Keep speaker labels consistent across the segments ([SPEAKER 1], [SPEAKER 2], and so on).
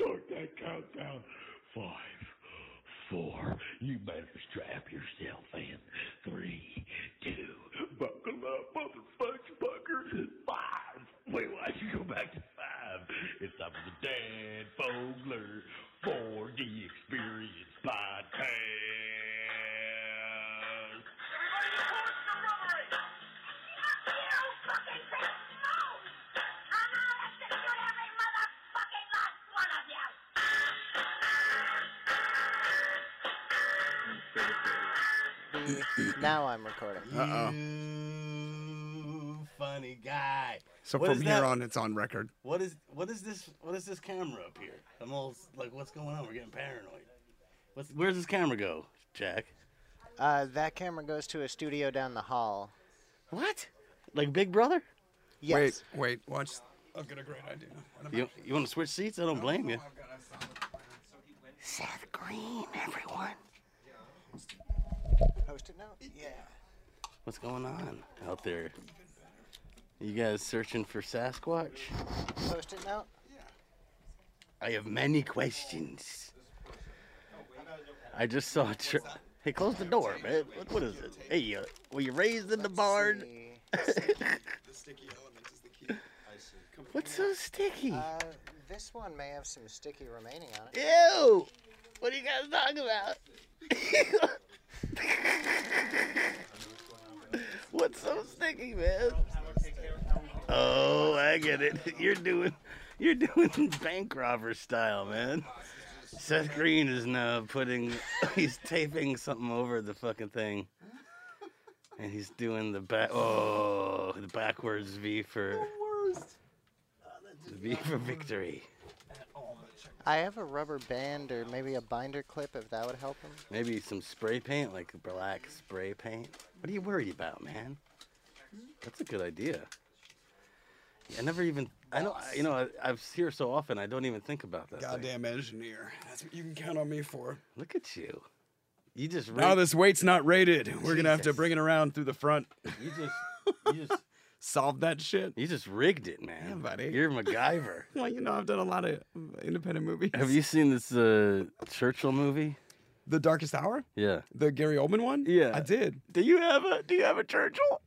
[SPEAKER 1] I count down five, four. You better strap yourself in. Three, two, buckle up, motherfucker, fuckers. It's five. Wait, why'd you go back to five? It's time for the Dan Fogler for the Experience Podcast.
[SPEAKER 2] Everybody report the robbery! You fucking bitch! No! I'm out to shoot every motherfucking last one of you!
[SPEAKER 3] now I'm recording.
[SPEAKER 4] You funny guy.
[SPEAKER 5] So
[SPEAKER 4] What
[SPEAKER 5] from
[SPEAKER 4] is
[SPEAKER 5] here
[SPEAKER 4] that?
[SPEAKER 5] on, it's on record.
[SPEAKER 4] What is what is this? What is this camera up here? I'm all s- like, what's going on? We're getting paranoid. What's where's this camera go, Jack?
[SPEAKER 3] Uh, that camera goes to a studio down the hall.
[SPEAKER 4] What? Like Big Brother?
[SPEAKER 3] Yes.
[SPEAKER 5] Wait, wait, watch. I've got a great idea.
[SPEAKER 4] You you want to switch seats? I don't blame you.
[SPEAKER 5] Seth Green, everyone.
[SPEAKER 3] Post-it note. Yeah.
[SPEAKER 4] What's going on out there? You guys searching for Sasquatch?
[SPEAKER 3] Post-it note.
[SPEAKER 4] I have many questions. I just saw a. Tra- hey, close the door, man. What, what is it? Hey, uh, were you raised in the barn?
[SPEAKER 3] The,
[SPEAKER 4] What's so sticky?
[SPEAKER 3] uh, this one may have some sticky remaining on it.
[SPEAKER 4] Ew! What are you guys talking about? What's so sticky, man? Oh, I get it. You're doing, you're doing bank robber style, man. Seth Green is now putting, he's taping something over the fucking thing, and he's doing the back, oh, the backwards V for, the V for victory.
[SPEAKER 3] I have a rubber band or maybe a binder clip if that would help him.
[SPEAKER 4] Maybe some spray paint, like black spray paint. What are you worried about, man? That's a good idea. I never even. I don't. You know, I, I'm here so often. I don't even think about that. thing.
[SPEAKER 5] Goddamn engineer. That's what you can count on me for.
[SPEAKER 4] Look at you. You just.
[SPEAKER 5] Now
[SPEAKER 4] Ra-
[SPEAKER 5] this weight's not rated. We're gonna have to
[SPEAKER 4] Jesus.
[SPEAKER 5] bring it around through the front.
[SPEAKER 4] you just. You just.
[SPEAKER 5] Solve that shit.
[SPEAKER 4] You just rigged it, man.
[SPEAKER 5] Yeah, buddy.
[SPEAKER 4] You're MacGyver.
[SPEAKER 5] Well, you know, I've done a lot of independent movies.
[SPEAKER 4] Have you seen this uh, Churchill movie?
[SPEAKER 5] The Darkest Hour,
[SPEAKER 4] Yeah.
[SPEAKER 5] the Gary Oldman one.
[SPEAKER 4] Yeah.
[SPEAKER 5] I did.
[SPEAKER 4] Do you have a Do you have a Churchill?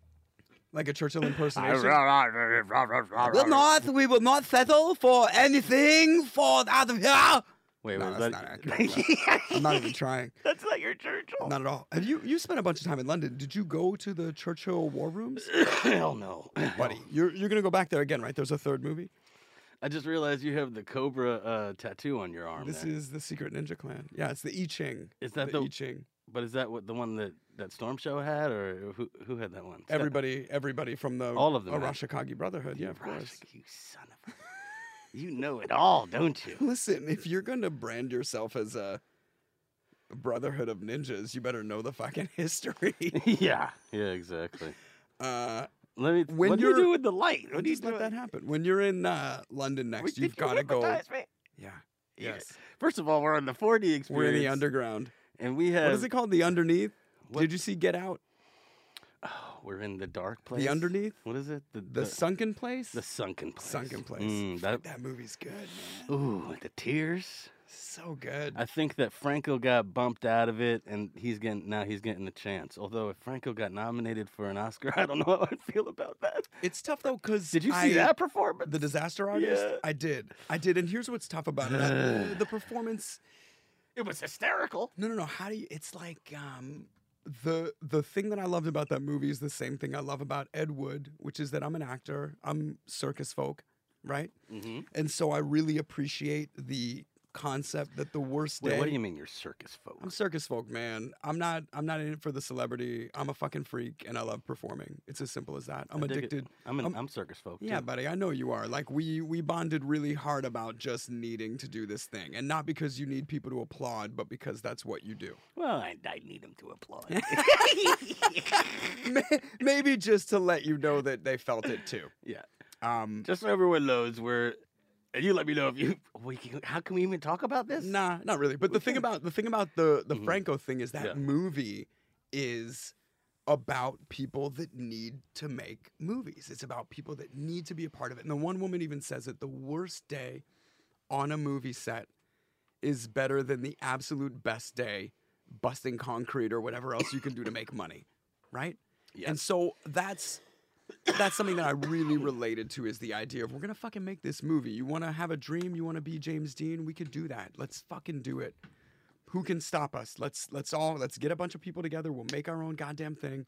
[SPEAKER 5] Like a Churchill impersonation.
[SPEAKER 4] Will
[SPEAKER 5] We will not settle for anything for out of here.
[SPEAKER 4] Wait,
[SPEAKER 5] No,
[SPEAKER 4] was
[SPEAKER 5] that's
[SPEAKER 4] that?
[SPEAKER 5] not I'm not even trying.
[SPEAKER 4] that's not your Churchill.
[SPEAKER 5] Not at all. Have you you spent a bunch of time in London? Did you go to the Churchill War Rooms,
[SPEAKER 4] Hell Oh, no,
[SPEAKER 5] buddy? You're you're gonna go back there again, right? There's a third movie.
[SPEAKER 4] I just realized you have the cobra uh, tattoo on your arm.
[SPEAKER 5] This
[SPEAKER 4] there.
[SPEAKER 5] is the Secret Ninja Clan. Yeah, it's the I Ching.
[SPEAKER 4] Is that
[SPEAKER 5] the,
[SPEAKER 4] the-
[SPEAKER 5] I Ching?
[SPEAKER 4] but is that what the one that that Storm Show had, or who who had that one? It's got-
[SPEAKER 5] Everybody, everybody from the
[SPEAKER 4] All of them, man.
[SPEAKER 5] Arashikagi Brotherhood. Yeah, of
[SPEAKER 4] Roger,
[SPEAKER 5] course.
[SPEAKER 4] You son of a. you know it all, don't you?
[SPEAKER 5] Listen, if you're gonna brand yourself as a Brotherhood of Ninjas, you better know the fucking history.
[SPEAKER 4] yeah, yeah, exactly.
[SPEAKER 5] uh,
[SPEAKER 4] Let me.
[SPEAKER 5] When
[SPEAKER 4] what do you do
[SPEAKER 5] you're-
[SPEAKER 4] with the light? What do you
[SPEAKER 5] just
[SPEAKER 4] do?
[SPEAKER 5] let
[SPEAKER 4] with-
[SPEAKER 5] that happen. When you're in uh, London
[SPEAKER 4] Wait,
[SPEAKER 5] next,
[SPEAKER 4] did
[SPEAKER 5] you've
[SPEAKER 4] you
[SPEAKER 5] got to go.
[SPEAKER 4] hypnotize me?
[SPEAKER 5] Yeah.
[SPEAKER 4] You-
[SPEAKER 5] Yes.
[SPEAKER 4] First of all, we're on the 4D experience.
[SPEAKER 5] We're in the underground.
[SPEAKER 4] and we have.
[SPEAKER 5] What is it called? The underneath.
[SPEAKER 4] What-
[SPEAKER 5] Did you see Get Out?
[SPEAKER 4] Oh, we're in the dark place.
[SPEAKER 5] underneath?
[SPEAKER 4] What is it? The
[SPEAKER 5] The, sunken place.
[SPEAKER 4] the sunken place.
[SPEAKER 5] sunken place.
[SPEAKER 4] Mm, that,
[SPEAKER 5] That movie's good, man.
[SPEAKER 4] ooh, the tears.
[SPEAKER 5] So good.
[SPEAKER 4] I think that Franco got bumped out of it, and he's getting now he's getting a chance. Although if Franco got nominated for an Oscar, I don't know how I feel about that.
[SPEAKER 5] it's tough though, cause
[SPEAKER 4] Did you see
[SPEAKER 5] I-
[SPEAKER 4] that performance?
[SPEAKER 5] The disaster artist.
[SPEAKER 4] Yeah.
[SPEAKER 5] I did. I did. And here's what's tough about it. Uh, the performance.
[SPEAKER 4] it was hysterical.
[SPEAKER 5] No, no, no. How do you? It's like um, the the thing that I loved about that movie is the same thing I love about Ed Wood, which is that I'm an actor. I'm circus folk, right?
[SPEAKER 4] Mm-hmm.
[SPEAKER 5] And so I really appreciate the concept that the worst day.
[SPEAKER 4] Wait, what do you mean you're circus folk?
[SPEAKER 5] I'm circus folk, man. I'm not. I'm not in it for the celebrity. I'm a fucking freak, and I love performing. It's as simple as that. I'm
[SPEAKER 4] I dig it.
[SPEAKER 5] addicted.
[SPEAKER 4] I'm an, I'm,
[SPEAKER 5] I'm-
[SPEAKER 4] circus folk.
[SPEAKER 5] Yeah,
[SPEAKER 4] too.
[SPEAKER 5] buddy, I know you are. Like we we bonded really hard about just needing to do this thing, and not because you need people to applaud, but because that's what you do.
[SPEAKER 4] well, I, I need him to applaud.
[SPEAKER 5] Ma- Maybe just to let you know that they felt it too.
[SPEAKER 4] yeah,
[SPEAKER 5] Um,
[SPEAKER 4] just so everyone knows we're. And you let me know if you. We can, how can we even talk about this?
[SPEAKER 5] Nah, not really. But the thing about the thing about the the
[SPEAKER 4] Mhm.
[SPEAKER 5] Franco thing is that
[SPEAKER 4] Yeah.
[SPEAKER 5] movie is about people that need to make movies. It's about people that need to be a part of it. And the one woman even says it: the worst day on a movie set is better than the absolute best day busting concrete or whatever else you can do to make money, right?
[SPEAKER 4] Yep.
[SPEAKER 5] And so that's that's something that I really related to is the idea of we're gonna fucking make this movie. You wanna have a dream, you wanna be James Dean, we could do that. Let's fucking do it. Who can stop us? Let's let's all let's get a bunch of people together, we'll make our own goddamn thing.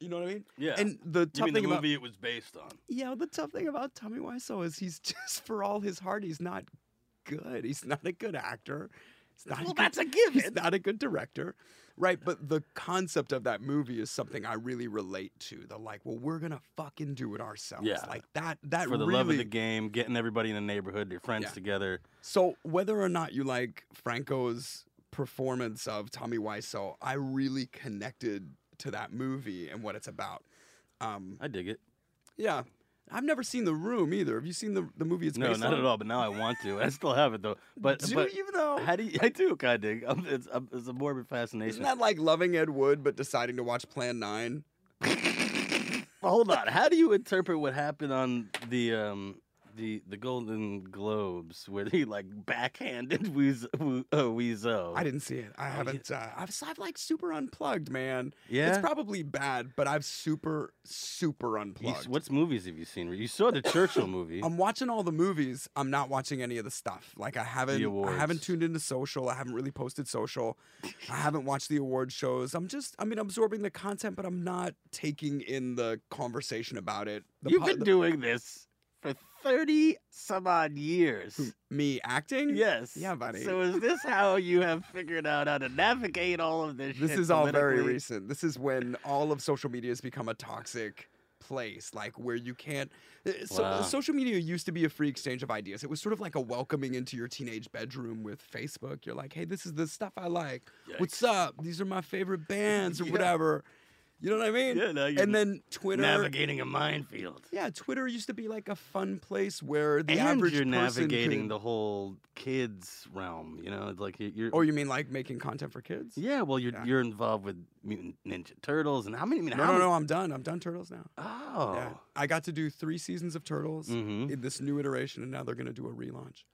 [SPEAKER 5] You know what I mean?
[SPEAKER 4] Yeah.
[SPEAKER 5] And the
[SPEAKER 4] You
[SPEAKER 5] tough
[SPEAKER 4] mean the
[SPEAKER 5] thing
[SPEAKER 4] movie it
[SPEAKER 5] about
[SPEAKER 4] was based on?
[SPEAKER 5] yeah, the tough thing about Tommy Wiseau is he's just for all his heart, he's not good. He's not a good actor. He's not
[SPEAKER 4] Well,
[SPEAKER 5] good,
[SPEAKER 4] that's a given.
[SPEAKER 5] He's not a good director, right? But the concept of that movie is something I really relate to. The like, well, we're gonna fucking do it ourselves.
[SPEAKER 4] Yeah.
[SPEAKER 5] like that. That
[SPEAKER 4] For the
[SPEAKER 5] really,
[SPEAKER 4] love of the game, getting everybody in the neighborhood, your friends
[SPEAKER 5] Yeah.
[SPEAKER 4] together.
[SPEAKER 5] so whether or not you like Franco's performance of Tommy Wiseau, I really connected to that movie and what it's about. Um,
[SPEAKER 4] I dig it.
[SPEAKER 5] yeah. I've never seen The Room either. Have you seen the, the movie it's
[SPEAKER 4] no,
[SPEAKER 5] based
[SPEAKER 4] not
[SPEAKER 5] on?
[SPEAKER 4] at all. But now I want to. I still have it though. But
[SPEAKER 5] do
[SPEAKER 4] but
[SPEAKER 5] you though?
[SPEAKER 4] how do you? I do kind of. I'm, it's, I'm, it's a morbid
[SPEAKER 5] Isn't
[SPEAKER 4] fascination.
[SPEAKER 5] that like loving Ed Wood but deciding to watch Plan Nine?
[SPEAKER 4] Well, hold on. How do you interpret what happened on the um the the Golden Globes where he like backhanded Weez- Wu- uh, Weezo?
[SPEAKER 5] I didn't see it.
[SPEAKER 4] Oh,
[SPEAKER 5] I haven't. Uh, I've, s- I've like super unplugged, man.
[SPEAKER 4] Yeah.
[SPEAKER 5] it's probably bad, but I've super
[SPEAKER 4] You
[SPEAKER 5] super
[SPEAKER 4] s-
[SPEAKER 5] unplugged.
[SPEAKER 4] what's movies have you seen? You saw the Churchill movie.
[SPEAKER 5] I'm watching all the movies. I'm not watching any of the stuff. Like I haven't. I haven't
[SPEAKER 4] awards.
[SPEAKER 5] tuned into social. I haven't really posted social. I haven't watched the award shows. I'm just. I mean, absorbing the content, but I'm not taking in the conversation about it. The
[SPEAKER 4] You've
[SPEAKER 5] po-
[SPEAKER 4] been
[SPEAKER 5] the-
[SPEAKER 4] doing this for thirty some odd years.
[SPEAKER 5] me acting.
[SPEAKER 4] Yes.
[SPEAKER 5] Hmm. Yeah, buddy.
[SPEAKER 4] So is this how you have figured out how to navigate all of this?
[SPEAKER 5] This
[SPEAKER 4] shit
[SPEAKER 5] is all very
[SPEAKER 4] politically?
[SPEAKER 5] recent. This is when all of social media has become a toxic place, like where you can't. uh, So,
[SPEAKER 4] Wow.
[SPEAKER 5] Social media used to be a free exchange of ideas. It was sort of like a welcoming into your teenage bedroom with Facebook. You're like, hey, this is the stuff I like. What's up? These are my favorite bands or
[SPEAKER 4] Yeah.
[SPEAKER 5] whatever. You know what I mean?
[SPEAKER 4] Yeah, now you're
[SPEAKER 5] and then Twitter.
[SPEAKER 4] Navigating a minefield.
[SPEAKER 5] Yeah, Twitter used to be like a fun place where the
[SPEAKER 4] and
[SPEAKER 5] average
[SPEAKER 4] you're
[SPEAKER 5] person
[SPEAKER 4] navigating
[SPEAKER 5] could-
[SPEAKER 4] the whole kids realm. You know, it's like you- you're.
[SPEAKER 5] Oh, you mean like making content for kids?
[SPEAKER 4] yeah, well, you're
[SPEAKER 5] Yeah.
[SPEAKER 4] you're involved with Mutant Ninja Turtles, and how many? I mean,
[SPEAKER 5] No,
[SPEAKER 4] how
[SPEAKER 5] no,
[SPEAKER 4] many-
[SPEAKER 5] no. I'm done. I'm done. Turtles now.
[SPEAKER 4] Oh,
[SPEAKER 5] Yeah. I got to do three seasons of Turtles
[SPEAKER 4] Mhm.
[SPEAKER 5] in this new iteration, and now they're going to do a relaunch.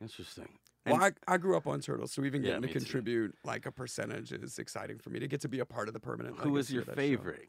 [SPEAKER 4] interesting.
[SPEAKER 5] Well,
[SPEAKER 4] And-
[SPEAKER 5] I, I grew up on Turtles, so even
[SPEAKER 4] Yeah,
[SPEAKER 5] getting
[SPEAKER 4] me
[SPEAKER 5] to
[SPEAKER 4] too.
[SPEAKER 5] contribute like a percentage is exciting for me to get to be a part of the permanent.
[SPEAKER 4] who was
[SPEAKER 5] legacy
[SPEAKER 4] your
[SPEAKER 5] of that show.
[SPEAKER 4] favorite?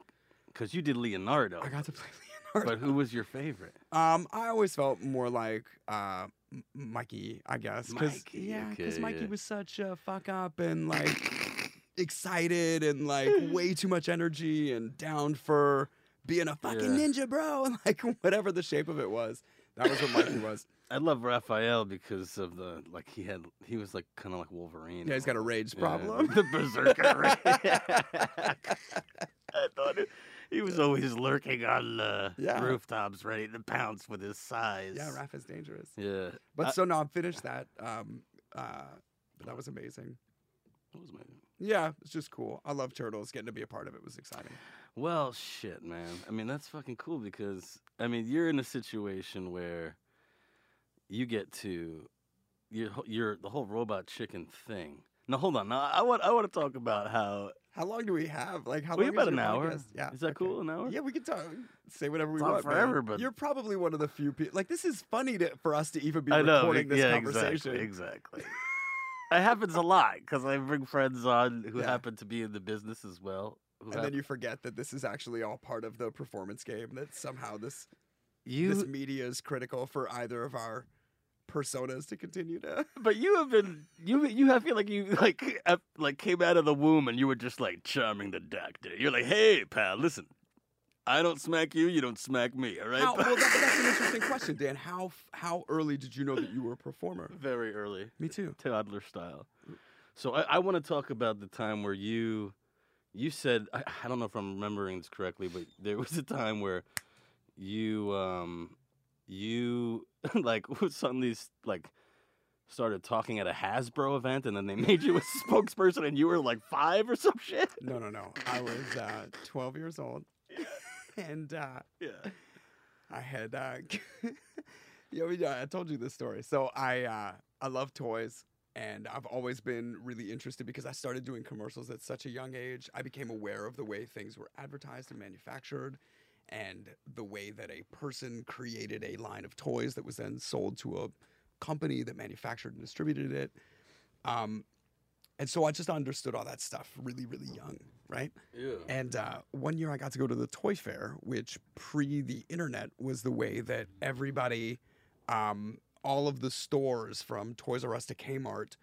[SPEAKER 4] Because you did Leonardo,
[SPEAKER 5] I got to play Leonardo.
[SPEAKER 4] but who was your favorite?
[SPEAKER 5] um, I always felt more like uh, M- Mikey, I guess, because
[SPEAKER 4] Mikey,
[SPEAKER 5] yeah, because
[SPEAKER 4] okay,
[SPEAKER 5] Mikey
[SPEAKER 4] yeah.
[SPEAKER 5] was such a fuck up and like excited and like way too much energy and down for being a fucking
[SPEAKER 4] Yeah.
[SPEAKER 5] ninja, bro, and like whatever the shape of it was. That was what Mikey was.
[SPEAKER 4] I love Raphael because of the like he had he was like kind of like Wolverine.
[SPEAKER 5] Yeah, he's got a rage
[SPEAKER 4] Yeah,
[SPEAKER 5] problem.
[SPEAKER 4] the berserker. rage. I thought it, he was always lurking on the
[SPEAKER 5] Yeah.
[SPEAKER 4] rooftops, ready to pounce with his size.
[SPEAKER 5] Yeah, Raph is dangerous.
[SPEAKER 4] Yeah.
[SPEAKER 5] But
[SPEAKER 4] I-
[SPEAKER 5] so no, I finished that. Um, uh, but that was amazing.
[SPEAKER 4] What was my-
[SPEAKER 5] Yeah, it's just cool. I love turtles. Getting to be a part of it was exciting.
[SPEAKER 4] Well, shit, man. I mean, that's fucking cool because I mean, you're in a situation where you get to your wh- your the whole robot chicken thing. Now, hold on. Now, I want I want to talk about how
[SPEAKER 5] How long do we have? Like how
[SPEAKER 4] we
[SPEAKER 5] long?
[SPEAKER 4] about
[SPEAKER 5] is
[SPEAKER 4] an
[SPEAKER 5] your
[SPEAKER 4] hour.
[SPEAKER 5] podcast? Yeah.
[SPEAKER 4] is that
[SPEAKER 5] okay.
[SPEAKER 4] cool? An hour?
[SPEAKER 5] Yeah, we can talk. Say whatever we
[SPEAKER 4] Talk
[SPEAKER 5] want. man.
[SPEAKER 4] forever, but-
[SPEAKER 5] you're probably one of the few people. Like this is funny to, for us to even be
[SPEAKER 4] I know.
[SPEAKER 5] recording this
[SPEAKER 4] yeah,
[SPEAKER 5] conversation.
[SPEAKER 4] exactly. Exactly. it happens a lot because I bring friends on who
[SPEAKER 5] Yeah.
[SPEAKER 4] happen to be in the business as well. Who
[SPEAKER 5] And then
[SPEAKER 4] hap-
[SPEAKER 5] you forget that this is actually all part of the performance game. That somehow this
[SPEAKER 4] you
[SPEAKER 5] this media is critical for either of our personas to continue to.
[SPEAKER 4] But you have been you you have feel like you like uh, like came out of the womb and you were just like charming the doctor. You're like, hey pal, listen, I don't smack you, you don't smack me, all right?
[SPEAKER 5] How, well, that, that's an interesting question, Dan. How f- how early did you know that you were a performer?
[SPEAKER 4] Very early,
[SPEAKER 5] Me too.
[SPEAKER 4] toddler style. So I, I want to talk about the time where you you said I, I don't know if I'm remembering this correctly, but there was a time where you um you like suddenly s- like started talking at a Hasbro event and then they made you a spokesperson and you were like five or some shit.
[SPEAKER 5] No, no, no. I was uh, 12 years old, and uh,
[SPEAKER 4] Yeah.
[SPEAKER 5] I had. Uh, yeah, we- uh, I told you this story. So I uh, I love toys, and I've always been really interested because I started doing commercials at such a young age. I became aware of the way things were advertised and manufactured. And the way that a person created a line of toys that was then sold to a company that manufactured and distributed it. Um, and so I just understood all that stuff really, really young, right?
[SPEAKER 6] Yeah.
[SPEAKER 5] And uh, one year I got to go to the toy fair, which pre the internet was the way that everybody, um, all of the stores from Toys R Us to Kmart,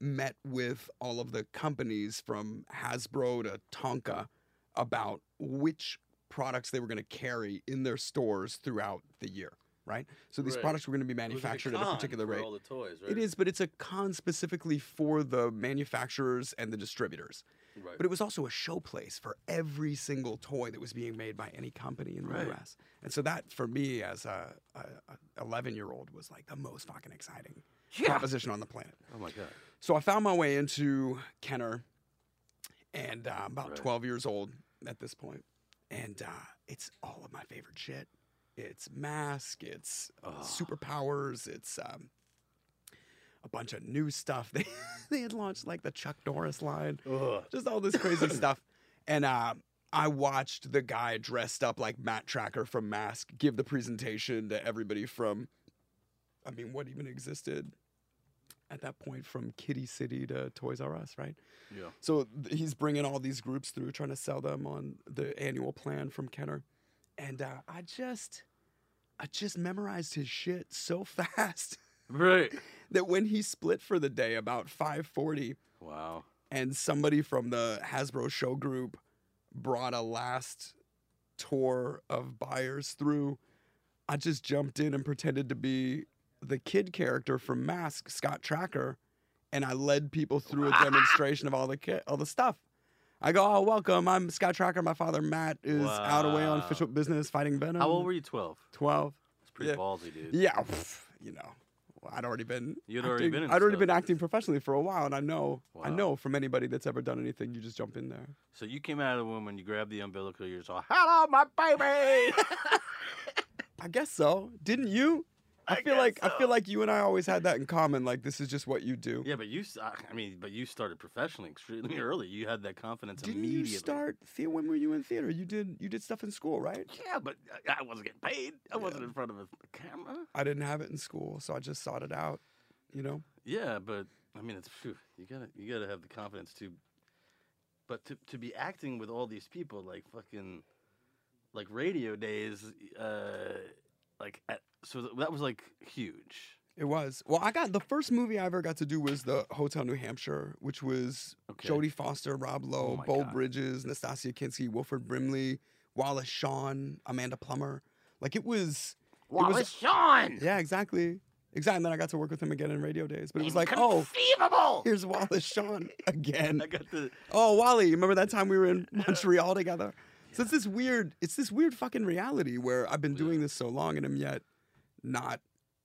[SPEAKER 5] met with all of the companies from Hasbro to Tonka about which products they were going to carry in their stores throughout the year, right? So these
[SPEAKER 6] Right.
[SPEAKER 5] products were going to be
[SPEAKER 4] It was like
[SPEAKER 5] manufactured at a
[SPEAKER 4] con
[SPEAKER 5] particular
[SPEAKER 4] for
[SPEAKER 5] rate.
[SPEAKER 4] All the toys, right?
[SPEAKER 5] It is, but it's a con specifically for the manufacturers and the distributors.
[SPEAKER 4] Right.
[SPEAKER 5] But it was also a showplace for every single toy that was being made by any company in the
[SPEAKER 4] Right.
[SPEAKER 5] U.S. And so that, for me as a eleven-year-old, was like the most fucking exciting proposition on the planet.
[SPEAKER 4] oh my god.
[SPEAKER 5] So I found my way into Kenner, and uh, I'm about
[SPEAKER 4] Right.
[SPEAKER 5] 12 years old at this point, and uh, it's all of my favorite shit. It's Mask, it's uh,
[SPEAKER 4] Ah.
[SPEAKER 5] Superpowers, it's um, a bunch of new stuff. They they had launched like the Chuck Norris line,
[SPEAKER 6] Ugh.
[SPEAKER 5] just all this crazy stuff, and. Uh, I watched the guy dressed up like Matt Tracker from Mask give the presentation to everybody from, I mean, what even existed at that point from Kitty City to Toys R Us, right?
[SPEAKER 4] Yeah.
[SPEAKER 5] So th- he's bringing all these groups through, trying to sell them on the annual plan from Kenner, and uh, I just, I just memorized his shit so fast
[SPEAKER 4] Right.
[SPEAKER 5] that when he split for the day about five forty,
[SPEAKER 4] Wow.
[SPEAKER 5] and somebody from the Hasbro show group brought a last tour of buyers through, I just jumped in and pretended to be the kid character from Mask, Scott Tracker, and I led people through a demonstration of all the ki- all the stuff. I go, oh, welcome. I'm Scott Tracker. My father, Matt, is out away on
[SPEAKER 4] Wow.
[SPEAKER 5] official business fighting Venom.
[SPEAKER 4] How old were you? Twelve.
[SPEAKER 5] 12.
[SPEAKER 4] That's pretty
[SPEAKER 5] Um, Yeah.
[SPEAKER 4] ballsy, dude.
[SPEAKER 5] Yeah, pff, you know, well, I'd already been.
[SPEAKER 4] You'd already
[SPEAKER 5] acting-
[SPEAKER 4] been in
[SPEAKER 5] I'd already
[SPEAKER 4] stuff.
[SPEAKER 5] been acting professionally for a while, and I know, I
[SPEAKER 4] Wow.
[SPEAKER 5] know from anybody that's ever done anything, you just jump in there.
[SPEAKER 4] So you came out of the woman, you grabbed the umbilical, you're just all, "Hello, my baby."
[SPEAKER 5] I guess so. Didn't you? I, feel like I feel like you and I always had that in common. Like this is just what you do.
[SPEAKER 4] yeah, but you, s- I I mean, but you started professionally extremely early. You had that confidence
[SPEAKER 5] Didn't you
[SPEAKER 4] immediately.
[SPEAKER 5] start theater? When were you in theater? You did you did stuff in school, right?
[SPEAKER 4] Yeah, but I- I wasn't getting paid. I wasn't in front of a camera.
[SPEAKER 5] I didn't have it in school, so I just sought it out. You know,
[SPEAKER 4] Yeah, but I mean, it's phew, you gotta you gotta have the confidence to, but to to be acting with all these people like fucking, like radio days, uh, like at, so th- that was like huge.
[SPEAKER 5] it was. Well, I got the first movie I ever got to do was the Hotel New Hampshire, which was
[SPEAKER 4] Okay. Oh
[SPEAKER 5] Jodie Foster, Rob Lowe,
[SPEAKER 4] my
[SPEAKER 5] Bo
[SPEAKER 4] God.
[SPEAKER 5] Bridges, Nastasia Kinski, Wilford Brimley, Wallace Shawn, Amanda Plummer. Like it was, it was
[SPEAKER 4] Sean.
[SPEAKER 5] Yeah, exactly. Exactly. And then I got to work with him again in radio days. But it was like, oh, here's Wallace Shawn again.
[SPEAKER 4] I got the
[SPEAKER 5] Oh, Wally, you remember that time we were in Montreal together? So it's this weird, it's this weird fucking reality where I've been doing this so long and I'm yet not.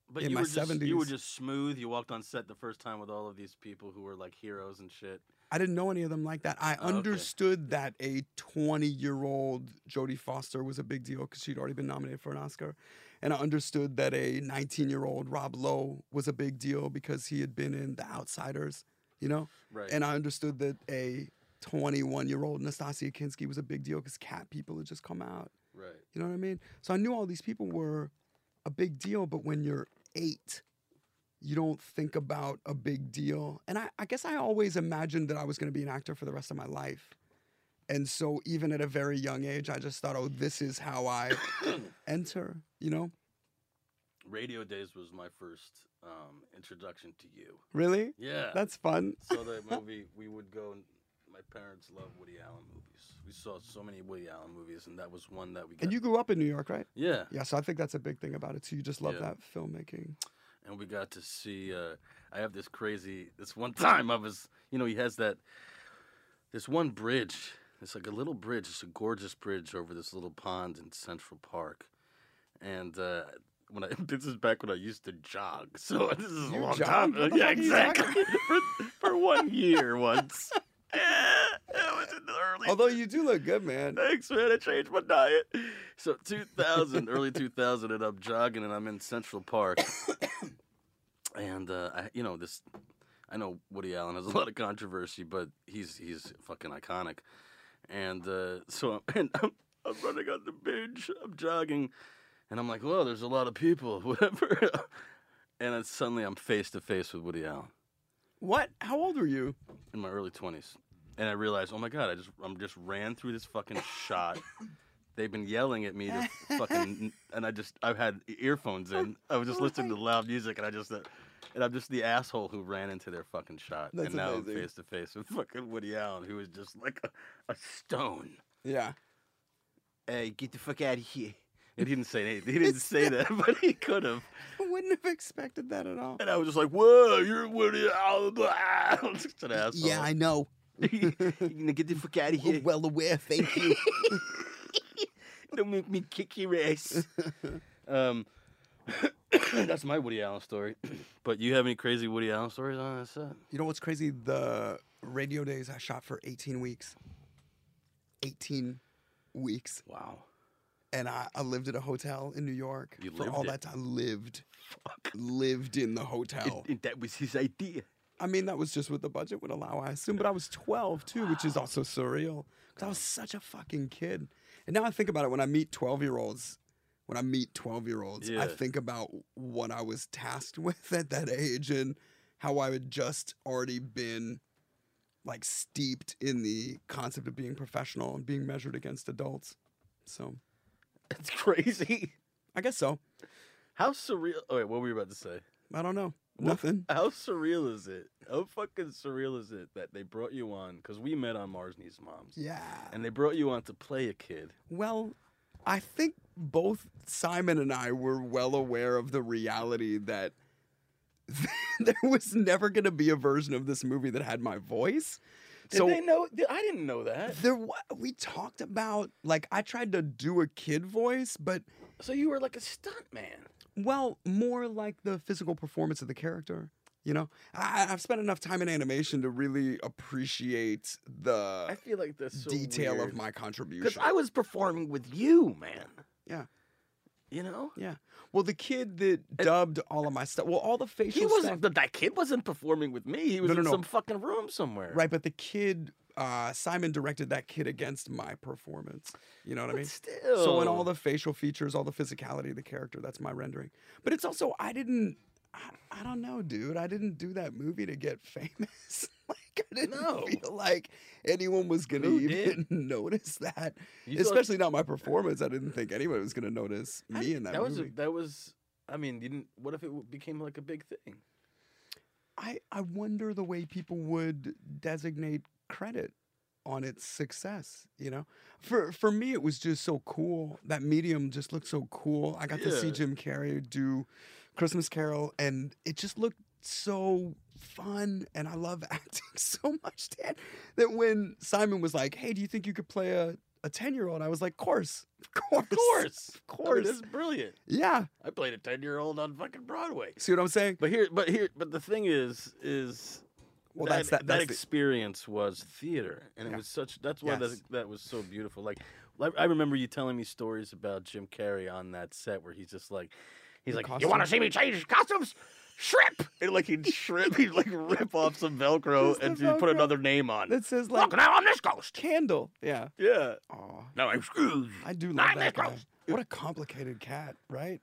[SPEAKER 4] but
[SPEAKER 5] in
[SPEAKER 4] you
[SPEAKER 5] my
[SPEAKER 4] were just you were
[SPEAKER 5] 70s.
[SPEAKER 4] just smooth. You walked on set the first time with all of these people who were like heroes and shit.
[SPEAKER 5] I didn't know any of them like that. I
[SPEAKER 4] Oh, okay.
[SPEAKER 5] understood that a 20 year old Jodie Foster was a big deal because she'd already been nominated for an Oscar. And I understood that a 19 year old Rob Lowe was a big deal because he had been in The Outsiders, you know?
[SPEAKER 4] Right.
[SPEAKER 5] And I understood that a 21 year old Nastasia Kinski was a big deal because cat people had just come out.
[SPEAKER 4] right.
[SPEAKER 5] You know what I mean? So I knew all these people were a big deal, but when you're eight, you don't think about a big deal. And I, I guess I always imagined that I was going to be an actor for the rest of my life. And so even at a very young age, I just thought, oh, this is how I enter, you know?
[SPEAKER 4] Radio days was my first um, introduction to you.
[SPEAKER 5] Really?
[SPEAKER 4] Yeah.
[SPEAKER 5] That's fun.
[SPEAKER 4] saw that movie. We would go. and My parents love Woody Allen movies. We saw so many Woody Allen movies, and that was one that we got.
[SPEAKER 5] And you grew up in New York, right?
[SPEAKER 4] yeah,
[SPEAKER 5] Yeah, so I think that's a big thing about it too. You just love
[SPEAKER 4] Yeah.
[SPEAKER 5] that filmmaking.
[SPEAKER 4] and we got to see. Uh, I have this crazy. This one time, I was. You know, he has that. This one bridge. It's like a little bridge. It's a gorgeous bridge over this little pond in Central Park, and. Uh, when I, this is back when I used to jog, so this is a
[SPEAKER 5] You
[SPEAKER 4] long
[SPEAKER 5] jog?
[SPEAKER 4] time.
[SPEAKER 5] What the
[SPEAKER 4] yeah,
[SPEAKER 5] fuck are you talking
[SPEAKER 4] exactly. for, for one year once. yeah, it was in the early
[SPEAKER 5] Although you do look good, man.
[SPEAKER 4] Thanks, man. I changed my diet. So 2000, early 2000, and I'm jogging, and I'm in Central Park, and uh, I, you know this. I know Woody Allen has a lot of controversy, but he's he's fucking iconic, and uh, so I'm, and I'm I'm running on the beach, I'm jogging, and I'm like, whoa, there's a lot of people, whatever. and then suddenly I'm face to face with Woody Allen
[SPEAKER 5] What? How old were you?
[SPEAKER 4] in my early 20s, and I realized, oh my god, I just I'm just ran through this fucking shot. They've been yelling at me to fucking, and I just I've had earphones in. I was just listening to loud music, and I just. uh, And I'm just the asshole who ran into their fucking shot,
[SPEAKER 5] That's
[SPEAKER 4] and now I'm
[SPEAKER 5] amazing.
[SPEAKER 4] face to face with fucking Woody Allen, who is just like a, a stone.
[SPEAKER 5] Yeah.
[SPEAKER 4] Hey, get the fuck out of here! And he didn't say anything. He didn't say that, but he could have.
[SPEAKER 5] Wouldn't have expected that at all.
[SPEAKER 4] And I was just like, "Whoa, you're Woody Allen!" I'm such an asshole.
[SPEAKER 5] know.
[SPEAKER 4] You're gonna get the fuck out of here.
[SPEAKER 5] well aware. Thank you.
[SPEAKER 4] Don't make me kick your ass. um, that's my Woody Allen story. but you have any crazy Woody Allen stories on that set?
[SPEAKER 5] you know what's crazy? The radio days I shot for 18 weeks. 18 weeks.
[SPEAKER 4] Wow.
[SPEAKER 5] and I, I lived at a hotel in New York
[SPEAKER 4] You
[SPEAKER 5] for
[SPEAKER 4] lived
[SPEAKER 5] all
[SPEAKER 4] it.
[SPEAKER 5] that time. Lived, lived in the hotel.
[SPEAKER 4] And that was his idea.
[SPEAKER 5] I mean, that was just what the budget would allow, I assume. But I was 12 too, which is also surreal because I was such a fucking kid. And now I think about it when I meet 12 year olds. When I meet 12 year olds, I
[SPEAKER 4] Yeah.
[SPEAKER 5] think about what I was tasked with at that age and how I had just already been like steeped in the concept of being professional and being measured against adults. So
[SPEAKER 4] That's crazy.
[SPEAKER 5] I guess so.
[SPEAKER 4] How surreal. Oh, wait, what were you about to say?
[SPEAKER 5] I don't know. Nothing.
[SPEAKER 4] How surreal is it? How fucking surreal is it that they brought you on? Because we met on Mars Needs Moms.
[SPEAKER 5] Yeah.
[SPEAKER 4] And they brought you on to play a kid.
[SPEAKER 5] Well, I think both Simon and I were well aware of the reality that there was never going to be a version of this movie that had my voice.
[SPEAKER 4] Did
[SPEAKER 5] so
[SPEAKER 4] they know? did- I didn't know that.
[SPEAKER 5] there wa- we talked about like I tried to do a kid voice, but
[SPEAKER 4] So you were like a stunt man.
[SPEAKER 5] well, more like the physical performance of the character. You know, I, I've spent enough time in animation to really appreciate
[SPEAKER 4] I
[SPEAKER 5] the
[SPEAKER 4] feel like that's so
[SPEAKER 5] detail of
[SPEAKER 4] weird.
[SPEAKER 5] my contribution.
[SPEAKER 4] Because I was performing with you, man.
[SPEAKER 5] Yeah.
[SPEAKER 4] You know?
[SPEAKER 5] Yeah. Well, the kid that dubbed all of my stuff. Well, all the facial
[SPEAKER 4] He
[SPEAKER 5] stuff.
[SPEAKER 4] wasn't, but that kid wasn't performing with me. He was
[SPEAKER 5] No, no,
[SPEAKER 4] in
[SPEAKER 5] no.
[SPEAKER 4] some fucking room somewhere.
[SPEAKER 5] Right, but the kid uh, Simon directed that kid against my performance. You know what
[SPEAKER 4] But
[SPEAKER 5] I mean?
[SPEAKER 4] still.
[SPEAKER 5] So in all the facial features, all the physicality of the character, that's my rendering. But it's also I didn't. I, I don't know, dude. I didn't do that movie to get famous. like I didn't
[SPEAKER 4] No.
[SPEAKER 5] feel like anyone was gonna
[SPEAKER 4] Who
[SPEAKER 5] even notice that.
[SPEAKER 4] You thought-
[SPEAKER 5] Especially not my performance. I didn't think anyone was gonna notice
[SPEAKER 4] I-
[SPEAKER 5] me in that,
[SPEAKER 4] that was
[SPEAKER 5] movie.
[SPEAKER 4] a, that was. I mean, you didn't. What if it w- became like a big thing?
[SPEAKER 5] I, I wonder the way people would designate credit on its success, you know? For for me it was just so cool. That medium just looked so cool. I got to see
[SPEAKER 4] Yeah.
[SPEAKER 5] Jim Carrey do Christmas Carol and it just looked so fun and I love acting so much, Dan, that when Simon was like, Hey, do you think you could play a a 10 year old? I was like, course, of course.
[SPEAKER 4] Of course,
[SPEAKER 5] Of
[SPEAKER 4] I mean,
[SPEAKER 5] course.
[SPEAKER 4] that's brilliant.
[SPEAKER 5] Yeah.
[SPEAKER 4] I played a ten-year-old on fucking Broadway.
[SPEAKER 5] See what I'm saying?
[SPEAKER 4] But here, but here, but the thing is, is
[SPEAKER 5] Well,
[SPEAKER 4] that,
[SPEAKER 5] that's that. That's the-
[SPEAKER 4] experience was theater, and it
[SPEAKER 5] Yeah.
[SPEAKER 4] was such. That's why
[SPEAKER 5] Yes.
[SPEAKER 4] that that was so beautiful. Like, like, I remember you telling me stories about Jim Carrey on that set where he's just like, he's like, you want to
[SPEAKER 5] costume.
[SPEAKER 4] see me change costumes? Shrimp, and like he'd shrimp, he'd like rip off some Velcro
[SPEAKER 5] Just the
[SPEAKER 4] Oh, and just put
[SPEAKER 5] Velcro
[SPEAKER 4] another name on.
[SPEAKER 5] that says like
[SPEAKER 4] Look now I'm this ghost.
[SPEAKER 5] candle. Yeah.
[SPEAKER 4] Yeah.
[SPEAKER 5] Aw.
[SPEAKER 4] Now I'm Scrooge.
[SPEAKER 5] I do love
[SPEAKER 4] I'm
[SPEAKER 5] that
[SPEAKER 4] this
[SPEAKER 5] guy.
[SPEAKER 4] ghost.
[SPEAKER 5] What a complicated cat, right?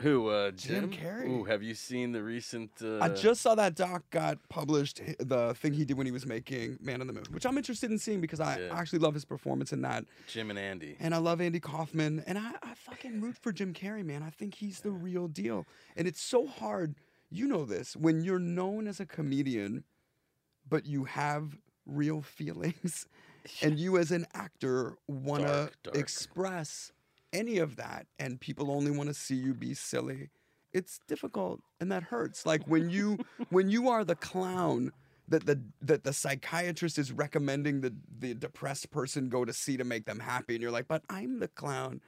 [SPEAKER 4] Who? Uh, Jim?
[SPEAKER 5] Jim Carrey.
[SPEAKER 4] Ooh, have you seen the recent? Uh,
[SPEAKER 5] I just saw that doc got published, h- the thing he did when he was making Man on the Moon, which I'm interested in seeing because I
[SPEAKER 4] Yeah.
[SPEAKER 5] actually love his performance in that.
[SPEAKER 4] Jim and Andy.
[SPEAKER 5] And I love Andy Kaufman. And I, I fucking root for Jim Carrey, man. I think he's the real deal. And it's so hard, you know this, when you're known as a comedian, but you have real feelings. And you as an actor want to
[SPEAKER 4] Dark, dark.
[SPEAKER 5] express any of that, and people only want to see you be silly. It's difficult, and that hurts. Like when you when you are the clown that the that the psychiatrist is recommending the the depressed person go to see to make them happy, and you're like, but I'm the clown.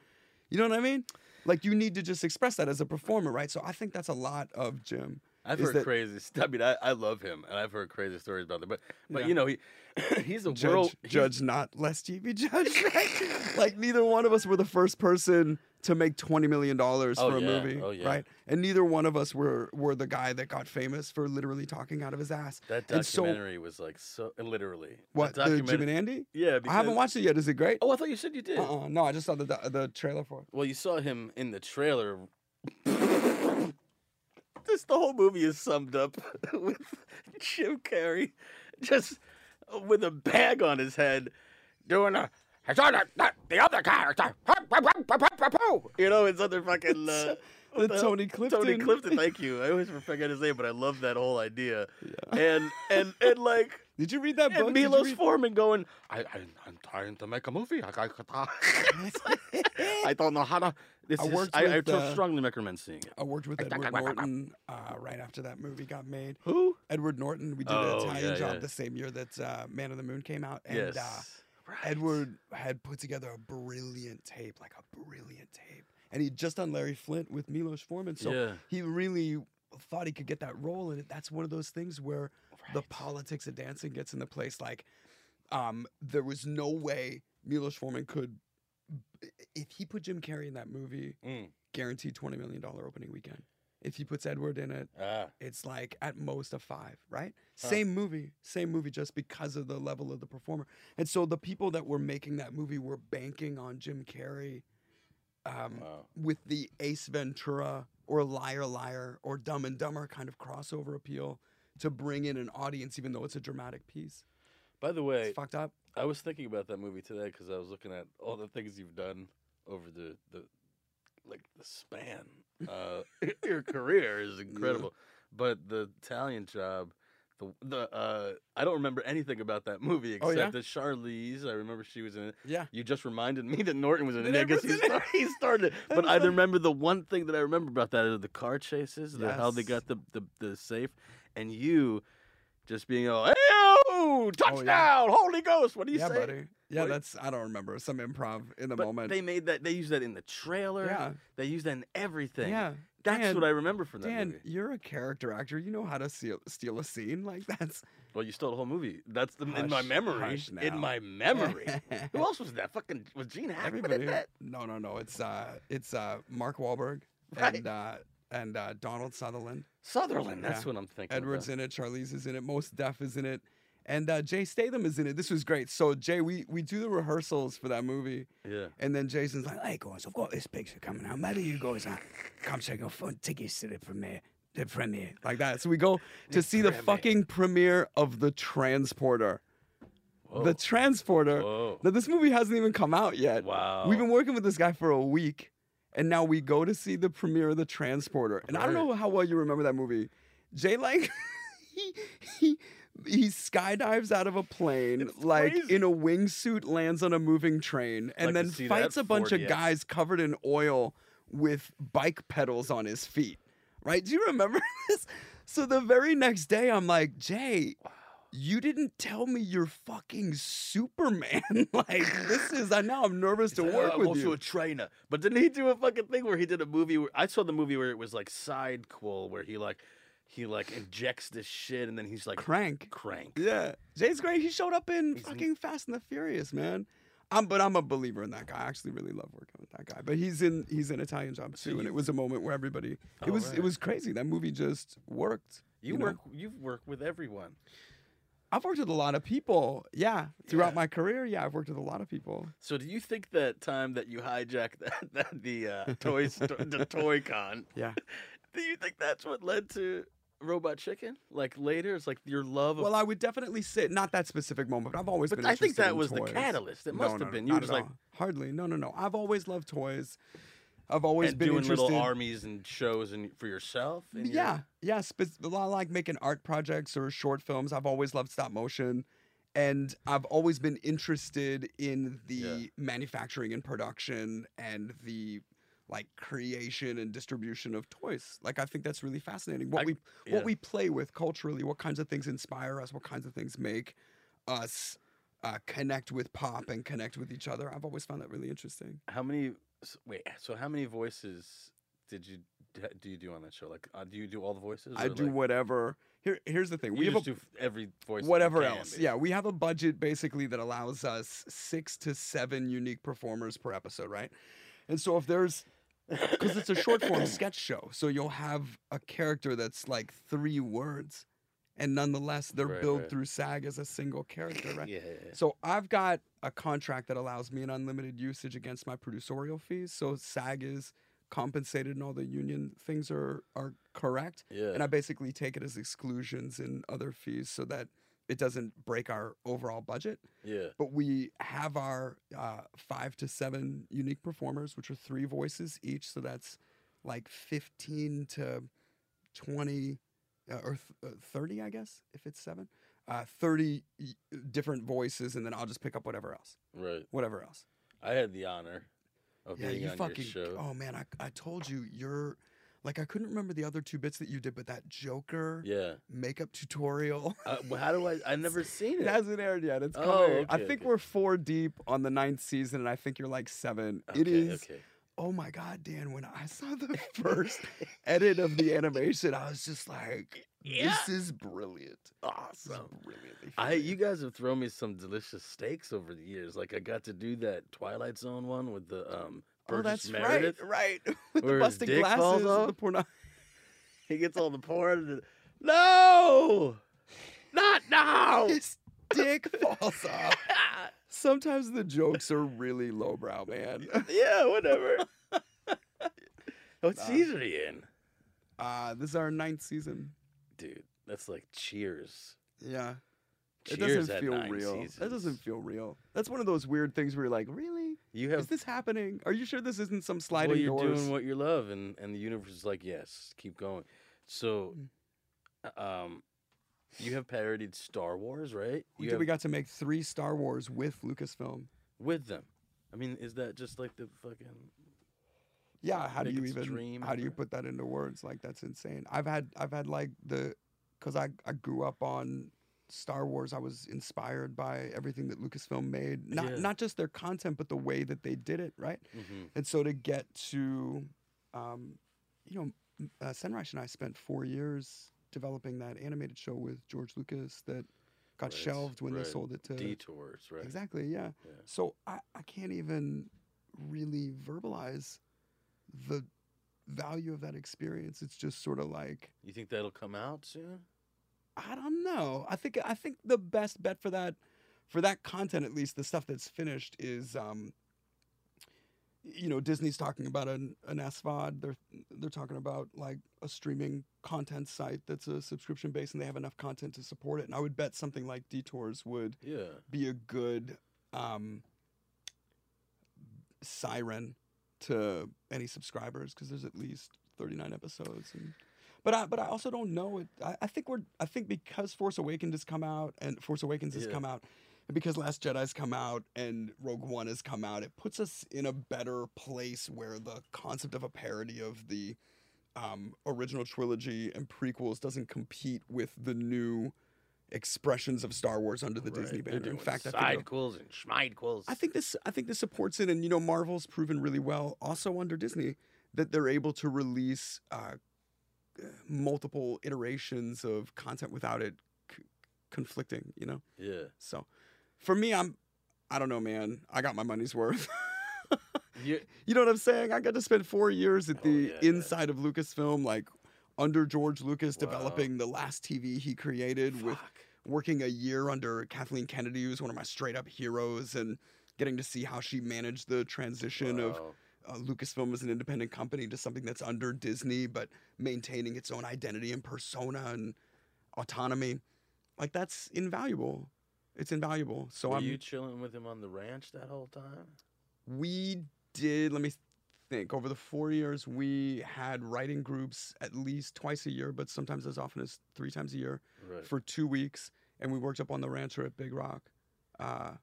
[SPEAKER 5] You know what I mean? Like you need to just express that as a performer, right? So I think that's a lot of Jim.
[SPEAKER 4] I've
[SPEAKER 5] is
[SPEAKER 4] heard
[SPEAKER 5] that-
[SPEAKER 4] crazy stuff. I mean, I, I love him, and I've heard crazy stories about him. But but
[SPEAKER 5] Yeah.
[SPEAKER 4] you know, he he's a
[SPEAKER 5] judge,
[SPEAKER 4] world he's-
[SPEAKER 5] judge not lest ye be judged. like neither one of us were the first person to make twenty million dollars
[SPEAKER 4] Oh,
[SPEAKER 5] for a
[SPEAKER 4] yeah.
[SPEAKER 5] movie,
[SPEAKER 4] Oh, yeah.
[SPEAKER 5] right? And neither one of us were were the guy that got famous for literally talking out of his ass.
[SPEAKER 4] That
[SPEAKER 5] And so-
[SPEAKER 4] documentary was like so literally that
[SPEAKER 5] What the Jim
[SPEAKER 4] documentary-
[SPEAKER 5] and Andy?
[SPEAKER 4] Yeah, because,
[SPEAKER 5] I haven't watched it yet. Is it great?
[SPEAKER 4] Oh, I thought you said you did.
[SPEAKER 5] Uh-uh. No, I just saw the the trailer for it.
[SPEAKER 4] Well, you saw him in the trailer.
[SPEAKER 6] this the whole movie is summed up with Jim Carrey just with a bag on his head doing a it's on the, the- the other character. You know, it's other fucking uh,
[SPEAKER 5] the
[SPEAKER 6] what hell? Tony
[SPEAKER 5] Tony Clifton.
[SPEAKER 6] Clifton, thank you. I always forget his name, but I love that whole idea. And and and like
[SPEAKER 5] Did you read that book?
[SPEAKER 6] and
[SPEAKER 5] Did you
[SPEAKER 6] Milos
[SPEAKER 5] read-
[SPEAKER 6] Forman going, I, I I'm trying to make a movie. I, I, It's like, I don't know how to. This
[SPEAKER 5] I
[SPEAKER 6] is,
[SPEAKER 5] worked
[SPEAKER 6] I, I
[SPEAKER 5] with,
[SPEAKER 4] I
[SPEAKER 5] uh,
[SPEAKER 4] feel strongly recommend seeing it.
[SPEAKER 5] I worked with Edward Norton uh, right after that movie got made.
[SPEAKER 6] Who?
[SPEAKER 5] Edward Norton. We did
[SPEAKER 4] Oh,
[SPEAKER 5] the Italian
[SPEAKER 4] yeah,
[SPEAKER 5] job
[SPEAKER 4] yeah.
[SPEAKER 5] the same year that uh, Man on the Moon came out, and
[SPEAKER 4] Yes.
[SPEAKER 5] uh, Edward had put together a brilliant tape, like a brilliant tape, and he just done Larry Flint with Milos Forman, so
[SPEAKER 4] Yeah.
[SPEAKER 5] he really thought he could get that role, and that's one of those things where the politics of dancing gets in the place. Like, um, there was no way Milos Forman could, if he put Jim Carrey in that movie,
[SPEAKER 4] Mm.
[SPEAKER 5] guaranteed twenty million dollar opening weekend. If he puts Edward in it,
[SPEAKER 4] Ah,
[SPEAKER 5] it's like at most a five, right?
[SPEAKER 4] Uh-huh.
[SPEAKER 5] Same movie, same movie, just because of the level of the performer. And so the people that were making that movie were banking on Jim Carrey um,
[SPEAKER 4] wow.
[SPEAKER 5] with the Ace Ventura or Liar Liar or Dumb and Dumber kind of crossover appeal to bring in an audience, even though it's a dramatic piece.
[SPEAKER 4] By the
[SPEAKER 5] It's
[SPEAKER 4] way,
[SPEAKER 5] fucked up.
[SPEAKER 4] I was thinking about that movie today because I was looking at all the things you've done over the, the like the span. Uh, your career is incredible, but the Italian job, the the uh, I don't remember anything about that movie
[SPEAKER 5] Oh,
[SPEAKER 4] except
[SPEAKER 5] yeah?
[SPEAKER 4] that Charlize. I remember she was in it.
[SPEAKER 5] Yeah.
[SPEAKER 4] You just reminded me that Norton was in it
[SPEAKER 5] That
[SPEAKER 4] because
[SPEAKER 5] was
[SPEAKER 4] he,
[SPEAKER 5] in it.
[SPEAKER 4] star- he started. it.
[SPEAKER 5] That
[SPEAKER 4] But
[SPEAKER 5] was
[SPEAKER 4] I
[SPEAKER 5] the-
[SPEAKER 4] remember the one thing that I remember about that is the car chases, the, how they
[SPEAKER 5] Yes.
[SPEAKER 4] got the, the, the safe, and you just being all, hey, touchdown, Holy Ghost. What do you
[SPEAKER 5] Oh, yeah,
[SPEAKER 4] say?
[SPEAKER 5] buddy. Yeah,
[SPEAKER 4] What-
[SPEAKER 5] that's, I don't remember, some improv in the
[SPEAKER 4] But
[SPEAKER 5] moment.
[SPEAKER 4] they made that. They used that in the trailer.
[SPEAKER 5] Yeah.
[SPEAKER 4] They used that in everything.
[SPEAKER 5] yeah.
[SPEAKER 4] That's
[SPEAKER 5] Dan,
[SPEAKER 4] what I remember from that
[SPEAKER 5] Dan,
[SPEAKER 4] movie.
[SPEAKER 5] you're a character actor. You know how to steal, steal a scene. Like, that's.
[SPEAKER 4] Well, you stole the whole movie. That's the, in my
[SPEAKER 5] Hush-
[SPEAKER 4] memory.
[SPEAKER 5] hush now.
[SPEAKER 4] In my memory. Who else was that? Fucking was Gene Hackman in
[SPEAKER 5] Everybody.
[SPEAKER 4] that?
[SPEAKER 5] No, no, no. It's uh, it's uh, Mark Wahlberg
[SPEAKER 4] Right.
[SPEAKER 5] and uh, and uh, Donald Sutherland.
[SPEAKER 4] Sutherland. That's
[SPEAKER 5] Yeah.
[SPEAKER 4] what I'm thinking.
[SPEAKER 5] Edwards
[SPEAKER 4] about.
[SPEAKER 5] in it. Charlize is in it. Most Def is in it. And uh, Jay Statham is in it. This was great. So Jay, we we do the rehearsals for that movie,
[SPEAKER 4] Yeah.
[SPEAKER 5] and then Jason's like, "Hey guys, I've got this picture coming out. Maybe you guys uh, come check out fun tickets to the premiere." The premiere, like that. So we go to see the fucking premiere of the Transporter. The Transporter.
[SPEAKER 4] Whoa.
[SPEAKER 5] Now this movie hasn't even come out yet.
[SPEAKER 4] Wow.
[SPEAKER 5] We've been working with this guy for a week, and now we go to see the premiere of The Transporter. And I don't know how well you remember that movie. Jay, like, he, he, he skydives out of a plane, like in a wingsuit, lands on a moving train, and
[SPEAKER 4] Like to
[SPEAKER 5] then
[SPEAKER 4] see
[SPEAKER 5] fights
[SPEAKER 4] that
[SPEAKER 5] a bunch of
[SPEAKER 4] 40X.
[SPEAKER 5] guys covered in oil with bike pedals on his feet. Right? Do you remember this? So the very next day, I'm like, Jay, you didn't tell me you're fucking Superman. like this is I now I'm nervous to
[SPEAKER 4] He's like, "Oh,
[SPEAKER 5] work
[SPEAKER 4] I'm
[SPEAKER 5] with
[SPEAKER 4] also
[SPEAKER 5] you.
[SPEAKER 4] a trainer. But didn't he do a fucking thing where he did a movie where I saw the movie where it was like sidequel where he like he like injects this shit and then he's like
[SPEAKER 5] Crank.
[SPEAKER 4] crank.
[SPEAKER 5] Yeah. Jay's great. He showed up in
[SPEAKER 4] He's n-
[SPEAKER 5] fucking Fast and the Furious, man. I'm, but I'm a believer in that guy. I actually really love working with that guy. But he's in he's in Italian job too, and it was a moment where everybody it
[SPEAKER 4] Oh,
[SPEAKER 5] was
[SPEAKER 4] right.
[SPEAKER 5] it was crazy. That movie just worked.
[SPEAKER 4] You,
[SPEAKER 5] know?
[SPEAKER 4] work you've worked with everyone.
[SPEAKER 5] I've worked with a lot of people. Yeah, throughout
[SPEAKER 4] Yeah.
[SPEAKER 5] my career. Yeah, I've worked with a lot of people.
[SPEAKER 4] So do you think that time that you hijacked that, that the uh, toy sto- the toy con,
[SPEAKER 5] Yeah.
[SPEAKER 4] do you think that's what led to Robot Chicken? Like later, it's like your love of.
[SPEAKER 5] Well, I would definitely sit not that specific moment, but I've always
[SPEAKER 4] but
[SPEAKER 5] been
[SPEAKER 4] I think
[SPEAKER 5] interested
[SPEAKER 4] that
[SPEAKER 5] in
[SPEAKER 4] was the
[SPEAKER 5] toys.
[SPEAKER 4] catalyst. It
[SPEAKER 5] No,
[SPEAKER 4] must
[SPEAKER 5] no,
[SPEAKER 4] have
[SPEAKER 5] no,
[SPEAKER 4] been.
[SPEAKER 5] not
[SPEAKER 4] you were just
[SPEAKER 5] at
[SPEAKER 4] like
[SPEAKER 5] all. hardly. No, no, no. I've always loved toys. I've always
[SPEAKER 4] and
[SPEAKER 5] been
[SPEAKER 4] doing
[SPEAKER 5] interested.
[SPEAKER 4] little armies and shows and for yourself. And your-
[SPEAKER 5] yeah, yeah. Spe- a lot like making art projects or short films. I've always loved stop motion, and I've always been interested in the
[SPEAKER 4] Yeah.
[SPEAKER 5] manufacturing and production and the like creation and distribution of toys. Like I think that's really fascinating. What
[SPEAKER 4] I-
[SPEAKER 5] we
[SPEAKER 4] yeah.
[SPEAKER 5] what we play with culturally, what kinds of things inspire us, what kinds of things make us uh, connect with pop and connect with each other. I've always found that really interesting.
[SPEAKER 4] How many? s- Wait. So how many voices did you d- do you do on that show? Like, uh, do you do all the voices?
[SPEAKER 5] I
[SPEAKER 4] or,
[SPEAKER 5] do
[SPEAKER 4] like,
[SPEAKER 5] whatever. Here, here's the thing.
[SPEAKER 4] You
[SPEAKER 5] we have a
[SPEAKER 4] just do f- every voice. that you
[SPEAKER 5] whatever
[SPEAKER 4] can,
[SPEAKER 5] else.
[SPEAKER 4] basically.
[SPEAKER 5] Yeah, we have a budget basically that allows us six to seven unique performers per episode, right? And so if there's because it's a short form sketch show, so you'll have a character that's like three words, and nonetheless they're
[SPEAKER 4] Right,
[SPEAKER 5] billed
[SPEAKER 4] right.
[SPEAKER 5] through SAG as a single character, right?
[SPEAKER 4] Yeah. yeah, yeah.
[SPEAKER 5] So I've got a contract that allows me an unlimited usage against my producerial fees. So SAG is compensated and all the union things are are correct?
[SPEAKER 4] Yeah.
[SPEAKER 5] And I basically take it as exclusions and other fees so that it doesn't break our overall budget.
[SPEAKER 4] Yeah.
[SPEAKER 5] But we have our uh, five to seven unique performers, which are three voices each. So that's like 15 to 20 uh, or th- uh, 30, I guess, if it's seven. Uh, 30 y- different voices, and then I'll just pick up whatever else.
[SPEAKER 4] Right.
[SPEAKER 5] Whatever else.
[SPEAKER 4] I had the honor of
[SPEAKER 5] Yeah,
[SPEAKER 4] being
[SPEAKER 5] you
[SPEAKER 4] on
[SPEAKER 5] fucking.
[SPEAKER 4] your show.
[SPEAKER 5] Oh man, I, I told you you're like I couldn't remember the other two bits that you did, but that Joker
[SPEAKER 4] Yeah.
[SPEAKER 5] makeup tutorial.
[SPEAKER 4] Uh, well, how do I? I never seen
[SPEAKER 5] It
[SPEAKER 4] it.
[SPEAKER 5] hasn't aired yet. It's
[SPEAKER 4] Oh,
[SPEAKER 5] coming. I
[SPEAKER 4] okay,
[SPEAKER 5] think
[SPEAKER 4] okay.
[SPEAKER 5] we're four deep on the ninth season, and I think you're like seven. it
[SPEAKER 4] Okay,
[SPEAKER 5] is.
[SPEAKER 4] Okay.
[SPEAKER 5] Oh my god, Dan! When I saw the first edit of the animation, I was just like, "This is brilliant! Awesome! brilliantly
[SPEAKER 4] I
[SPEAKER 5] filmed."
[SPEAKER 4] you guys have thrown me some delicious steaks over the years. Like I got to do that Twilight Zone one with the um
[SPEAKER 5] oh,
[SPEAKER 4] Burgess
[SPEAKER 5] that's
[SPEAKER 4] Meredith.
[SPEAKER 5] right, right. With
[SPEAKER 4] where
[SPEAKER 5] the
[SPEAKER 4] his
[SPEAKER 5] busted
[SPEAKER 4] dick falls
[SPEAKER 5] glasses, and the
[SPEAKER 4] off.
[SPEAKER 5] porno-
[SPEAKER 4] He gets all the porn. And the, no, not now.
[SPEAKER 5] his dick falls off. Sometimes the jokes are really lowbrow, man.
[SPEAKER 4] yeah, whatever. what season are you in,
[SPEAKER 5] Uh, this is our ninth season.
[SPEAKER 4] dude? That's like Cheers.
[SPEAKER 5] Yeah.
[SPEAKER 4] Cheers
[SPEAKER 5] it doesn't
[SPEAKER 4] had
[SPEAKER 5] feel
[SPEAKER 4] nine
[SPEAKER 5] real.
[SPEAKER 4] Seasons.
[SPEAKER 5] That doesn't feel real. That's one of those weird things where you're like, really?
[SPEAKER 4] You
[SPEAKER 5] Is
[SPEAKER 4] have
[SPEAKER 5] this happening? Are you sure this isn't some
[SPEAKER 4] well,
[SPEAKER 5] sliding
[SPEAKER 4] you're
[SPEAKER 5] doors?
[SPEAKER 4] doing what you love, and and the universe is like, yes, keep going. So,
[SPEAKER 5] Mm.
[SPEAKER 4] um, you have parodied Star Wars, right?
[SPEAKER 5] we,
[SPEAKER 4] You
[SPEAKER 5] did-
[SPEAKER 4] have-
[SPEAKER 5] we got to make three Star Wars with Lucasfilm.
[SPEAKER 4] with them. I mean, is that just like the fucking?
[SPEAKER 5] Yeah, how do
[SPEAKER 4] Make
[SPEAKER 5] you
[SPEAKER 4] its
[SPEAKER 5] even
[SPEAKER 4] dream
[SPEAKER 5] how do you
[SPEAKER 4] ever.
[SPEAKER 5] put that into words? Like that's insane. I've had I've had like the because I I grew up on Star Wars. I was inspired by everything that Lucasfilm made. Not
[SPEAKER 4] Yeah.
[SPEAKER 5] not just their content, but the way that they did it. Right.
[SPEAKER 4] Mhm.
[SPEAKER 5] And so to get to, um, you know, m- uh, Sunrise and I spent four years developing that animated show with George Lucas that got
[SPEAKER 4] Right,
[SPEAKER 5] shelved when
[SPEAKER 4] right.
[SPEAKER 5] they sold it to
[SPEAKER 4] Detours, right?
[SPEAKER 5] Exactly, yeah.
[SPEAKER 4] Yeah.
[SPEAKER 5] So I, I can't even really verbalize the value of that experience. It's just sort of like
[SPEAKER 4] You think that'll come out soon?
[SPEAKER 5] I don't know. I think I think the best bet for that for that content at least, the stuff that's finished is um you know, Disney's talking about an, an SVOD. They're they're talking about like a streaming content site that's a subscription base and they have enough content to support it. And I would bet something like Detours would
[SPEAKER 4] Yeah.
[SPEAKER 5] be a good um, siren to any subscribers because there's at least 39 episodes. And, but I but I also don't know it. I, I think we're I think because Force Awakens has come out and Force Awakens has
[SPEAKER 4] Yeah.
[SPEAKER 5] come out. And because Last Jedi's come out and Rogue One has come out, it puts us in a better place where the concept of a parody of the um, original trilogy and prequels doesn't compete with the new expressions of Star Wars under the Disney
[SPEAKER 4] They're
[SPEAKER 5] banner. In
[SPEAKER 4] doing
[SPEAKER 5] fact, I think, it'll-
[SPEAKER 4] sidequels and schmidequels.
[SPEAKER 5] I think this I think this supports it, and you know, Marvel's proven really well also under Disney that they're able to release uh, multiple iterations of content without it c- conflicting. You know,
[SPEAKER 4] Yeah.
[SPEAKER 5] so for me, I'm I don't know, man. I got my money's worth.
[SPEAKER 4] You-
[SPEAKER 5] You know what I'm saying? I got to spend four years at
[SPEAKER 4] Oh,
[SPEAKER 5] the
[SPEAKER 4] yeah, yeah.
[SPEAKER 5] inside of Lucasfilm, like under George Lucas,
[SPEAKER 4] Wow.
[SPEAKER 5] developing the last TV he created with working a year under Kathleen Kennedy, who's one of my straight up heroes, and getting to see how she managed the transition of
[SPEAKER 4] Wow.
[SPEAKER 5] uh, Lucasfilm as an independent company to something that's under Disney, but maintaining its own identity and persona and autonomy. Like that's invaluable. It's invaluable. So
[SPEAKER 4] Were
[SPEAKER 5] I'm
[SPEAKER 4] you chilling with him on the ranch that whole time?
[SPEAKER 5] we did let me think over the four years we had writing groups at least twice a year but sometimes as often as three times a year
[SPEAKER 4] Right.
[SPEAKER 5] for two weeks and we worked up on the rancher at big rock uh,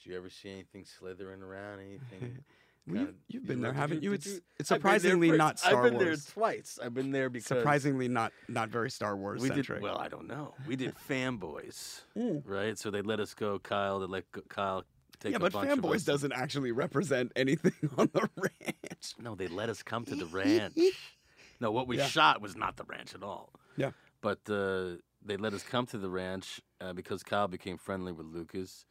[SPEAKER 4] Did you ever see anything slithering around? Anything?
[SPEAKER 5] well, you've,
[SPEAKER 4] kinda-
[SPEAKER 5] you've
[SPEAKER 4] you
[SPEAKER 5] been there
[SPEAKER 4] look-
[SPEAKER 5] haven't
[SPEAKER 4] did
[SPEAKER 5] you
[SPEAKER 4] did
[SPEAKER 5] it's,
[SPEAKER 4] you-
[SPEAKER 5] it's
[SPEAKER 4] I've been there
[SPEAKER 5] surprisingly
[SPEAKER 4] for-
[SPEAKER 5] not star
[SPEAKER 4] I've been
[SPEAKER 5] wars
[SPEAKER 4] there twice. I've been there because
[SPEAKER 5] surprisingly not not very star wars
[SPEAKER 4] we
[SPEAKER 5] centric
[SPEAKER 4] did well. I don't know. We did fanboys,
[SPEAKER 5] Mm.
[SPEAKER 4] right? So they let us go, Kyle. They let go, Kyle take
[SPEAKER 5] yeah
[SPEAKER 4] a
[SPEAKER 5] but
[SPEAKER 4] bunch of us.
[SPEAKER 5] fanboys doesn't actually represent anything on the ranch
[SPEAKER 4] No, they let us come to the ranch. no, what we
[SPEAKER 5] Yeah.
[SPEAKER 4] shot was not the ranch at all.
[SPEAKER 5] Yeah.
[SPEAKER 4] But uh, they let us come to the ranch uh, because Kyle became friendly with Lucas,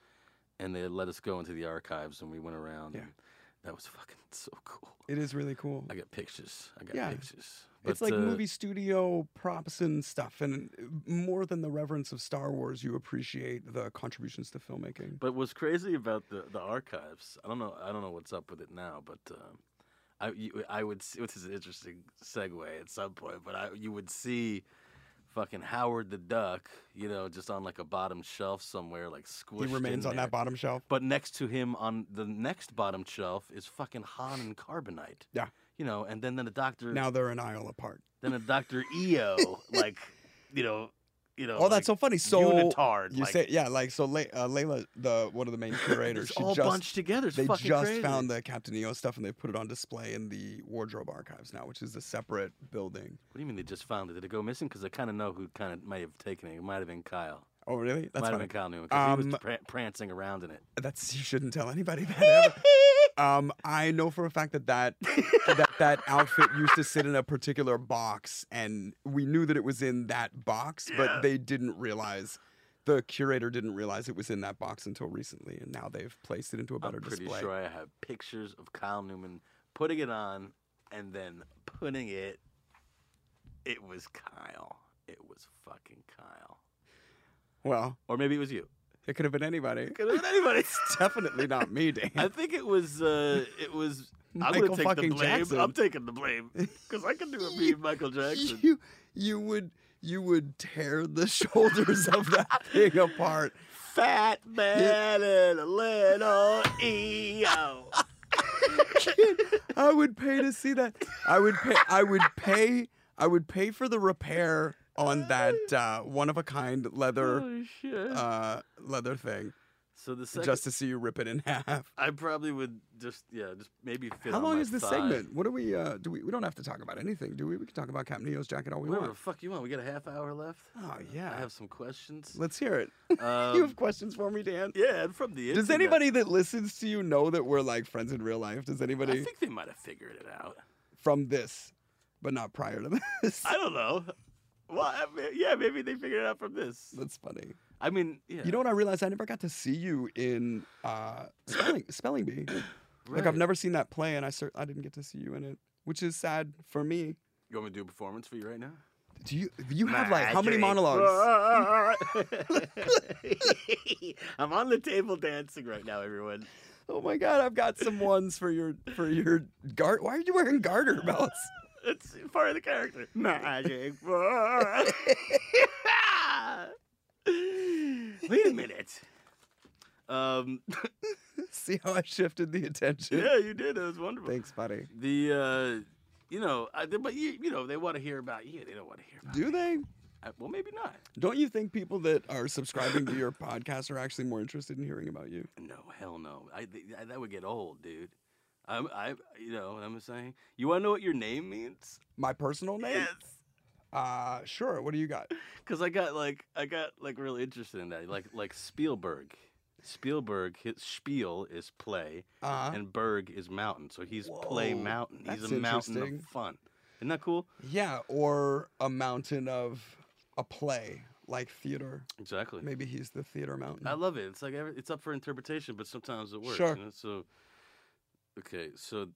[SPEAKER 4] and they let us go into the archives, and we went around.
[SPEAKER 5] Yeah.
[SPEAKER 4] And that was fucking so cool.
[SPEAKER 5] it is really cool
[SPEAKER 4] I got pictures. I got
[SPEAKER 5] Yeah.
[SPEAKER 4] pictures.
[SPEAKER 5] it's like
[SPEAKER 4] uh,
[SPEAKER 5] movie studio props and stuff, and uh, more than the reverence of Star Wars, you appreciate the contributions to filmmaking.
[SPEAKER 4] But what's crazy about the, the archives? I don't know. I don't know what's up with it now, but um, I you, I would see, which is an interesting segue at some point, but I you would see fucking Howard the Duck, you know, just on like a bottom shelf somewhere, like squished.
[SPEAKER 5] He remains
[SPEAKER 4] in
[SPEAKER 5] on
[SPEAKER 4] there.
[SPEAKER 5] that bottom shelf.
[SPEAKER 4] But next to him on the next bottom shelf is fucking Han and Carbonite.
[SPEAKER 5] Yeah.
[SPEAKER 4] You know, and then then a doctor
[SPEAKER 5] Now they're an aisle apart.
[SPEAKER 4] then a Doctor E, EO, like, you know, you know.
[SPEAKER 5] Oh, that's so funny. So
[SPEAKER 4] unitard,
[SPEAKER 5] You
[SPEAKER 4] like-
[SPEAKER 5] say yeah, like so. Le- uh, Layla, the one of the main curators,
[SPEAKER 4] it's
[SPEAKER 5] she
[SPEAKER 4] all
[SPEAKER 5] just
[SPEAKER 4] bunched together. It's
[SPEAKER 5] they
[SPEAKER 4] fucking
[SPEAKER 5] just
[SPEAKER 4] crazy.
[SPEAKER 5] found the Captain EO stuff and they put it on display in the wardrobe archives now, which is a separate building.
[SPEAKER 4] What do you mean they just found it? Did it go missing? Because I kind of know who kind of might have taken it. It might have been Kyle.
[SPEAKER 5] Oh, really?
[SPEAKER 4] might
[SPEAKER 5] That's
[SPEAKER 4] have
[SPEAKER 5] funny.
[SPEAKER 4] been Kyle Newman because he was
[SPEAKER 5] Um,
[SPEAKER 4] pra- prancing around in it.
[SPEAKER 5] That's you shouldn't tell anybody that. ever. um, I know for a fact that that that that outfit used to sit in a particular box, and we knew that it was in that box, but they didn't realize. The curator didn't realize it was in that box until recently, and now they've placed it into a better
[SPEAKER 4] I'm pretty
[SPEAKER 5] display.
[SPEAKER 4] sure I have pictures of Kyle Newman putting it on and then putting it. It was Kyle. It was fucking Kyle.
[SPEAKER 5] Well,
[SPEAKER 4] Or maybe it was you.
[SPEAKER 5] it could have been anybody.
[SPEAKER 4] Could have been anybody.
[SPEAKER 5] It's definitely not me, Dan.
[SPEAKER 4] I think it was. Uh, it was. I'm
[SPEAKER 5] Michael
[SPEAKER 4] gonna take the
[SPEAKER 5] fucking
[SPEAKER 4] blame. I'm
[SPEAKER 5] Jackson.
[SPEAKER 4] taking the blame because I can do it. Me, Michael Jackson.
[SPEAKER 5] you you would you would tear the shoulders of that thing apart.
[SPEAKER 4] Fat man and a little E EO.
[SPEAKER 5] I would pay to see that. I would pay. I would pay. I would pay for the repair on that uh, one of a kind leather
[SPEAKER 4] Holy shit.
[SPEAKER 5] uh, leather thing,
[SPEAKER 4] so the second,
[SPEAKER 5] just to see you rip it in half.
[SPEAKER 4] I probably would just yeah, just maybe fit.
[SPEAKER 5] How
[SPEAKER 4] on
[SPEAKER 5] long
[SPEAKER 4] my
[SPEAKER 5] is this
[SPEAKER 4] thigh.
[SPEAKER 5] segment? What do we? Uh, do we? We don't have to talk about anything, do we? We can talk about Captain EO's jacket all we
[SPEAKER 4] Whatever the
[SPEAKER 5] want.
[SPEAKER 4] fuck you want. We got a half hour left.
[SPEAKER 5] Oh yeah.
[SPEAKER 4] I have some questions.
[SPEAKER 5] Let's hear it.
[SPEAKER 4] Um,
[SPEAKER 5] you have questions for me, Dan?
[SPEAKER 4] yeah, and from the
[SPEAKER 5] Does
[SPEAKER 4] internet.
[SPEAKER 5] anybody that listens to you know that we're like friends in real life? Does
[SPEAKER 4] I
[SPEAKER 5] anybody
[SPEAKER 4] think they might have figured it out.
[SPEAKER 5] from this, but not prior to this?
[SPEAKER 4] I don't know. Well, I mean, yeah, maybe they figured it out from this.
[SPEAKER 5] That's funny.
[SPEAKER 4] I mean, yeah.
[SPEAKER 5] You know what I realized? I never got to see you in uh, spelling, spelling Bee. Like I've
[SPEAKER 4] Right.
[SPEAKER 5] never seen that play, and I cer- I didn't get to see you in it, which is sad for me.
[SPEAKER 4] You want me to do a performance for you right now?
[SPEAKER 5] Do you? You have like how many
[SPEAKER 4] Ah.
[SPEAKER 5] monologues?
[SPEAKER 4] I'm on the table dancing right now, everyone.
[SPEAKER 5] Oh my god, I've got some ones for your for your guard. Why are you wearing garter belts?
[SPEAKER 4] It's part of the character. Magic. Wait a minute. Um,
[SPEAKER 5] see how I shifted the attention?
[SPEAKER 4] yeah, you did. It was wonderful.
[SPEAKER 5] Thanks, buddy.
[SPEAKER 4] The, uh, you know, I, but you, you know, they want to hear about you. They don't want to hear about.
[SPEAKER 5] Do they?
[SPEAKER 4] I, well, maybe not.
[SPEAKER 5] Don't you think people that are subscribing to your podcast are actually more interested in hearing about you?
[SPEAKER 4] No, hell no. I, th- I that would get old, dude. I'm, I, you know what I'm saying. You want to know what your name means?
[SPEAKER 5] My personal name? Uh, sure. What do you got?
[SPEAKER 4] because I got like I got like really interested in that, like like Spielberg. Spielberg, his spiel is play,
[SPEAKER 5] Uh,
[SPEAKER 4] and Berg is mountain. So he's play
[SPEAKER 5] Whoa,
[SPEAKER 4] mountain. He's
[SPEAKER 5] that's
[SPEAKER 4] a mountain of
[SPEAKER 5] interesting.
[SPEAKER 4] fun. Isn't that cool?
[SPEAKER 5] yeah, or a mountain of a play, like theater.
[SPEAKER 4] Exactly.
[SPEAKER 5] Maybe he's the theater mountain.
[SPEAKER 4] I love it. It's like every, it's up for interpretation, but sometimes it works.
[SPEAKER 5] Sure.
[SPEAKER 4] You know? So, okay, so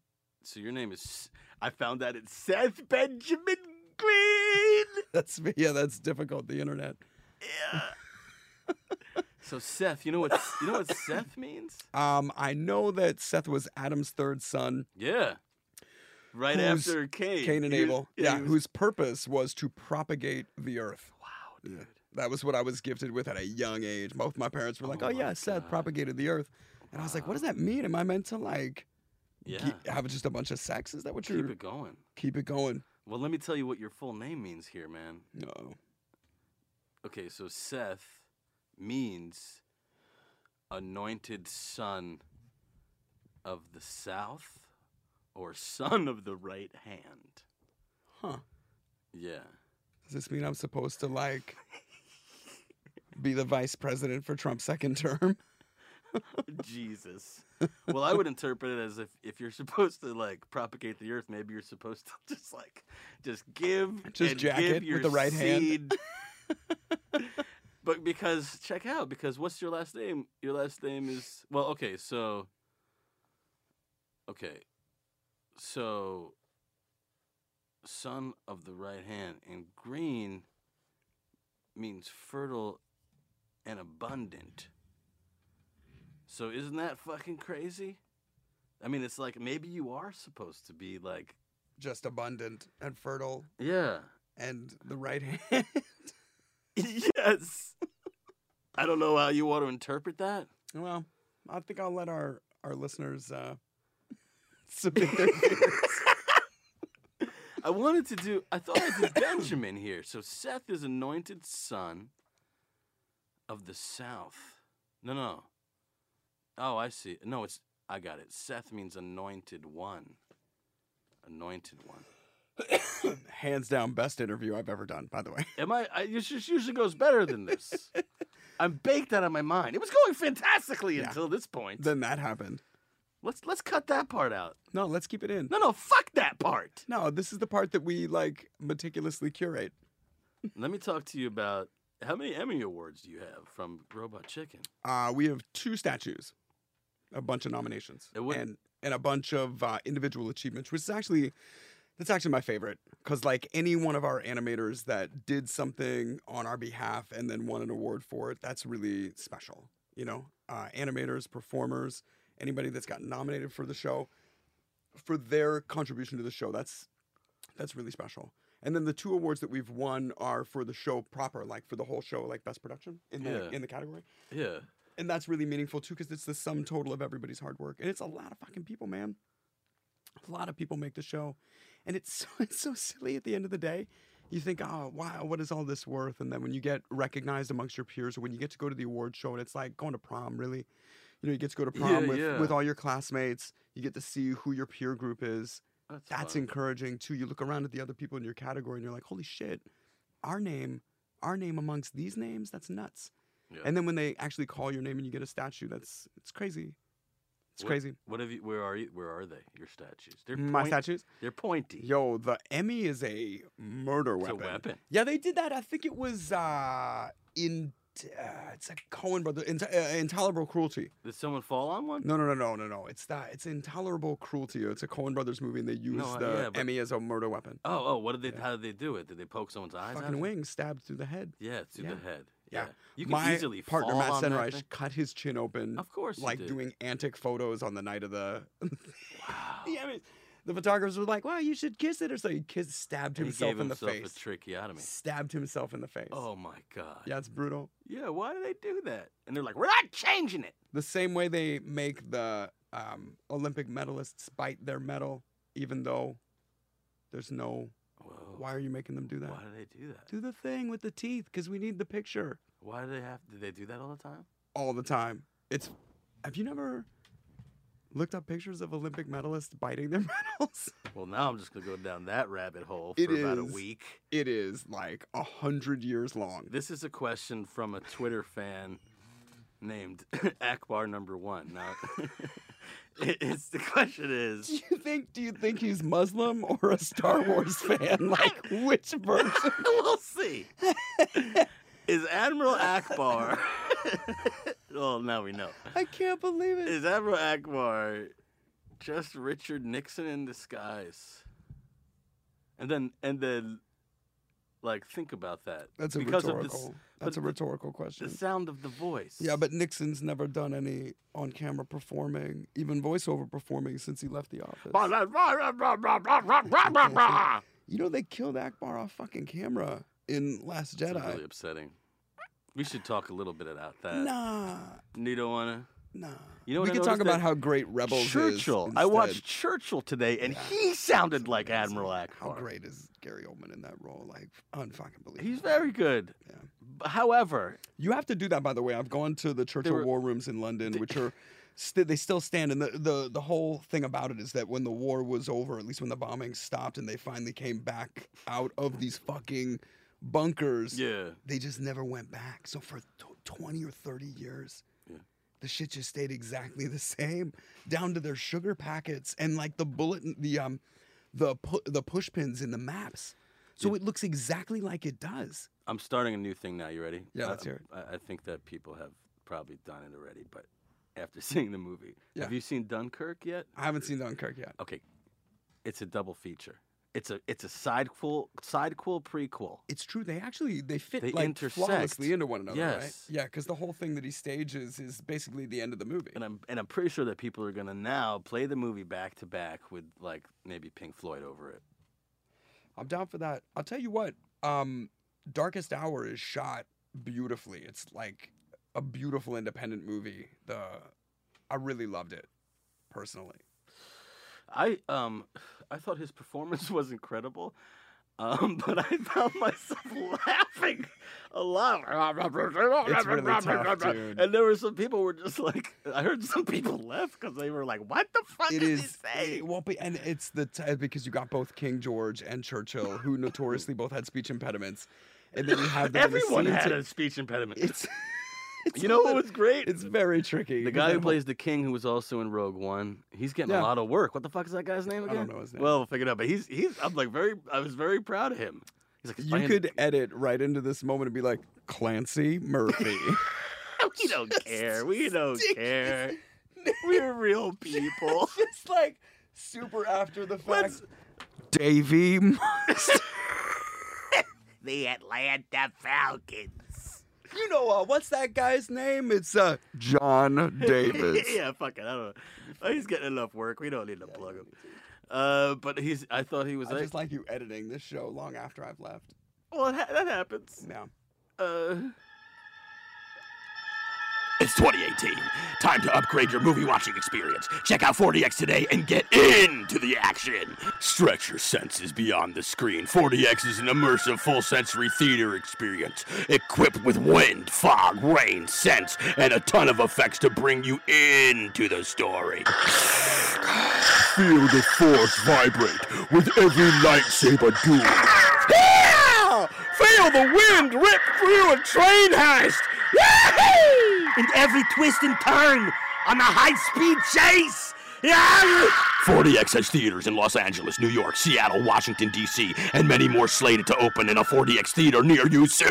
[SPEAKER 4] so your name is S- I found out it's Seth Benjamin Green.
[SPEAKER 5] That's me. Yeah, that's difficult. The internet.
[SPEAKER 4] Yeah. so Seth, you know what you know what Seth means?
[SPEAKER 5] Um, I know that Seth was Adam's third son,
[SPEAKER 4] Yeah. Right
[SPEAKER 5] Who's
[SPEAKER 4] after Cain.
[SPEAKER 5] Cain and
[SPEAKER 4] He-
[SPEAKER 5] Abel. Yeah,
[SPEAKER 4] he was-
[SPEAKER 5] whose purpose was to propagate the earth.
[SPEAKER 4] Wow, dude.
[SPEAKER 5] That was what I was gifted with at a young age. Both my parents were like,
[SPEAKER 4] Oh
[SPEAKER 5] "Oh,
[SPEAKER 4] my
[SPEAKER 5] yeah, Seth
[SPEAKER 4] God.
[SPEAKER 5] propagated the earth," and I was like, "What does that mean? Am I meant to like
[SPEAKER 4] Yeah.
[SPEAKER 5] keep, have just a bunch of sex? Is that what you
[SPEAKER 4] Keep it going.
[SPEAKER 5] keep it going?"
[SPEAKER 4] Well, let me tell you what your full name means here, man.
[SPEAKER 5] No.
[SPEAKER 4] Okay, so Seth means anointed son of the south or son of the right hand.
[SPEAKER 5] Huh.
[SPEAKER 4] Yeah.
[SPEAKER 5] Does this mean I'm supposed to like be the vice president for Trump's second term?
[SPEAKER 4] Jesus. Well, I would interpret it as if, if you're supposed to like propagate the earth, maybe you're supposed to just like just give
[SPEAKER 5] Just
[SPEAKER 4] and
[SPEAKER 5] jack
[SPEAKER 4] give
[SPEAKER 5] it with
[SPEAKER 4] your
[SPEAKER 5] the right hand.
[SPEAKER 4] seed. but because check out because what's your last name? Your last name is well, okay, so okay. So son of the right hand and green means fertile and abundant. So isn't that fucking crazy? I mean, it's like maybe you are supposed to be like,
[SPEAKER 5] Just abundant and fertile,
[SPEAKER 4] yeah,
[SPEAKER 5] and the right hand.
[SPEAKER 4] yes. I don't know how you want to interpret that.
[SPEAKER 5] well, I think I'll let our our listeners uh, submit their theories.
[SPEAKER 4] I wanted to do. I thought I did Benjamin here. So Seth is anointed son of the South. No, no. Oh, I see. No, it's. I got it. Seth means anointed one. Anointed one.
[SPEAKER 5] Hands down, best interview I've ever done. By the way,
[SPEAKER 4] Am I? I it just usually goes better than this. I'm baked out of my mind. It was going fantastically
[SPEAKER 5] Yeah.
[SPEAKER 4] until this point.
[SPEAKER 5] then that happened.
[SPEAKER 4] let's let's cut that part out.
[SPEAKER 5] No, let's keep it in.
[SPEAKER 4] No, no, fuck that part.
[SPEAKER 5] No, this is the part that we like meticulously curate.
[SPEAKER 4] Let me talk to you about how many Emmy awards do you have from Robot Chicken?
[SPEAKER 5] Uh, we have two statues, a bunch of nominations,
[SPEAKER 4] It would-
[SPEAKER 5] and and a bunch of uh, individual achievements, which is actually that's actually my favorite because like any one of our animators that did something on our behalf and then won an award for it, that's really special. You know, uh, animators, performers, anybody that's got nominated for the show for their contribution to the show, that's that's really special. And then the two awards that we've won are for the show proper, like for the whole show, like best production in the
[SPEAKER 4] Yeah.
[SPEAKER 5] in the category
[SPEAKER 4] Yeah.
[SPEAKER 5] and that's really meaningful too because it's the sum total of everybody's hard work and it's a lot of fucking people man a lot of people make the show and it's so, it's so silly at the end of the day you think oh wow what is all this worth and then when you get recognized amongst your peers or when you get to go to the award show and it's like going to prom really you know you get to go to prom
[SPEAKER 4] Yeah,
[SPEAKER 5] with,
[SPEAKER 4] yeah.
[SPEAKER 5] with all your classmates you get to see who your peer group is that's
[SPEAKER 4] fun.
[SPEAKER 5] encouraging too. You look around at the other people in your category and you're like, holy shit, our name, our name amongst these names, that's nuts.
[SPEAKER 4] Yeah.
[SPEAKER 5] And then when they actually call your name and you get a statue, that's it's crazy. It's
[SPEAKER 4] What-
[SPEAKER 5] crazy.
[SPEAKER 4] What have you? Where are you? Where are they? Your statues? They're
[SPEAKER 5] My
[SPEAKER 4] point-
[SPEAKER 5] statues.
[SPEAKER 4] They're pointy.
[SPEAKER 5] Yo, the Emmy is a murder
[SPEAKER 4] It's a
[SPEAKER 5] weapon.
[SPEAKER 4] weapon.
[SPEAKER 5] Yeah, they did that. I think it was uh in uh, it's a Cohen brother in, uh, intolerable cruelty.
[SPEAKER 4] Did someone fall on one?
[SPEAKER 5] No, no, no, no, no, no. It's that. It's intolerable cruelty. It's a Cohen brothers movie, and they use
[SPEAKER 4] I-
[SPEAKER 5] the
[SPEAKER 4] uh, yeah, but-
[SPEAKER 5] Emmy as a murder weapon.
[SPEAKER 4] Oh, oh, what did they? How did they do it? Did they poke someone's eyes out?
[SPEAKER 5] Fucking wing stabbed through the head.
[SPEAKER 4] Yeah, through
[SPEAKER 5] Yeah.
[SPEAKER 4] the head.
[SPEAKER 5] Yeah.
[SPEAKER 4] you can
[SPEAKER 5] my
[SPEAKER 4] easily
[SPEAKER 5] partner
[SPEAKER 4] fall
[SPEAKER 5] Matt
[SPEAKER 4] on that thing.
[SPEAKER 5] Senreich cut his chin open.
[SPEAKER 4] Of course he
[SPEAKER 5] like
[SPEAKER 4] did.
[SPEAKER 5] doing antic photos on the night of the.
[SPEAKER 4] Wow.
[SPEAKER 5] yeah, I mean, the photographers were like, "Wow, you should kiss it," or so he kissed, stabbed
[SPEAKER 4] He
[SPEAKER 5] himself
[SPEAKER 4] gave
[SPEAKER 5] in the
[SPEAKER 4] himself
[SPEAKER 5] face.
[SPEAKER 4] a tracheotomy.
[SPEAKER 5] Stabbed himself in the face.
[SPEAKER 4] Oh my god.
[SPEAKER 5] yeah, it's brutal.
[SPEAKER 4] Yeah. Why do they do that? And they're like, we're not changing it.
[SPEAKER 5] The same way they make the um, Olympic medalists bite their medal, even though there's no.
[SPEAKER 4] Whoa.
[SPEAKER 5] Why are you making them do that?
[SPEAKER 4] Why do they do that?
[SPEAKER 5] Do the thing with the teeth, because we need the picture.
[SPEAKER 4] Why do they have? Do they do that all the time?
[SPEAKER 5] all the time. It's have you never looked up pictures of Olympic medalists biting their medals?
[SPEAKER 4] Well, now I'm just gonna go down that rabbit hole for
[SPEAKER 5] It
[SPEAKER 4] about a
[SPEAKER 5] is.
[SPEAKER 4] week.
[SPEAKER 5] It is like a hundred years long.
[SPEAKER 4] This is a question from a Twitter fan named Akbar Number One. Now, it- it's the question
[SPEAKER 5] Do
[SPEAKER 4] is,
[SPEAKER 5] you think do you think he's Muslim or a Star Wars fan? Like which version?
[SPEAKER 4] we'll see. Is Admiral Akbar? well, now we know.
[SPEAKER 5] I can't believe it.
[SPEAKER 4] Is Admiral Akbar just Richard Nixon in disguise? And then, and then, like, think about that.
[SPEAKER 5] That's a
[SPEAKER 4] because of
[SPEAKER 5] rhetorical
[SPEAKER 4] this,
[SPEAKER 5] that's a
[SPEAKER 4] but
[SPEAKER 5] rhetorical
[SPEAKER 4] the
[SPEAKER 5] question.
[SPEAKER 4] sound of the voice.
[SPEAKER 5] Yeah, but Nixon's never done any on camera performing, even voiceover performing since he left the office. You know they killed Akbar off fucking camera in Last
[SPEAKER 4] It's
[SPEAKER 5] Jedi.
[SPEAKER 4] really upsetting. We should talk a little bit about that.
[SPEAKER 5] Nah.
[SPEAKER 4] You don't wanna.
[SPEAKER 5] Nah.
[SPEAKER 4] You know what
[SPEAKER 5] we
[SPEAKER 4] I
[SPEAKER 5] could talk
[SPEAKER 4] noticed
[SPEAKER 5] about
[SPEAKER 4] that
[SPEAKER 5] how great Rebels is
[SPEAKER 4] Churchill. I watched
[SPEAKER 5] instead.
[SPEAKER 4] Churchill today, and he sounded like
[SPEAKER 5] Amazing.
[SPEAKER 4] Admiral
[SPEAKER 5] How
[SPEAKER 4] Akbar.
[SPEAKER 5] great is Gary Oldman in that role? Like, unfucking believable.
[SPEAKER 4] He's very good.
[SPEAKER 5] Yeah.
[SPEAKER 4] B- However,
[SPEAKER 5] You have to do that, by the way. I've gone to the Churchill
[SPEAKER 4] were-
[SPEAKER 5] War Rooms in London, which are st- they still stand. And the, the the whole thing about it is that when the war was over, at least when the bombing stopped, and they finally came back out of these fucking bunkers,
[SPEAKER 4] yeah,
[SPEAKER 5] they just never went back. So for t- 20 or 30 years,
[SPEAKER 4] Yeah.
[SPEAKER 5] the shit just stayed exactly the same, down to their sugar packets and like the bullet, the um, the pu- the push pins in the maps. So it looks exactly like it does.
[SPEAKER 4] I'm starting a new thing now. You ready?
[SPEAKER 5] Yeah,
[SPEAKER 4] I,
[SPEAKER 5] let's hear it.
[SPEAKER 4] I, I think that people have probably done it already, but after seeing the movie,
[SPEAKER 5] Yeah.
[SPEAKER 4] have you seen Dunkirk yet?
[SPEAKER 5] I haven't seen Dunkirk yet.
[SPEAKER 4] Okay, it's a double feature. It's a it's a sidequel sidequel prequel.
[SPEAKER 5] It's true. They actually they fit
[SPEAKER 4] They
[SPEAKER 5] like
[SPEAKER 4] intersect.
[SPEAKER 5] flawlessly into one another, right?
[SPEAKER 4] Yes.
[SPEAKER 5] Yeah, because the whole thing that he stages is basically the end of the movie.
[SPEAKER 4] And I'm and I'm pretty sure that people are gonna now play the movie back to back with like maybe Pink Floyd over it.
[SPEAKER 5] I'm down for that. I'll tell you what. Um, Darkest Hour is shot beautifully. It's like a beautiful independent movie. The I really loved it personally.
[SPEAKER 4] I um I thought his performance was incredible. Um, but I found myself laughing a lot.
[SPEAKER 5] It's really tough, dude.
[SPEAKER 4] And there were some people were just like, I heard some people laugh because they were like, "What the fuck
[SPEAKER 5] It
[SPEAKER 4] is,
[SPEAKER 5] is.
[SPEAKER 4] he saying?"
[SPEAKER 5] It won't be, and it's the t- because you got both King George and Churchill, who notoriously both had speech impediments, and then you have them in the
[SPEAKER 4] Everyone
[SPEAKER 5] scene
[SPEAKER 4] had
[SPEAKER 5] to-
[SPEAKER 4] a speech impediment.
[SPEAKER 5] It's, it's
[SPEAKER 4] you know
[SPEAKER 5] a
[SPEAKER 4] what was
[SPEAKER 5] little-
[SPEAKER 4] great?
[SPEAKER 5] It's very tricky.
[SPEAKER 4] the
[SPEAKER 5] 'cause
[SPEAKER 4] guy
[SPEAKER 5] they
[SPEAKER 4] who
[SPEAKER 5] don't-
[SPEAKER 4] plays the king, who was also in Rogue One, he's getting
[SPEAKER 5] Yeah.
[SPEAKER 4] a lot of work. What the fuck is that guy's name
[SPEAKER 5] I
[SPEAKER 4] again?
[SPEAKER 5] don't know his name.
[SPEAKER 4] Well, we'll figure it out. But he's he's. I'm like very. I was very proud of him. He's like,
[SPEAKER 5] You could edit right into this moment and be like Clancy Murphy.
[SPEAKER 4] We don't care. We don't care. We're real people.
[SPEAKER 5] Just like super after the
[SPEAKER 4] Let's-
[SPEAKER 5] Davy Must.
[SPEAKER 4] the Atlanta Falcons.
[SPEAKER 5] you know uh, what's that guy's name? It's uh John Davis.
[SPEAKER 4] yeah, fuck it. I don't know. Oh, He's getting enough work. We don't need to plug him. Uh, but he's. I thought he was.
[SPEAKER 5] I
[SPEAKER 4] like,
[SPEAKER 5] just like you editing this show long after I've left.
[SPEAKER 4] well, it ha- that happens.
[SPEAKER 5] Yeah.
[SPEAKER 4] Uh,
[SPEAKER 7] It's 2018. Time to upgrade your movie watching experience. Check out 4DX today and get into the action. Stretch your senses beyond the screen. 4DX is an immersive full sensory theater experience equipped with wind, fog, rain, sense, and a ton of effects to bring you into the story. Feel the force vibrate with every lightsaber duel. Yeah! Feel the wind rip through a train heist. And every twist and turn on the high-speed chase. Yeah! 40X has theaters in Los Angeles, New York, Seattle, Washington, D.C., and many more slated to open in a 40X theater near you soon.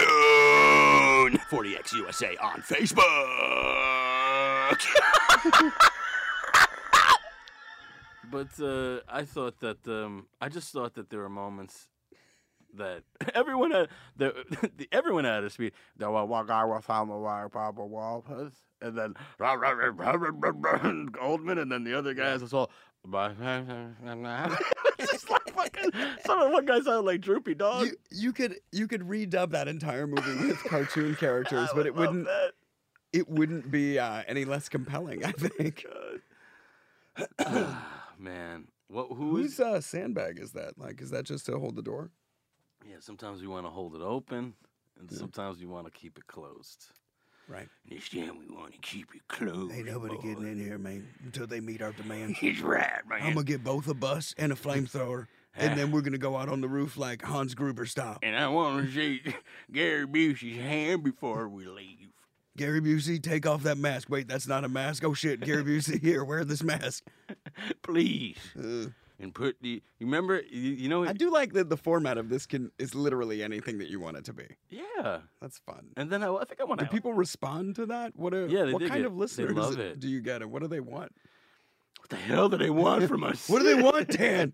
[SPEAKER 7] 40X USA on Facebook.
[SPEAKER 4] but uh, I thought that. Um, I just thought that there were moments that everyone had. The, the, everyone had a speed. There was one guy was on the wire, Papa Walpus, and then Goldman, and then the other guys was all. it's just like fucking. Some of one guy sounded like Droopy Dog.
[SPEAKER 5] You, you could you could redub that entire movie with cartoon characters,
[SPEAKER 4] I
[SPEAKER 5] but it
[SPEAKER 4] would love
[SPEAKER 5] wouldn't
[SPEAKER 4] that.
[SPEAKER 5] it wouldn't be uh, any less compelling. I think.
[SPEAKER 4] Ah, man, what? Who is?
[SPEAKER 5] Whose uh, sandbag is that? Like, is that just to hold the door?
[SPEAKER 4] Yeah, sometimes you want to hold it open, and sometimes you want to keep it closed.
[SPEAKER 5] Right.
[SPEAKER 7] This time we want to keep it closed. boy.
[SPEAKER 5] in here, man, until they meet our demands.
[SPEAKER 7] He's right, man.
[SPEAKER 5] I'm gonna get both a bus and a flamethrower, and then we're gonna go out on the roof like Hans Gruber style.
[SPEAKER 7] and I want to shake Gary Busey's hand before we leave.
[SPEAKER 5] Gary Busey, take off that mask. Wait, that's not a mask. Oh shit, Gary Busey, here, wear this mask.
[SPEAKER 7] Please.
[SPEAKER 5] Ugh.
[SPEAKER 4] And put the. You remember? You, you know?
[SPEAKER 5] I do like that the format of this can is literally anything that you want it to be.
[SPEAKER 4] Yeah.
[SPEAKER 5] That's fun.
[SPEAKER 4] And then I, I think I want
[SPEAKER 5] Do
[SPEAKER 4] to.
[SPEAKER 5] people respond to that? What are,
[SPEAKER 4] Yeah, they
[SPEAKER 5] what
[SPEAKER 4] dig
[SPEAKER 5] kind
[SPEAKER 4] it.
[SPEAKER 5] of
[SPEAKER 4] They
[SPEAKER 5] listeners
[SPEAKER 4] love it.
[SPEAKER 5] do you get, and what do they want?
[SPEAKER 4] What the hell do they want from us?
[SPEAKER 5] What do they want, Dan?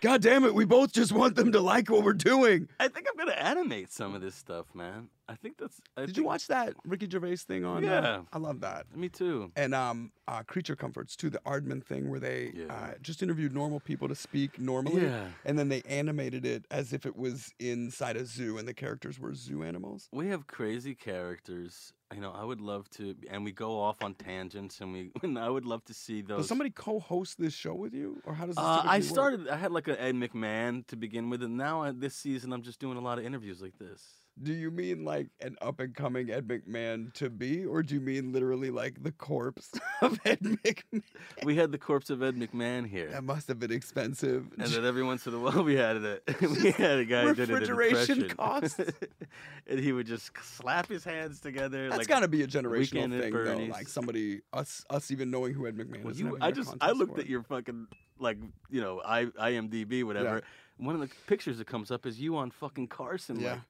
[SPEAKER 5] God damn it, we both just want them to like what we're doing.
[SPEAKER 4] I think I'm gonna animate some of this stuff, man. I think that's. I
[SPEAKER 5] Did you
[SPEAKER 4] think-
[SPEAKER 5] watch that Ricky Gervais thing on? uh,
[SPEAKER 4] Yeah.
[SPEAKER 5] I love that.
[SPEAKER 4] Me too.
[SPEAKER 5] and um, uh, Creature Comforts too, the Aardman thing where they
[SPEAKER 4] Yeah.
[SPEAKER 5] uh, just interviewed normal people to speak normally,
[SPEAKER 4] Yeah.
[SPEAKER 5] and then they animated it as if it was inside a zoo, and the characters were zoo animals.
[SPEAKER 4] We have crazy characters. You know, I would love to, and we go off on tangents, and we. And I would love to see those.
[SPEAKER 5] Does somebody co-host this show with you, or how does? This
[SPEAKER 4] Uh, I
[SPEAKER 5] typically work?
[SPEAKER 4] started. I had like an Ed McMahon to begin with, and now I, this season I'm just doing a lot of interviews like this.
[SPEAKER 5] Do you mean like an up and coming Ed McMahon to be, or do you mean literally like the corpse of Ed McMahon?
[SPEAKER 4] We had the corpse of Ed McMahon here,
[SPEAKER 5] That must have been expensive.
[SPEAKER 4] and then every once in a while we had a we had a guy who did an
[SPEAKER 5] refrigeration
[SPEAKER 4] impression.
[SPEAKER 5] costs.
[SPEAKER 4] and he would just slap his hands together.
[SPEAKER 5] That's
[SPEAKER 4] like,
[SPEAKER 5] got to be a generational
[SPEAKER 4] Weekend at
[SPEAKER 5] thing, though.
[SPEAKER 4] Bernie's.
[SPEAKER 5] Like somebody, us, us even knowing who Ed McMahon
[SPEAKER 4] Well,
[SPEAKER 5] is. and
[SPEAKER 4] you,
[SPEAKER 5] having
[SPEAKER 4] I
[SPEAKER 5] a
[SPEAKER 4] just I
[SPEAKER 5] contest
[SPEAKER 4] looked
[SPEAKER 5] for
[SPEAKER 4] at
[SPEAKER 5] it.
[SPEAKER 4] your fucking like you know I IMDb whatever. One of the pictures that comes up is you on fucking Carson.
[SPEAKER 5] Yeah.
[SPEAKER 4] Like,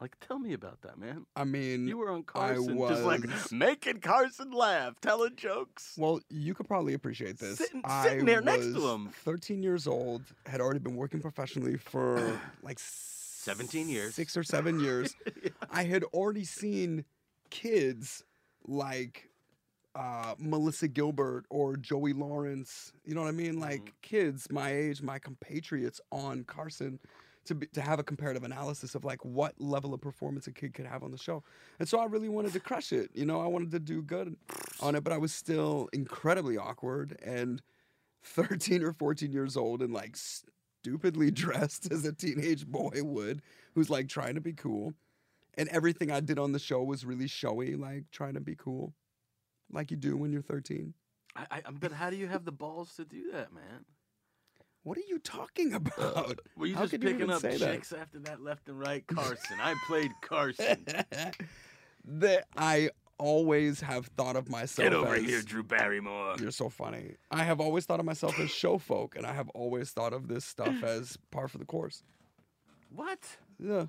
[SPEAKER 4] Like, tell me about that, man.
[SPEAKER 5] I mean,
[SPEAKER 4] You were on Carson, just
[SPEAKER 5] was.
[SPEAKER 4] like making Carson laugh, telling jokes.
[SPEAKER 5] Well, you could probably appreciate this.
[SPEAKER 4] Sitting-
[SPEAKER 5] I
[SPEAKER 4] sitting there next to
[SPEAKER 5] was
[SPEAKER 4] him.
[SPEAKER 5] 13 years old, had already been working professionally for like 17
[SPEAKER 4] years.
[SPEAKER 5] Six or seven years. I had already seen kids like uh, Melissa Gilbert or Joey Lawrence. You know what I mean? Like kids my age, my compatriots on Carson. To, be, to have a comparative analysis of like what level of performance a kid could have on the show, and so I really wanted to crush it. You know, I wanted to do good on it, but I was still incredibly awkward and 13 or 14 years old and like stupidly dressed as a teenage boy would, who's like trying to be cool. And everything I did on the show was really showy, like trying to be cool, like you do when you're 13.
[SPEAKER 4] I, I, but how do you have the balls to do that, man?
[SPEAKER 5] What are you talking about?
[SPEAKER 4] Were Uh, you
[SPEAKER 5] How
[SPEAKER 4] just
[SPEAKER 5] could you
[SPEAKER 4] picking
[SPEAKER 5] even
[SPEAKER 4] up
[SPEAKER 5] say that?
[SPEAKER 4] chicks after that left and right, Carson? I played Carson.
[SPEAKER 5] that I always have thought of myself
[SPEAKER 7] Get over
[SPEAKER 5] as
[SPEAKER 7] here, Drew Barrymore.
[SPEAKER 5] You're so funny. I have always thought of myself as show folk, and I have always thought of this stuff as par for the course.
[SPEAKER 4] what?
[SPEAKER 5] Yeah.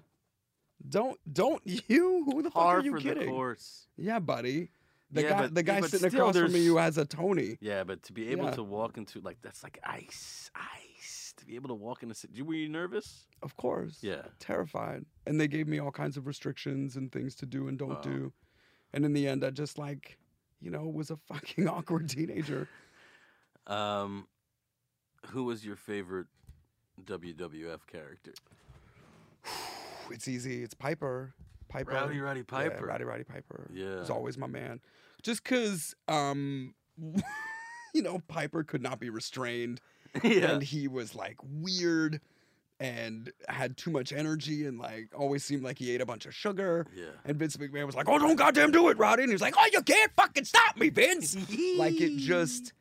[SPEAKER 5] Don't don't you? Who the
[SPEAKER 4] Par
[SPEAKER 5] fuck are you
[SPEAKER 4] for the
[SPEAKER 5] kidding?
[SPEAKER 4] course.
[SPEAKER 5] Yeah, buddy. The
[SPEAKER 4] Yeah,
[SPEAKER 5] guy
[SPEAKER 4] but-
[SPEAKER 5] the
[SPEAKER 4] yeah,
[SPEAKER 5] guy
[SPEAKER 4] but
[SPEAKER 5] sitting
[SPEAKER 4] still
[SPEAKER 5] across from me
[SPEAKER 4] there's-
[SPEAKER 5] who has a Tony.
[SPEAKER 4] Yeah, but to be able
[SPEAKER 5] Yeah.
[SPEAKER 4] to walk into like that's like ice, ice. To be able to walk into, sit- were you nervous?
[SPEAKER 5] Of course.
[SPEAKER 4] Yeah.
[SPEAKER 5] Terrified. And they gave me all kinds of restrictions and things to do and don't
[SPEAKER 4] Wow.
[SPEAKER 5] do. And in the end I just like, you know, was a fucking awkward teenager.
[SPEAKER 4] Um, who was your favorite WWF character?
[SPEAKER 5] it's easy. It's Piper. Piper.
[SPEAKER 4] Rowdy Roddy Piper.
[SPEAKER 5] Yeah, Rowdy Roddy Piper. He's
[SPEAKER 4] Yeah.
[SPEAKER 5] always my man. Just cause um you know, Piper could not be restrained.
[SPEAKER 4] yeah.
[SPEAKER 5] and he was like weird and had too much energy and like always seemed like he ate a bunch of sugar.
[SPEAKER 4] Yeah.
[SPEAKER 5] And Vince McMahon was like, "Oh, don't goddamn do it, Roddy!" And he was like, "Oh, you can't fucking stop me, Vince!" like it just,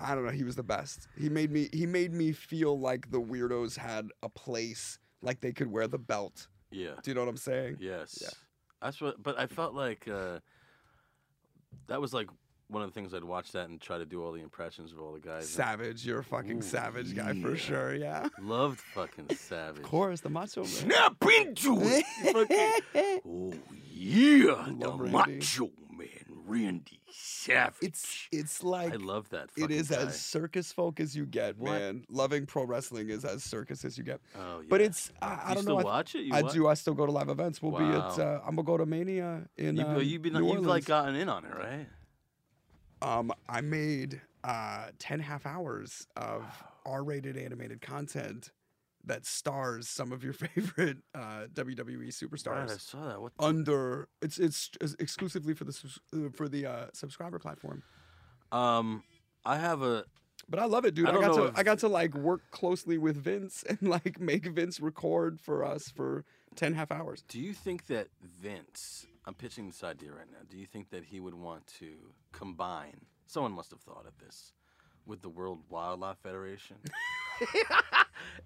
[SPEAKER 5] I don't know. He was the best. He made me. He made me feel like the weirdos had a place, like they could wear the belt.
[SPEAKER 4] Yeah.
[SPEAKER 5] Do you know what I'm saying?
[SPEAKER 4] Yes. That's what. But I felt like uh, that was like one of the things I'd watch that and try to do all the impressions of all the guys. and
[SPEAKER 5] Savage, you're a fucking
[SPEAKER 4] Ooh,
[SPEAKER 5] savage guy for
[SPEAKER 4] yeah.
[SPEAKER 5] sure. Yeah.
[SPEAKER 4] Loved fucking Savage.
[SPEAKER 5] Of course, the macho man.
[SPEAKER 7] Snap into it. Fucking- oh, yeah. The
[SPEAKER 5] Love Randy.
[SPEAKER 7] macho man, Randy Savage.
[SPEAKER 5] It's it's like
[SPEAKER 4] I love that.
[SPEAKER 5] It
[SPEAKER 4] fucking
[SPEAKER 5] is
[SPEAKER 4] guy.
[SPEAKER 5] as circus folk as you get,
[SPEAKER 4] What?
[SPEAKER 5] man. Loving pro wrestling is as circus as you get.
[SPEAKER 4] Oh, yeah.
[SPEAKER 5] But it's I, I
[SPEAKER 4] you
[SPEAKER 5] don't
[SPEAKER 4] still
[SPEAKER 5] know. I,
[SPEAKER 4] watch it? You
[SPEAKER 5] I
[SPEAKER 4] wa-
[SPEAKER 5] do. I still go to live events. We'll be at.
[SPEAKER 4] Wow.
[SPEAKER 5] Uh, I'm gonna go to Mania in.
[SPEAKER 4] You,
[SPEAKER 5] um,
[SPEAKER 4] you've been,
[SPEAKER 5] New
[SPEAKER 4] you've
[SPEAKER 5] Orleans.
[SPEAKER 4] like uh, gotten in on it, right?
[SPEAKER 5] Um, I made uh, 10 half hours of R-rated animated content that stars some of your favorite uh, WWE
[SPEAKER 4] Right,
[SPEAKER 5] superstars.
[SPEAKER 4] I saw that. What?
[SPEAKER 5] Under it's it's it's exclusively for the subs- uh, for the uh, subscriber platform.
[SPEAKER 4] Um, I have a.
[SPEAKER 5] But I love it, dude.
[SPEAKER 4] I
[SPEAKER 5] I,
[SPEAKER 4] don't
[SPEAKER 5] got
[SPEAKER 4] know
[SPEAKER 5] to
[SPEAKER 4] if-
[SPEAKER 5] I got to like work closely with Vince and like make Vince record for us for 10 half hours.
[SPEAKER 4] Do you think that Vince? I'm pitching this idea right now. Do you think that he would want to combine? Someone must have thought of this with the World Wildlife Federation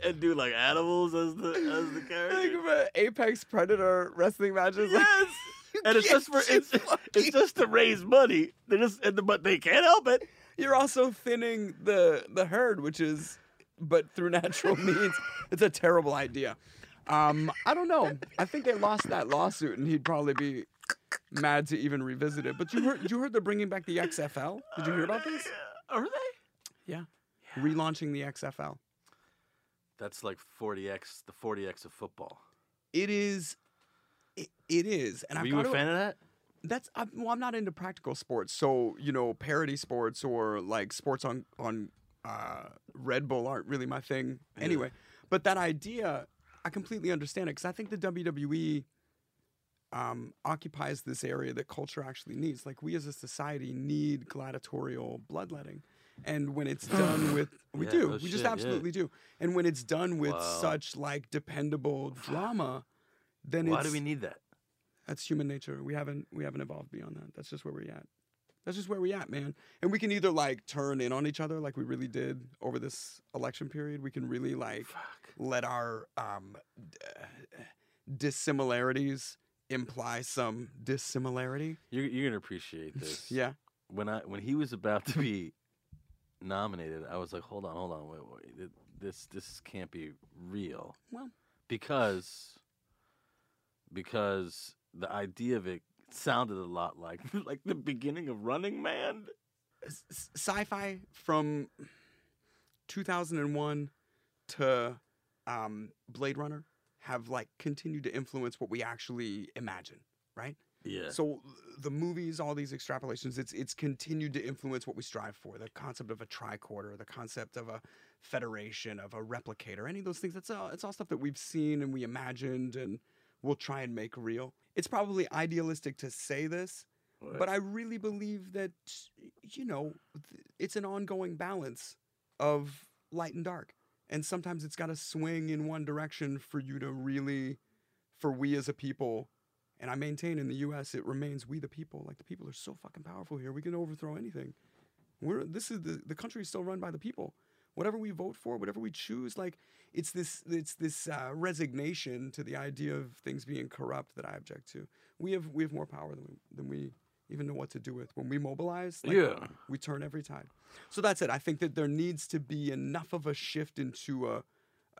[SPEAKER 4] and do like animals as the as the
[SPEAKER 5] Think
[SPEAKER 4] character.
[SPEAKER 5] of an Apex Predator wrestling matches. like-
[SPEAKER 4] Yes.
[SPEAKER 5] You
[SPEAKER 4] And it's
[SPEAKER 5] can't
[SPEAKER 4] just for it's, it's
[SPEAKER 5] fucking-
[SPEAKER 4] just to raise money. They just and the, but they can't help it.
[SPEAKER 5] You're also thinning the the herd, which is but through natural means. It's a terrible idea. Um, I don't know. I think they lost that lawsuit and he'd probably be mad to even revisit it. But you heard you heard they're bringing back the XFL? Did you hear about this?
[SPEAKER 4] Are they?
[SPEAKER 5] Yeah. Relaunching the XFL.
[SPEAKER 4] That's like 40x the 40x of football.
[SPEAKER 5] it is it, it is and
[SPEAKER 4] Were
[SPEAKER 5] i've
[SPEAKER 4] you
[SPEAKER 5] got
[SPEAKER 4] a
[SPEAKER 5] to-
[SPEAKER 4] fan of that?
[SPEAKER 5] that's I'm, well i'm not into practical sports so you know parody sports or like sports on on uh red bull aren't really my thing anyway but that idea i completely understand it because i think the wwe um, occupies this area that culture actually needs like we as a society need gladiatorial bloodletting and when it's done with we
[SPEAKER 4] Yeah,
[SPEAKER 5] do
[SPEAKER 4] no
[SPEAKER 5] we just
[SPEAKER 4] shit, yeah.
[SPEAKER 5] absolutely do and when it's done with
[SPEAKER 4] Wow.
[SPEAKER 5] such like dependable drama then
[SPEAKER 4] Why
[SPEAKER 5] it's
[SPEAKER 4] do we need that?
[SPEAKER 5] that's human nature. We haven't we haven't evolved beyond that. That's just where we're at. That's just where we're at, man. And we can either like turn in on each other like we really did over this election period. We can really like let our um d- dissimilarities imply some dissimilarity.
[SPEAKER 4] You're, you're gonna appreciate this.
[SPEAKER 5] Yeah.
[SPEAKER 4] When I when he was about to be nominated, I was like, hold on, hold on, wait, wait, th- this this can't be real
[SPEAKER 5] Well,
[SPEAKER 4] because because the idea of it sounded a lot like like the beginning of Running Man.
[SPEAKER 5] S- s- sci-fi from 2001 to um, Blade Runner have like continued to influence what we actually imagine, right?
[SPEAKER 4] Yeah.
[SPEAKER 5] So the movies, all these extrapolations, it's it's continued to influence what we strive for. The concept of a tricorder, the concept of a federation, of a replicator, any of those things. That's all. It's all stuff that we've seen and we imagined and we'll try and make real. It's probably idealistic to say this, but I really believe that you know th- it's an ongoing balance of light and dark, and sometimes it's got to swing in one direction for you to really, for we as a people, and I maintain in the U.S. it remains we the people. Like the people are so fucking powerful here, we can overthrow anything. We're this is the the country is still run by the people. Whatever we vote for, whatever we choose, like it's this it's this uh, resignation to the idea of things being corrupt that I object to. We have we have more power than we than we even know what to do with when we mobilize. Like,
[SPEAKER 4] Yeah.
[SPEAKER 5] we turn every time. So that's it. I think that there needs to be enough of a shift into a.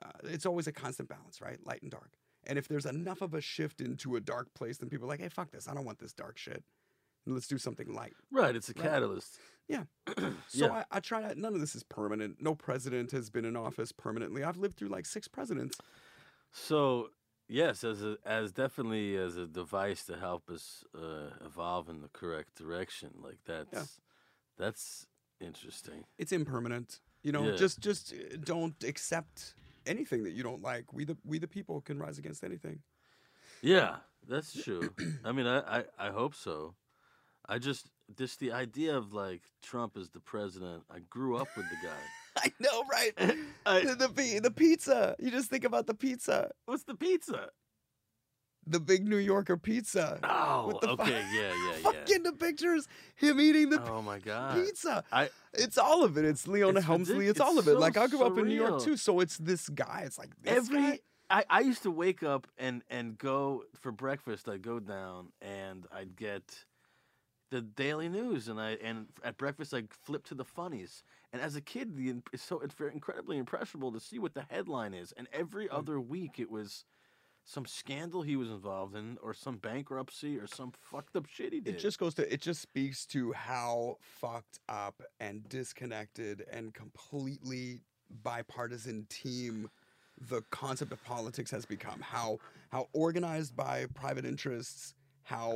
[SPEAKER 5] Uh, it's always a constant balance, right? Light and dark. And if there's enough of a shift into a dark place, then people are like, "Hey, fuck this! I don't want this dark shit. Let's do something light."
[SPEAKER 4] Right, it's a
[SPEAKER 5] Right.
[SPEAKER 4] catalyst.
[SPEAKER 5] So
[SPEAKER 4] Yeah.
[SPEAKER 5] I, I try to. None of this is permanent. No president has been in office permanently. I've lived through like six presidents.
[SPEAKER 4] So yes, as a, as definitely as a device to help us uh, evolve in the correct direction. Like that's that's interesting.
[SPEAKER 5] It's impermanent. You know,
[SPEAKER 4] Yeah.
[SPEAKER 5] just just uh, don't accept anything that you don't like. We the we the people can rise against anything.
[SPEAKER 4] Yeah, that's true. I mean, I, I I hope so. I just this the idea of like Trump as the president. I grew up with the guy.
[SPEAKER 5] I know, right?
[SPEAKER 4] I-
[SPEAKER 5] the, the pi- the pizza. You just think about the pizza,
[SPEAKER 4] What's the pizza?
[SPEAKER 5] the big New Yorker pizza.
[SPEAKER 4] Oh,
[SPEAKER 5] With the fu-
[SPEAKER 4] okay, yeah, yeah, yeah.
[SPEAKER 5] Fucking the pictures, him eating the
[SPEAKER 4] Oh my god.
[SPEAKER 5] pizza.
[SPEAKER 4] I
[SPEAKER 5] It's all of it. It's Leona
[SPEAKER 4] It's
[SPEAKER 5] Helmsley.
[SPEAKER 4] ridic-
[SPEAKER 5] It's, all
[SPEAKER 4] it's
[SPEAKER 5] of it.
[SPEAKER 4] so
[SPEAKER 5] Like I grew up in New York
[SPEAKER 4] surreal.
[SPEAKER 5] too, so it's this guy. It's like this guy.
[SPEAKER 4] every I, I used to wake up and and go for breakfast i'd go down and i'd get the daily news and i and at breakfast i'd flip to the funnies and as a kid the, im- it's so it's very incredibly impressionable to see what the headline is and every
[SPEAKER 5] Mm.
[SPEAKER 4] other week it was some scandal he was involved in or some bankruptcy or some fucked up shit he did
[SPEAKER 5] It just goes to. It just speaks to how fucked up and disconnected and completely bipartisan team the concept of politics has become. How how organized by private interests. How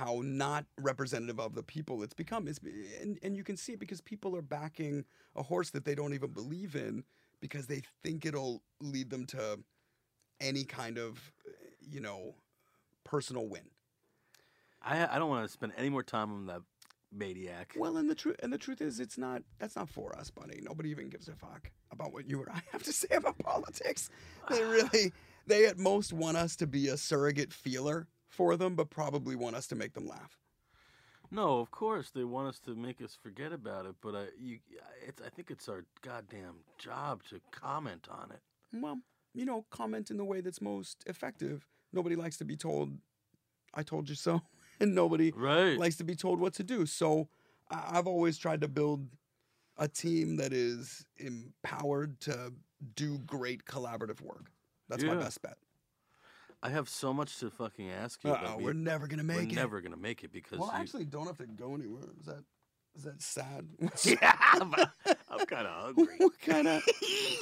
[SPEAKER 5] how not representative of the people it's become. It's, and, and you can see it because people are backing a horse that they don't even believe in because they think it'll lead them to any kind of, you know, personal win.
[SPEAKER 4] i, I don't want to spend any more time on that maniac
[SPEAKER 5] Well, and the truth and the truth is, it's not. That's not for us, buddy. Nobody even gives a fuck about what you or I have to say about politics. They really, they at most want us to be a surrogate feeler for them, but probably want us to make them laugh.
[SPEAKER 4] No, of course they want us to make us forget about it, but I, you, it's, I think it's our goddamn job to comment on it.
[SPEAKER 5] Well, you know, comment in the way that's most effective. Nobody likes to be told, "I told you so," and nobody
[SPEAKER 4] Right.
[SPEAKER 5] likes to be told what to do. So I- I've always tried to build a team that is empowered to do great collaborative work. That's my
[SPEAKER 4] Yeah.
[SPEAKER 5] best bet.
[SPEAKER 4] I have so much to fucking ask
[SPEAKER 6] Uh-uh,
[SPEAKER 4] you.
[SPEAKER 5] Uh,
[SPEAKER 4] but we,
[SPEAKER 5] we're never gonna
[SPEAKER 4] we're
[SPEAKER 5] make it.
[SPEAKER 4] never gonna make it because
[SPEAKER 5] well,
[SPEAKER 4] you,
[SPEAKER 5] actually, don't have to go anywhere. Is that is that sad?
[SPEAKER 4] yeah, but I'm kind of hungry.
[SPEAKER 5] what kind of?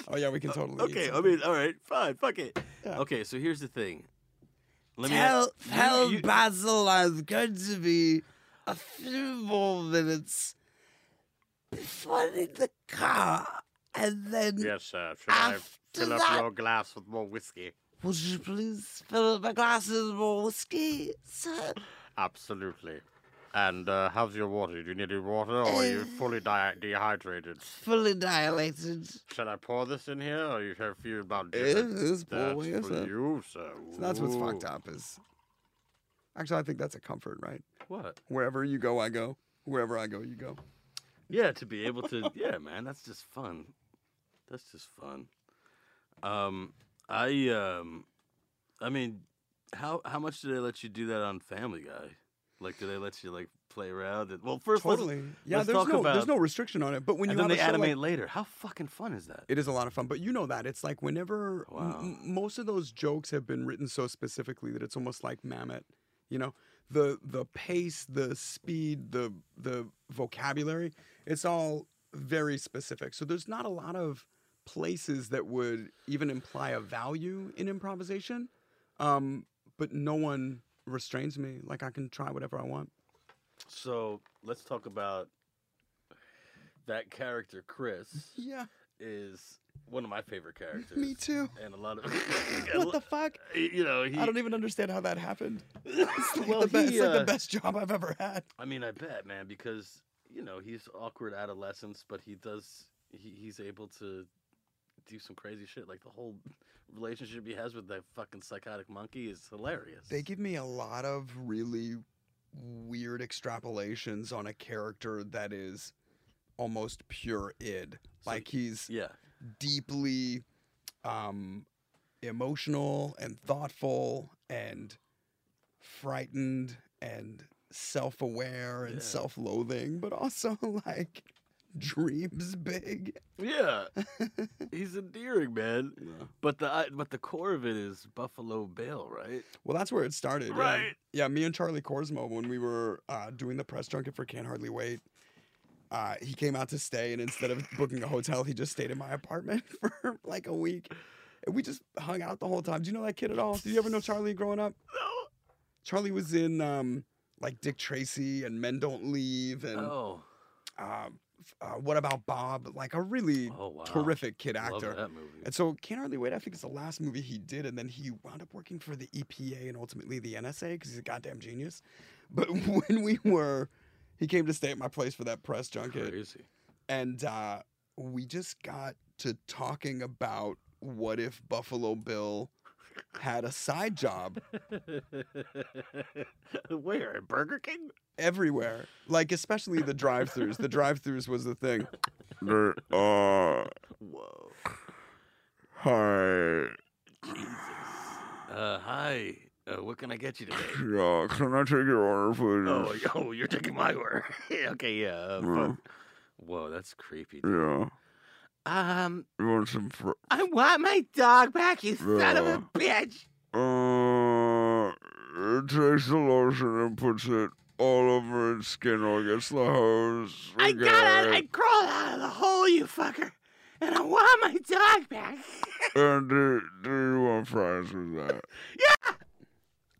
[SPEAKER 5] Oh yeah, we can totally. eat
[SPEAKER 4] Uh, okay, I
[SPEAKER 5] something.
[SPEAKER 4] mean, all right, fine, fuck it.
[SPEAKER 5] Yeah.
[SPEAKER 4] Okay, so here's the thing. Let
[SPEAKER 6] Tell,
[SPEAKER 4] me ask-
[SPEAKER 6] tell
[SPEAKER 4] you- you-
[SPEAKER 6] Basil I'm going to be a few more minutes before the car, and then
[SPEAKER 8] sir. Should
[SPEAKER 6] I After fill up that- your
[SPEAKER 8] glass with more whiskey?
[SPEAKER 6] would you please fill up my glasses with more whiskey, sir?
[SPEAKER 8] Absolutely. And uh, how's your water? Do you need any water, or are
[SPEAKER 5] Eh.
[SPEAKER 8] you fully di- dehydrated?
[SPEAKER 6] Fully dilated.
[SPEAKER 8] Shall I pour this in here, or you have a few about
[SPEAKER 5] is Eh, pour
[SPEAKER 8] That's
[SPEAKER 5] away, yes,
[SPEAKER 8] for
[SPEAKER 5] sir.
[SPEAKER 8] you, sir.
[SPEAKER 5] So that's what's fucked
[SPEAKER 8] Ooh.
[SPEAKER 5] up is. Actually, I think that's a comfort, right?
[SPEAKER 4] What?
[SPEAKER 5] Wherever you go, I go. Wherever I go, you go.
[SPEAKER 4] Yeah, to be able to. Yeah, man, that's just fun. That's just fun. Um, I um, I mean, how how much do they let you do that on Family Guy? Like, do they let you like play around? And, well, first, let's-
[SPEAKER 5] Totally. Yeah,
[SPEAKER 4] let's
[SPEAKER 5] there's
[SPEAKER 4] talk
[SPEAKER 5] no there's
[SPEAKER 4] about-
[SPEAKER 5] no restriction on it. But when you
[SPEAKER 4] and then
[SPEAKER 5] have
[SPEAKER 4] they
[SPEAKER 5] a show like-
[SPEAKER 4] animate later. How fucking fun is that?
[SPEAKER 5] It is a lot of fun, but you know that it's like whenever m-
[SPEAKER 4] Wow.
[SPEAKER 5] m- most of those jokes have been written so specifically that it's almost like mammoth, you know, the the pace, the speed, the the vocabulary, it's all very specific. So there's not a lot of places that would even imply a value in improvisation. Um, but no one restrains me. Like I can try whatever I want.
[SPEAKER 4] So let's talk about that character. Chris
[SPEAKER 5] Yeah,
[SPEAKER 4] is one of my favorite characters.
[SPEAKER 5] me too.
[SPEAKER 4] And a lot of
[SPEAKER 5] What the fuck?
[SPEAKER 4] you know he.
[SPEAKER 5] I don't even understand how that happened. It's like,
[SPEAKER 4] Well,
[SPEAKER 5] the, best,
[SPEAKER 4] he,
[SPEAKER 5] it's like the
[SPEAKER 4] uh,
[SPEAKER 5] best job I've ever had.
[SPEAKER 4] I mean, I bet, man, because you know he's awkward adolescence, but he does. He, he's able to do some crazy shit. Like the whole relationship he has with that fucking psychotic monkey is hilarious.
[SPEAKER 5] They give me a lot of really weird extrapolations on a character that is almost pure id.
[SPEAKER 4] So
[SPEAKER 5] Like he's
[SPEAKER 4] yeah,
[SPEAKER 5] deeply um, emotional and thoughtful and frightened and self aware and
[SPEAKER 4] Yeah.
[SPEAKER 5] self loathing, but also like dreams big.
[SPEAKER 4] yeah, he's endearing, man. But the I- but the core of it is Buffalo Bill, right?
[SPEAKER 5] Well, that's where it started. yeah.
[SPEAKER 4] Right.
[SPEAKER 5] Yeah, me and Charlie Corsmo, when we were uh, doing the press junket for Can't Hardly Wait, uh, he came out to stay, and instead of booking a hotel, he just stayed in my apartment for like a week. And we just hung out the whole time. Do you know that kid at all? Did you ever know Charlie growing up? No. Charlie was in um, like Dick Tracy and Men Don't Leave and
[SPEAKER 4] Oh,
[SPEAKER 5] uh, f- uh, What About Bob? Like a really
[SPEAKER 4] oh wow,
[SPEAKER 5] terrific kid
[SPEAKER 4] Love
[SPEAKER 5] actor.
[SPEAKER 4] that movie.
[SPEAKER 5] And so Can't Hardly Wait, I think it's the last movie he did, and then he wound up working for the EPA and ultimately the NSA because he's a goddamn genius. But when we were, he came to stay at my place for that press junket,
[SPEAKER 4] Crazy.
[SPEAKER 5] and uh, we just got to talking about what if Buffalo Bill had a side job
[SPEAKER 4] Where at Burger King?
[SPEAKER 5] everywhere, like especially the drive-throughs. The drive-throughs was the thing.
[SPEAKER 7] There are
[SPEAKER 4] Whoa.
[SPEAKER 7] hi.
[SPEAKER 4] Uh, hi. Uh, what can I get you today?
[SPEAKER 7] Yeah, can I take your order, please?
[SPEAKER 4] Oh, y- oh, you're taking my order. okay, yeah. Uh,
[SPEAKER 7] Yeah.
[SPEAKER 4] fuck. Whoa, that's creepy. dude.
[SPEAKER 7] yeah.
[SPEAKER 4] Um,
[SPEAKER 7] You want some? Fr-
[SPEAKER 4] I want my dog back, you son of
[SPEAKER 7] Yeah.
[SPEAKER 4] a bitch.
[SPEAKER 7] uh, it takes the lotion and puts it all over its skin or gets the hose.
[SPEAKER 4] I
[SPEAKER 7] Okay.
[SPEAKER 4] got out. I crawled out of the hole, you fucker, and I want my dog back.
[SPEAKER 7] And do, do you want fries with that?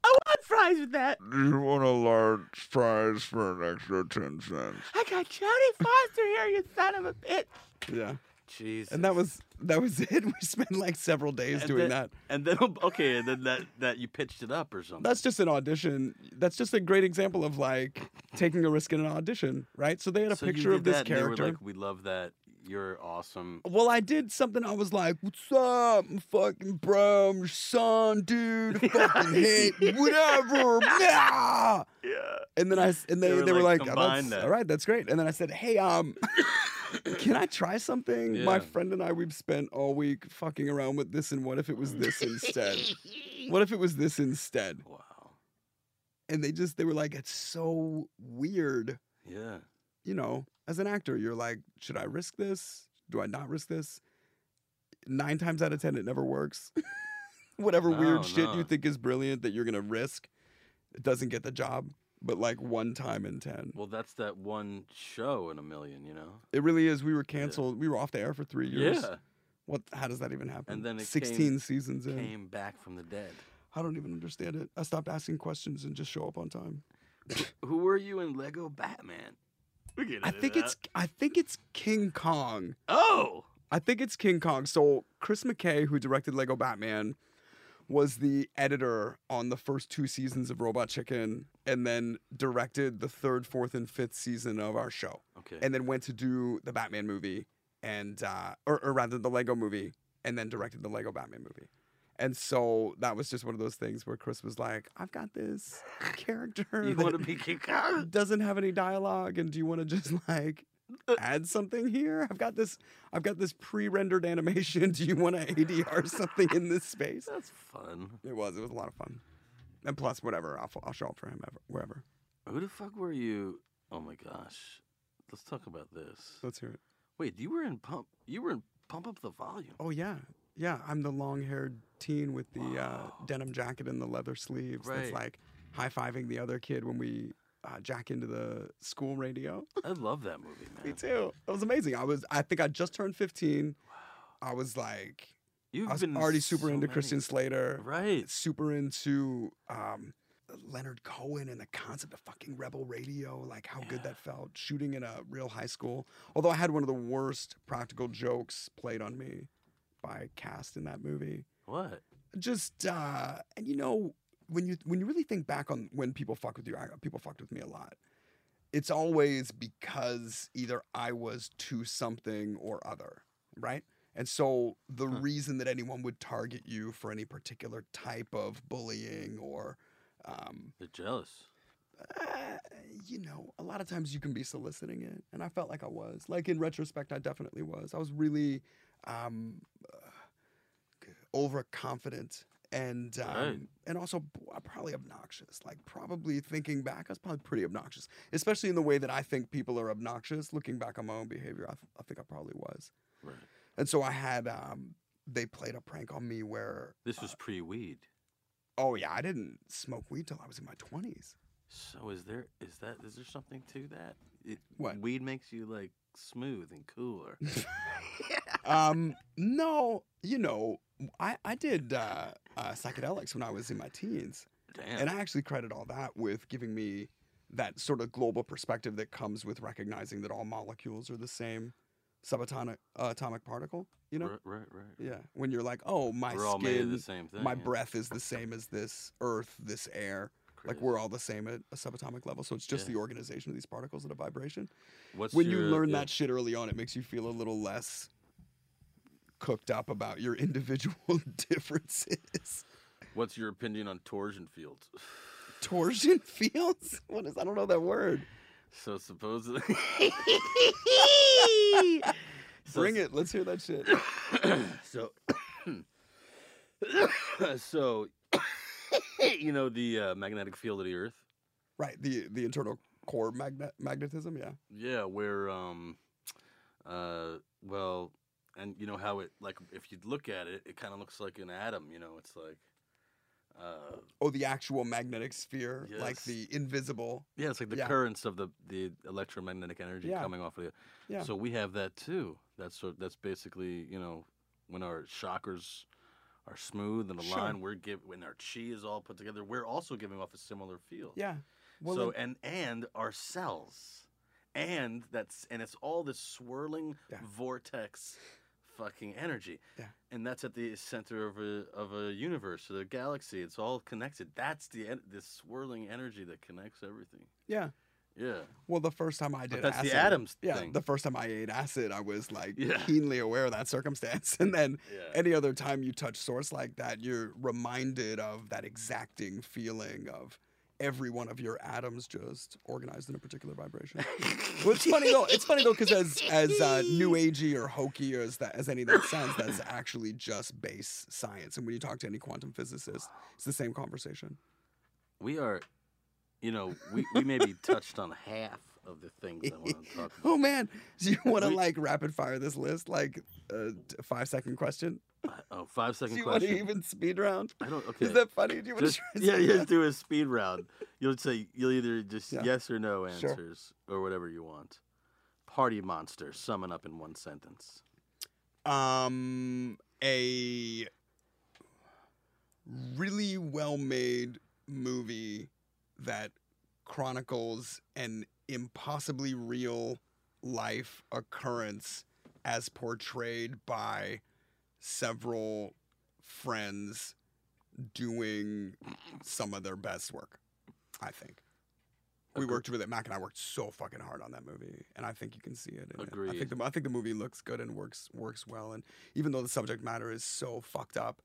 [SPEAKER 4] I want fries with that.
[SPEAKER 7] Do you want a large fries for an extra ten cents?
[SPEAKER 4] I got Jodie Foster here, you son of a bitch.
[SPEAKER 5] Yeah,
[SPEAKER 4] Jesus.
[SPEAKER 5] and that was that was it. We spent like several days
[SPEAKER 4] And
[SPEAKER 5] doing
[SPEAKER 4] then-
[SPEAKER 5] that.
[SPEAKER 4] And then okay, and then that that you pitched it up or something.
[SPEAKER 5] that's just an audition. That's just a great example of like taking a risk in an audition, right? So they had a
[SPEAKER 4] so
[SPEAKER 5] picture
[SPEAKER 4] you did
[SPEAKER 5] of this
[SPEAKER 4] that, And they
[SPEAKER 5] character.
[SPEAKER 4] were like, "We love that. You're awesome."
[SPEAKER 5] well, I did something. I was like, "What's up, my fucking bro, I'm your son, dude? I Fucking hit, whatever." yeah. And then I s- and they,
[SPEAKER 4] They
[SPEAKER 5] they
[SPEAKER 4] were
[SPEAKER 5] were,
[SPEAKER 4] like,
[SPEAKER 5] like, "Oh,
[SPEAKER 4] "Combine
[SPEAKER 5] that's-
[SPEAKER 4] that."
[SPEAKER 5] "All right, that's great." And then I said, "Hey, um." Can I try something? My
[SPEAKER 4] Yeah.
[SPEAKER 5] friend and I, we've spent all week fucking around with this, and what if it was this instead? what if it was this instead?
[SPEAKER 4] Wow.
[SPEAKER 5] and they just they were like it's so weird
[SPEAKER 4] Yeah.
[SPEAKER 5] you know as an actor you're like should i risk this do i not risk this nine times out of ten it never works whatever
[SPEAKER 4] No,
[SPEAKER 5] weird shit
[SPEAKER 4] no.
[SPEAKER 5] you think is brilliant that you're gonna risk it doesn't get the job but like one time in ten
[SPEAKER 4] Well, that's that one show in a million, you know.
[SPEAKER 5] it really is we were canceled we were off the air for three years
[SPEAKER 4] Yeah.
[SPEAKER 5] what how does that even happen
[SPEAKER 4] then it came-
[SPEAKER 5] 16 seasons in
[SPEAKER 4] Came back from the dead.
[SPEAKER 5] i don't even understand it i stopped asking questions and just show up on time
[SPEAKER 4] Who were you in Lego Batman? We get
[SPEAKER 5] i
[SPEAKER 4] into
[SPEAKER 5] think
[SPEAKER 4] that.
[SPEAKER 5] it's i think it's king kong
[SPEAKER 4] oh
[SPEAKER 5] I think it's King Kong. So Chris McKay, who directed Lego Batman, was the editor on the first two seasons of Robot Chicken, and then directed the third, fourth, and fifth season of our show,
[SPEAKER 4] okay.
[SPEAKER 5] and then went to do the Batman movie, and uh, or, or rather the Lego movie, and then directed the Lego Batman movie. And so that was just one of those things where Chris was like, "I've got this character
[SPEAKER 4] you
[SPEAKER 5] that
[SPEAKER 4] want to be King Kong?
[SPEAKER 5] doesn't have any dialogue and do you want to just like add something here i've got this i've got this pre-rendered animation do you want to adr something in this space
[SPEAKER 4] That's fun.
[SPEAKER 5] it was it was a lot of fun and plus whatever i'll, f- I'll show up for him ever, wherever
[SPEAKER 4] Ooh, Who the fuck were you? Oh my gosh. Let's talk about this.
[SPEAKER 5] Let's hear it.
[SPEAKER 4] Wait, you were in pump. You were in pump up the volume.
[SPEAKER 5] Oh yeah, yeah. I'm the long-haired teen with the uh, denim jacket and the leather sleeves. That's
[SPEAKER 4] Right.
[SPEAKER 5] like high-fiving the other kid when we uh, jack into the school radio.
[SPEAKER 4] I love that movie, man.
[SPEAKER 5] Me too. It was amazing. I was. I think I just turned 15. I was like,
[SPEAKER 4] You've
[SPEAKER 5] I was
[SPEAKER 4] been
[SPEAKER 5] already super
[SPEAKER 4] so
[SPEAKER 5] into
[SPEAKER 4] many-
[SPEAKER 5] Christian Slater.
[SPEAKER 4] Right.
[SPEAKER 5] Super into um, Leonard Cohen and the concept of fucking rebel radio. Like how good that felt. Shooting in a real high school. Although I had one of the worst practical jokes played on me by cast in that movie
[SPEAKER 4] What?
[SPEAKER 5] just uh and you know when you when you really think back on when people fuck with you I, people fucked with me a lot it's always because either i was to something or other right and so the reason that anyone would target you for any particular type of bullying or um,
[SPEAKER 4] They're jealous.
[SPEAKER 5] uh, you know, a lot of times you can be soliciting it, and I felt like I was. Like in retrospect, I definitely was. I was really um, uh, g- overconfident and um,
[SPEAKER 4] Right.
[SPEAKER 5] and also b- uh, probably obnoxious. Like probably thinking back, I was probably pretty obnoxious, especially in the way that I think people are obnoxious. Looking back on my own behavior, I, th- I think I probably was.
[SPEAKER 4] Right.
[SPEAKER 5] And so I had um, they played a prank on me where
[SPEAKER 4] This was pre weed.
[SPEAKER 5] oh yeah, I didn't smoke weed till I was in my twenties.
[SPEAKER 4] So is there is that is there something to that? It,
[SPEAKER 5] What?
[SPEAKER 4] weed makes you like smooth and cooler.
[SPEAKER 5] um, no, you know, I, I did uh, uh, psychedelics when I was in my teens.
[SPEAKER 4] Damn.
[SPEAKER 5] And I actually credit all that with giving me that sort of global perspective that comes with recognizing that all molecules are the same subatomic uh, atomic particle, you know?
[SPEAKER 4] right, right, right.
[SPEAKER 5] Yeah. When you're like, oh, my
[SPEAKER 4] We're all made of
[SPEAKER 5] skin,
[SPEAKER 4] the same thing.
[SPEAKER 5] my
[SPEAKER 4] yeah.
[SPEAKER 5] breath is the same as this earth, this air. Like
[SPEAKER 4] Crazy.
[SPEAKER 5] we're all the same at a subatomic level. So it's just
[SPEAKER 4] Yeah.
[SPEAKER 5] the organization of these particles at a vibration
[SPEAKER 4] What's
[SPEAKER 5] when you
[SPEAKER 4] your-
[SPEAKER 5] learn
[SPEAKER 4] yeah,
[SPEAKER 5] that shit early on, it makes you feel a little less cooked up about your individual differences.
[SPEAKER 4] What's your opinion on torsion fields?
[SPEAKER 5] Torsion fields? What is? I don't know that word.
[SPEAKER 4] So supposedly, So
[SPEAKER 5] Bring it. Let's hear that shit.
[SPEAKER 4] so so you know the uh, magnetic field of the earth
[SPEAKER 5] Right. The the internal core magne- magnetism. Yeah.
[SPEAKER 4] yeah where um uh well and you know how it like if you look at it it kind of looks like an atom you know it's like uh
[SPEAKER 5] Oh, the actual magnetic sphere, like
[SPEAKER 4] Yes.
[SPEAKER 5] the invisible.
[SPEAKER 4] yeah it's like the
[SPEAKER 5] Yeah.
[SPEAKER 4] currents of the the electromagnetic energy
[SPEAKER 5] Yeah.
[SPEAKER 4] coming off of the
[SPEAKER 5] Yeah.
[SPEAKER 4] so we have that too that's sort that's basically you know when our chakras are smooth and
[SPEAKER 5] Sure.
[SPEAKER 4] aligned we're give when our chi is all put together we're also giving off a similar field
[SPEAKER 5] Yeah. Well,
[SPEAKER 4] so
[SPEAKER 5] it-
[SPEAKER 4] and and our cells, and that's and it's all this swirling
[SPEAKER 5] Yeah.
[SPEAKER 4] vortex, fucking energy.
[SPEAKER 5] Yeah.
[SPEAKER 4] And that's at the center of a of a universe, of the galaxy. It's all connected. That's the en- this swirling energy that connects everything.
[SPEAKER 5] yeah.
[SPEAKER 4] Yeah.
[SPEAKER 5] Well, the first time I did
[SPEAKER 4] that's the
[SPEAKER 5] acid,
[SPEAKER 4] atoms
[SPEAKER 5] Yeah,
[SPEAKER 4] thing.
[SPEAKER 5] the first time I ate acid, I was like
[SPEAKER 4] Yeah.
[SPEAKER 5] keenly aware of that circumstance. And then
[SPEAKER 4] Yeah.
[SPEAKER 5] any other time you touch source like that, you're reminded of that exacting feeling of every one of your atoms just organized in a particular vibration. well, it's funny though. It's funny though because as as uh, new agey or hokey or as that as any of that sounds, that's actually just base science. And when you talk to any quantum physicist, it's the same conversation.
[SPEAKER 4] We are, you know, we we maybe touched on half of the things I want to talk about.
[SPEAKER 5] Oh man, do you want to
[SPEAKER 4] We-
[SPEAKER 5] like rapid fire this list like a five second question?
[SPEAKER 4] Oh, five
[SPEAKER 5] Do
[SPEAKER 4] second
[SPEAKER 5] you want
[SPEAKER 4] question.
[SPEAKER 5] to even speed round?
[SPEAKER 4] I don't. Okay.
[SPEAKER 5] Is that funny? Do you want
[SPEAKER 4] just,
[SPEAKER 5] to try
[SPEAKER 4] yeah,
[SPEAKER 5] speed
[SPEAKER 4] yeah,
[SPEAKER 5] round?
[SPEAKER 4] just do a speed round. You'll say you'll either just
[SPEAKER 5] Yeah.
[SPEAKER 4] yes or no
[SPEAKER 5] Sure.
[SPEAKER 4] answers or whatever you want. Party monster, sum it up in one sentence.
[SPEAKER 5] Um, a really well made movie that chronicles an impossibly real life occurrence as portrayed by several friends doing some of their best work, I think. We worked really Mac and I worked so fucking hard on that movie, and I think you can see it. In It. I think
[SPEAKER 4] Agreed.
[SPEAKER 5] the I think the movie looks good and works works well, and even though the subject matter is so fucked up,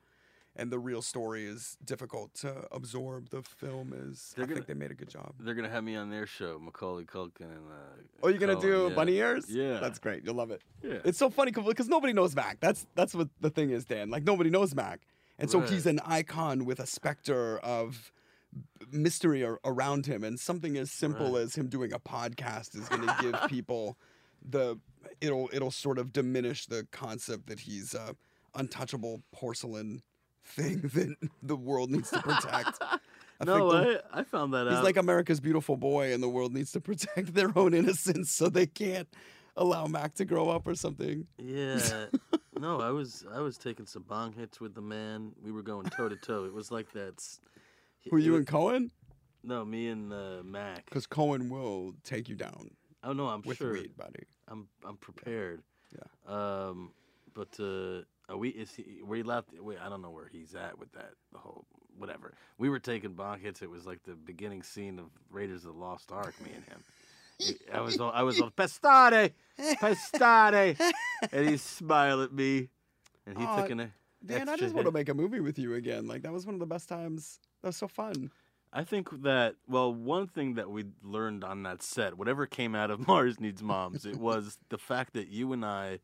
[SPEAKER 5] and the real story is difficult to absorb, the film is.
[SPEAKER 4] They're
[SPEAKER 5] I think
[SPEAKER 4] gonna-
[SPEAKER 5] they made a good job.
[SPEAKER 4] They're gonna have me on their show, Macaulay Culkin and. Uh,
[SPEAKER 5] Oh, you're gonna do
[SPEAKER 4] Cullen, yeah.
[SPEAKER 5] bunny ears?
[SPEAKER 4] Yeah.
[SPEAKER 5] that's great. You'll love it.
[SPEAKER 4] Yeah.
[SPEAKER 5] It's so funny because nobody knows Mac. That's that's what the thing is, Dan. Like nobody knows Mac, and so
[SPEAKER 4] Right.
[SPEAKER 5] he's an icon with a specter of b- mystery ar- around him, and something as simple as him doing a podcast is going to give people the it'll it'll sort of diminish the concept that he's a untouchable porcelain thing that the world needs to protect. I
[SPEAKER 4] no,
[SPEAKER 5] think the-
[SPEAKER 4] I, I found that
[SPEAKER 5] He's
[SPEAKER 4] out.
[SPEAKER 5] like America's beautiful boy, and the world needs to protect their own innocence so they can't allow Mac to grow up or something.
[SPEAKER 4] Yeah. no, I was I was taking some bong hits with the man. We were going toe to toe. It was like that. s-
[SPEAKER 5] Who
[SPEAKER 4] it
[SPEAKER 5] you
[SPEAKER 4] wa-
[SPEAKER 5] and Cohen?
[SPEAKER 4] No, me and uh, Mac.
[SPEAKER 5] Because Cohen will take you down
[SPEAKER 4] Oh no, I'm
[SPEAKER 5] with
[SPEAKER 4] sure.
[SPEAKER 5] weed, buddy.
[SPEAKER 4] I'm I'm prepared. Yeah. Um, but uh, are we? Is he? Were you allowed? To, wait, I don't know where he's at with that. The whole whatever. We were taking bong hits. It was like the beginning scene of Raiders of the Lost Ark. Me and him. He- I was all, I was all pestare, pestare, and he smiled at me, and he
[SPEAKER 5] Aw,
[SPEAKER 4] took an.
[SPEAKER 5] Dan, I
[SPEAKER 4] extra
[SPEAKER 5] just want to
[SPEAKER 4] hit.
[SPEAKER 5] make a movie with you again. Like that was one of the best times. That was so fun.
[SPEAKER 4] I think that well, one thing that we learned on that set, whatever came out of Mars Needs Moms, it was the fact that you and I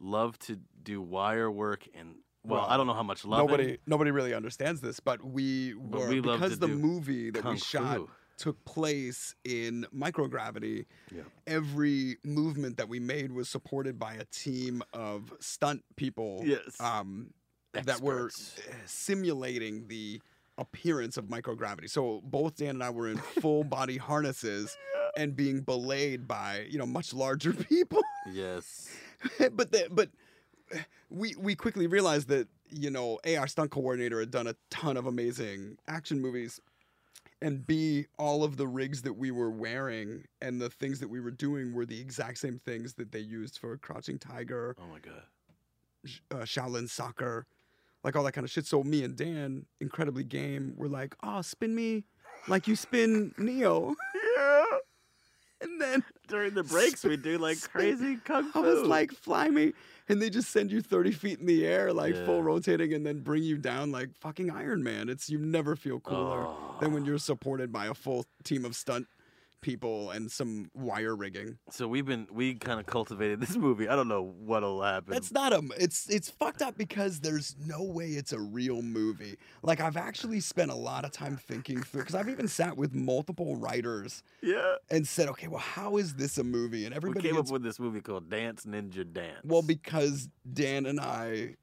[SPEAKER 4] love to do wire work and well, I
[SPEAKER 5] Well,
[SPEAKER 4] don't know how much love.
[SPEAKER 5] Nobody, nobody really understands this, but we were
[SPEAKER 4] But we love to
[SPEAKER 5] because the
[SPEAKER 4] do
[SPEAKER 5] movie that
[SPEAKER 4] kung
[SPEAKER 5] we shot
[SPEAKER 4] fu.
[SPEAKER 5] took place in microgravity.
[SPEAKER 4] Yeah.
[SPEAKER 5] Every movement that we made was supported by a team of stunt people.
[SPEAKER 4] Yes.
[SPEAKER 5] Um, that were
[SPEAKER 4] Experts.
[SPEAKER 5] uh, simulating the appearance of microgravity. So both Dan and I were in full body harnesses and being belayed by, you know, much larger people.
[SPEAKER 4] Yes.
[SPEAKER 5] but the, but we we quickly realized that, you know, A our stunt coordinator had done a ton of amazing action movies and B all of the rigs that we were wearing and the things that we were doing were the exact same things that they used for Crouching Tiger
[SPEAKER 4] Oh my god.
[SPEAKER 5] sh- uh, Shaolin soccer, like all that kind of shit. So me and Dan, incredibly game, were like, "Oh, spin me like you spin Neo."
[SPEAKER 4] Yeah.
[SPEAKER 5] And then
[SPEAKER 4] During the
[SPEAKER 5] breaks, we
[SPEAKER 4] do like
[SPEAKER 5] crazy
[SPEAKER 4] kung
[SPEAKER 5] I was like, "Fly me," and they just send you thirty feet in the air, like full
[SPEAKER 4] Yeah.
[SPEAKER 5] rotating, and then bring you down like fucking Iron Man. It's you never feel cooler than when you're supported by a full team of stunt people and some wire rigging.
[SPEAKER 4] So we've been we kind of cultivated this movie. I don't know what'll happen.
[SPEAKER 5] That's not a. It's it's fucked up because there's no way it's a real movie. Like I've actually spent a lot of time thinking through because I've even sat with multiple writers
[SPEAKER 4] yeah.
[SPEAKER 5] and said, okay, well, how is this a movie? And
[SPEAKER 4] We
[SPEAKER 5] everybody
[SPEAKER 4] came up
[SPEAKER 5] gets-
[SPEAKER 4] with this movie called Dance Ninja Dance.
[SPEAKER 5] well because Dan and I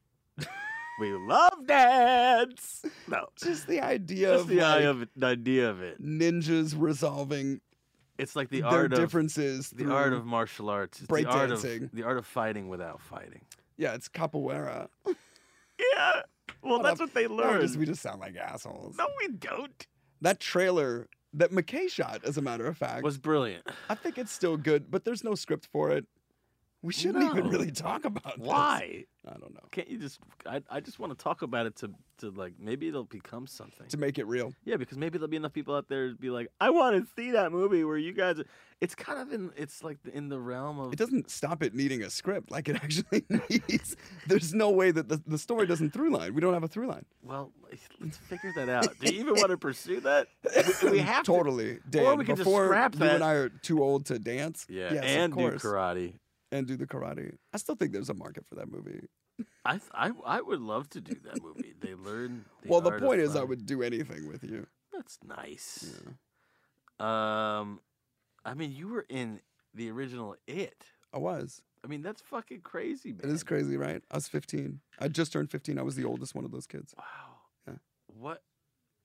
[SPEAKER 4] we love dance. No.
[SPEAKER 5] just the idea
[SPEAKER 4] Just
[SPEAKER 5] of,
[SPEAKER 4] the
[SPEAKER 5] like,
[SPEAKER 4] idea of it- the idea of it.
[SPEAKER 5] ninjas resolving
[SPEAKER 4] It's like the
[SPEAKER 5] their
[SPEAKER 4] art of
[SPEAKER 5] differences.
[SPEAKER 4] the art
[SPEAKER 5] through-
[SPEAKER 4] of martial arts. It's the art of
[SPEAKER 5] breakdancing.
[SPEAKER 4] the art of fighting without fighting.
[SPEAKER 5] yeah, it's capoeira.
[SPEAKER 4] Yeah. Well,
[SPEAKER 5] that's
[SPEAKER 4] what they
[SPEAKER 5] Now we just- we just sound like assholes.
[SPEAKER 4] we don't.
[SPEAKER 5] That trailer that McKay shot, as a matter of fact,
[SPEAKER 4] Was brilliant.
[SPEAKER 5] I think it's still good, but there's no script for it. We shouldn't even
[SPEAKER 4] No.
[SPEAKER 5] really talk about this.
[SPEAKER 4] Why
[SPEAKER 5] I don't know.
[SPEAKER 4] can't you just? I, I just want to talk about it to to like maybe it'll become something.
[SPEAKER 5] To make it real.
[SPEAKER 4] Yeah, because maybe there'll be enough people out there to be like, I want to see that movie where you guys. Are... It's kind of in. It's like in the realm of.
[SPEAKER 5] It doesn't stop it needing a script like it actually needs. There's no way that the, the story doesn't through line. We don't have a through line.
[SPEAKER 4] Well, let's figure that out. Do you even want to pursue that? We, we have to-
[SPEAKER 5] totally. Dan,
[SPEAKER 4] we could just
[SPEAKER 5] before
[SPEAKER 4] scrap
[SPEAKER 5] you
[SPEAKER 4] that.
[SPEAKER 5] and I are too old to dance.
[SPEAKER 4] Yeah,
[SPEAKER 5] yes,
[SPEAKER 4] and
[SPEAKER 5] of
[SPEAKER 4] do
[SPEAKER 5] course.
[SPEAKER 4] karate.
[SPEAKER 5] And do the karate. I still think there's a market for that movie.
[SPEAKER 4] I, th- I I would love to do that movie. They learn. The
[SPEAKER 5] well, the
[SPEAKER 4] art of
[SPEAKER 5] point is, I
[SPEAKER 4] fighting.
[SPEAKER 5] would do anything with you.
[SPEAKER 4] That's nice. Um, I mean, you were in the original It.
[SPEAKER 5] I was.
[SPEAKER 4] I mean, that's fucking crazy, man.
[SPEAKER 5] It is crazy, right? I was 15. I just turned 15. I was the oldest one of those kids.
[SPEAKER 4] Wow.
[SPEAKER 5] Yeah.
[SPEAKER 4] What?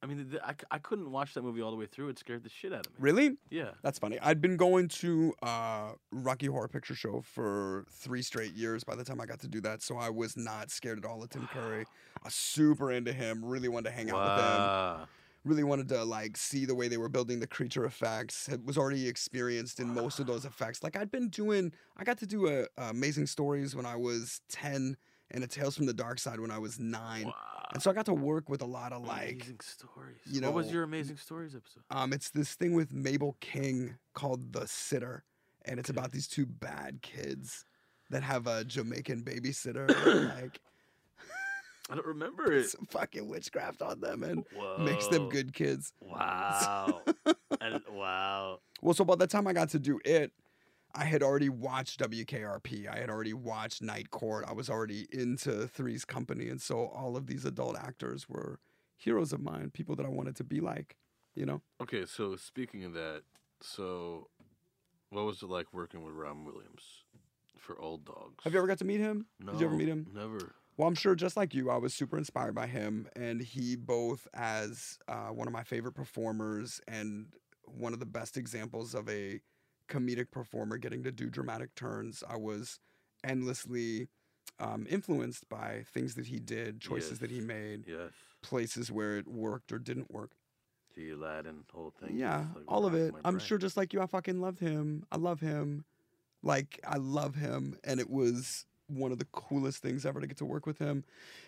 [SPEAKER 4] I mean, th- I, c- I couldn't watch that movie all the way through. It scared the shit out of me.
[SPEAKER 5] Really?
[SPEAKER 4] Yeah.
[SPEAKER 5] That's funny. I'd been going to uh, Rocky Horror Picture Show for three straight years by the time I got to do that. So I was not scared at all of Tim Curry. I was super into him, really wanted to hang out with him,
[SPEAKER 4] Wow.
[SPEAKER 5] really wanted to like see the way they were building the creature effects. It was already experienced in most of those effects. Like I'd been doing, I got to do a, uh, Amazing Stories when I was 10 and a Tales from the Dark Side when I was nine. And so I got to work with a lot of like
[SPEAKER 4] amazing stories.
[SPEAKER 5] you
[SPEAKER 4] what was
[SPEAKER 5] know,
[SPEAKER 4] your amazing stories episode?
[SPEAKER 5] Um, it's this thing with Mabel King called The Sitter, and it's about these two bad kids that have a Jamaican babysitter. and, like,
[SPEAKER 4] I don't remember it.
[SPEAKER 5] it's fucking witchcraft on them and makes them
[SPEAKER 4] Whoa.
[SPEAKER 5] good kids.
[SPEAKER 4] Wow. and, wow.
[SPEAKER 5] Well, so by the time I got to do it, I had already watched WKRP. I had already watched Night Court. I was already into Three's Company. And so all of these adult actors were heroes of mine, people that I wanted to be like. You know,
[SPEAKER 4] Okay, so speaking of that, so what was it like working with Ron Williams for Old Dogs?
[SPEAKER 5] have you ever got to meet him?
[SPEAKER 4] No,
[SPEAKER 5] Did you ever meet him?
[SPEAKER 4] Never.
[SPEAKER 5] Well, I'm sure just like you, I was super inspired by him. And he, both as uh, one of my favorite performers and one of the best examples of a comedic performer getting to do dramatic turns, I was endlessly um, influenced by things that he did, choices that he
[SPEAKER 4] Yes.
[SPEAKER 5] made,
[SPEAKER 4] Yes,
[SPEAKER 5] places where it worked or didn't work.
[SPEAKER 4] the Aladdin whole thing.
[SPEAKER 5] Uh, yeah,
[SPEAKER 4] just, like,
[SPEAKER 5] all of
[SPEAKER 4] rocked
[SPEAKER 5] it.
[SPEAKER 4] my
[SPEAKER 5] I'm
[SPEAKER 4] brain.
[SPEAKER 5] sure just like you, I fucking loved him. I love him. Like, I love him. And it was one of the coolest things ever to get to work with him.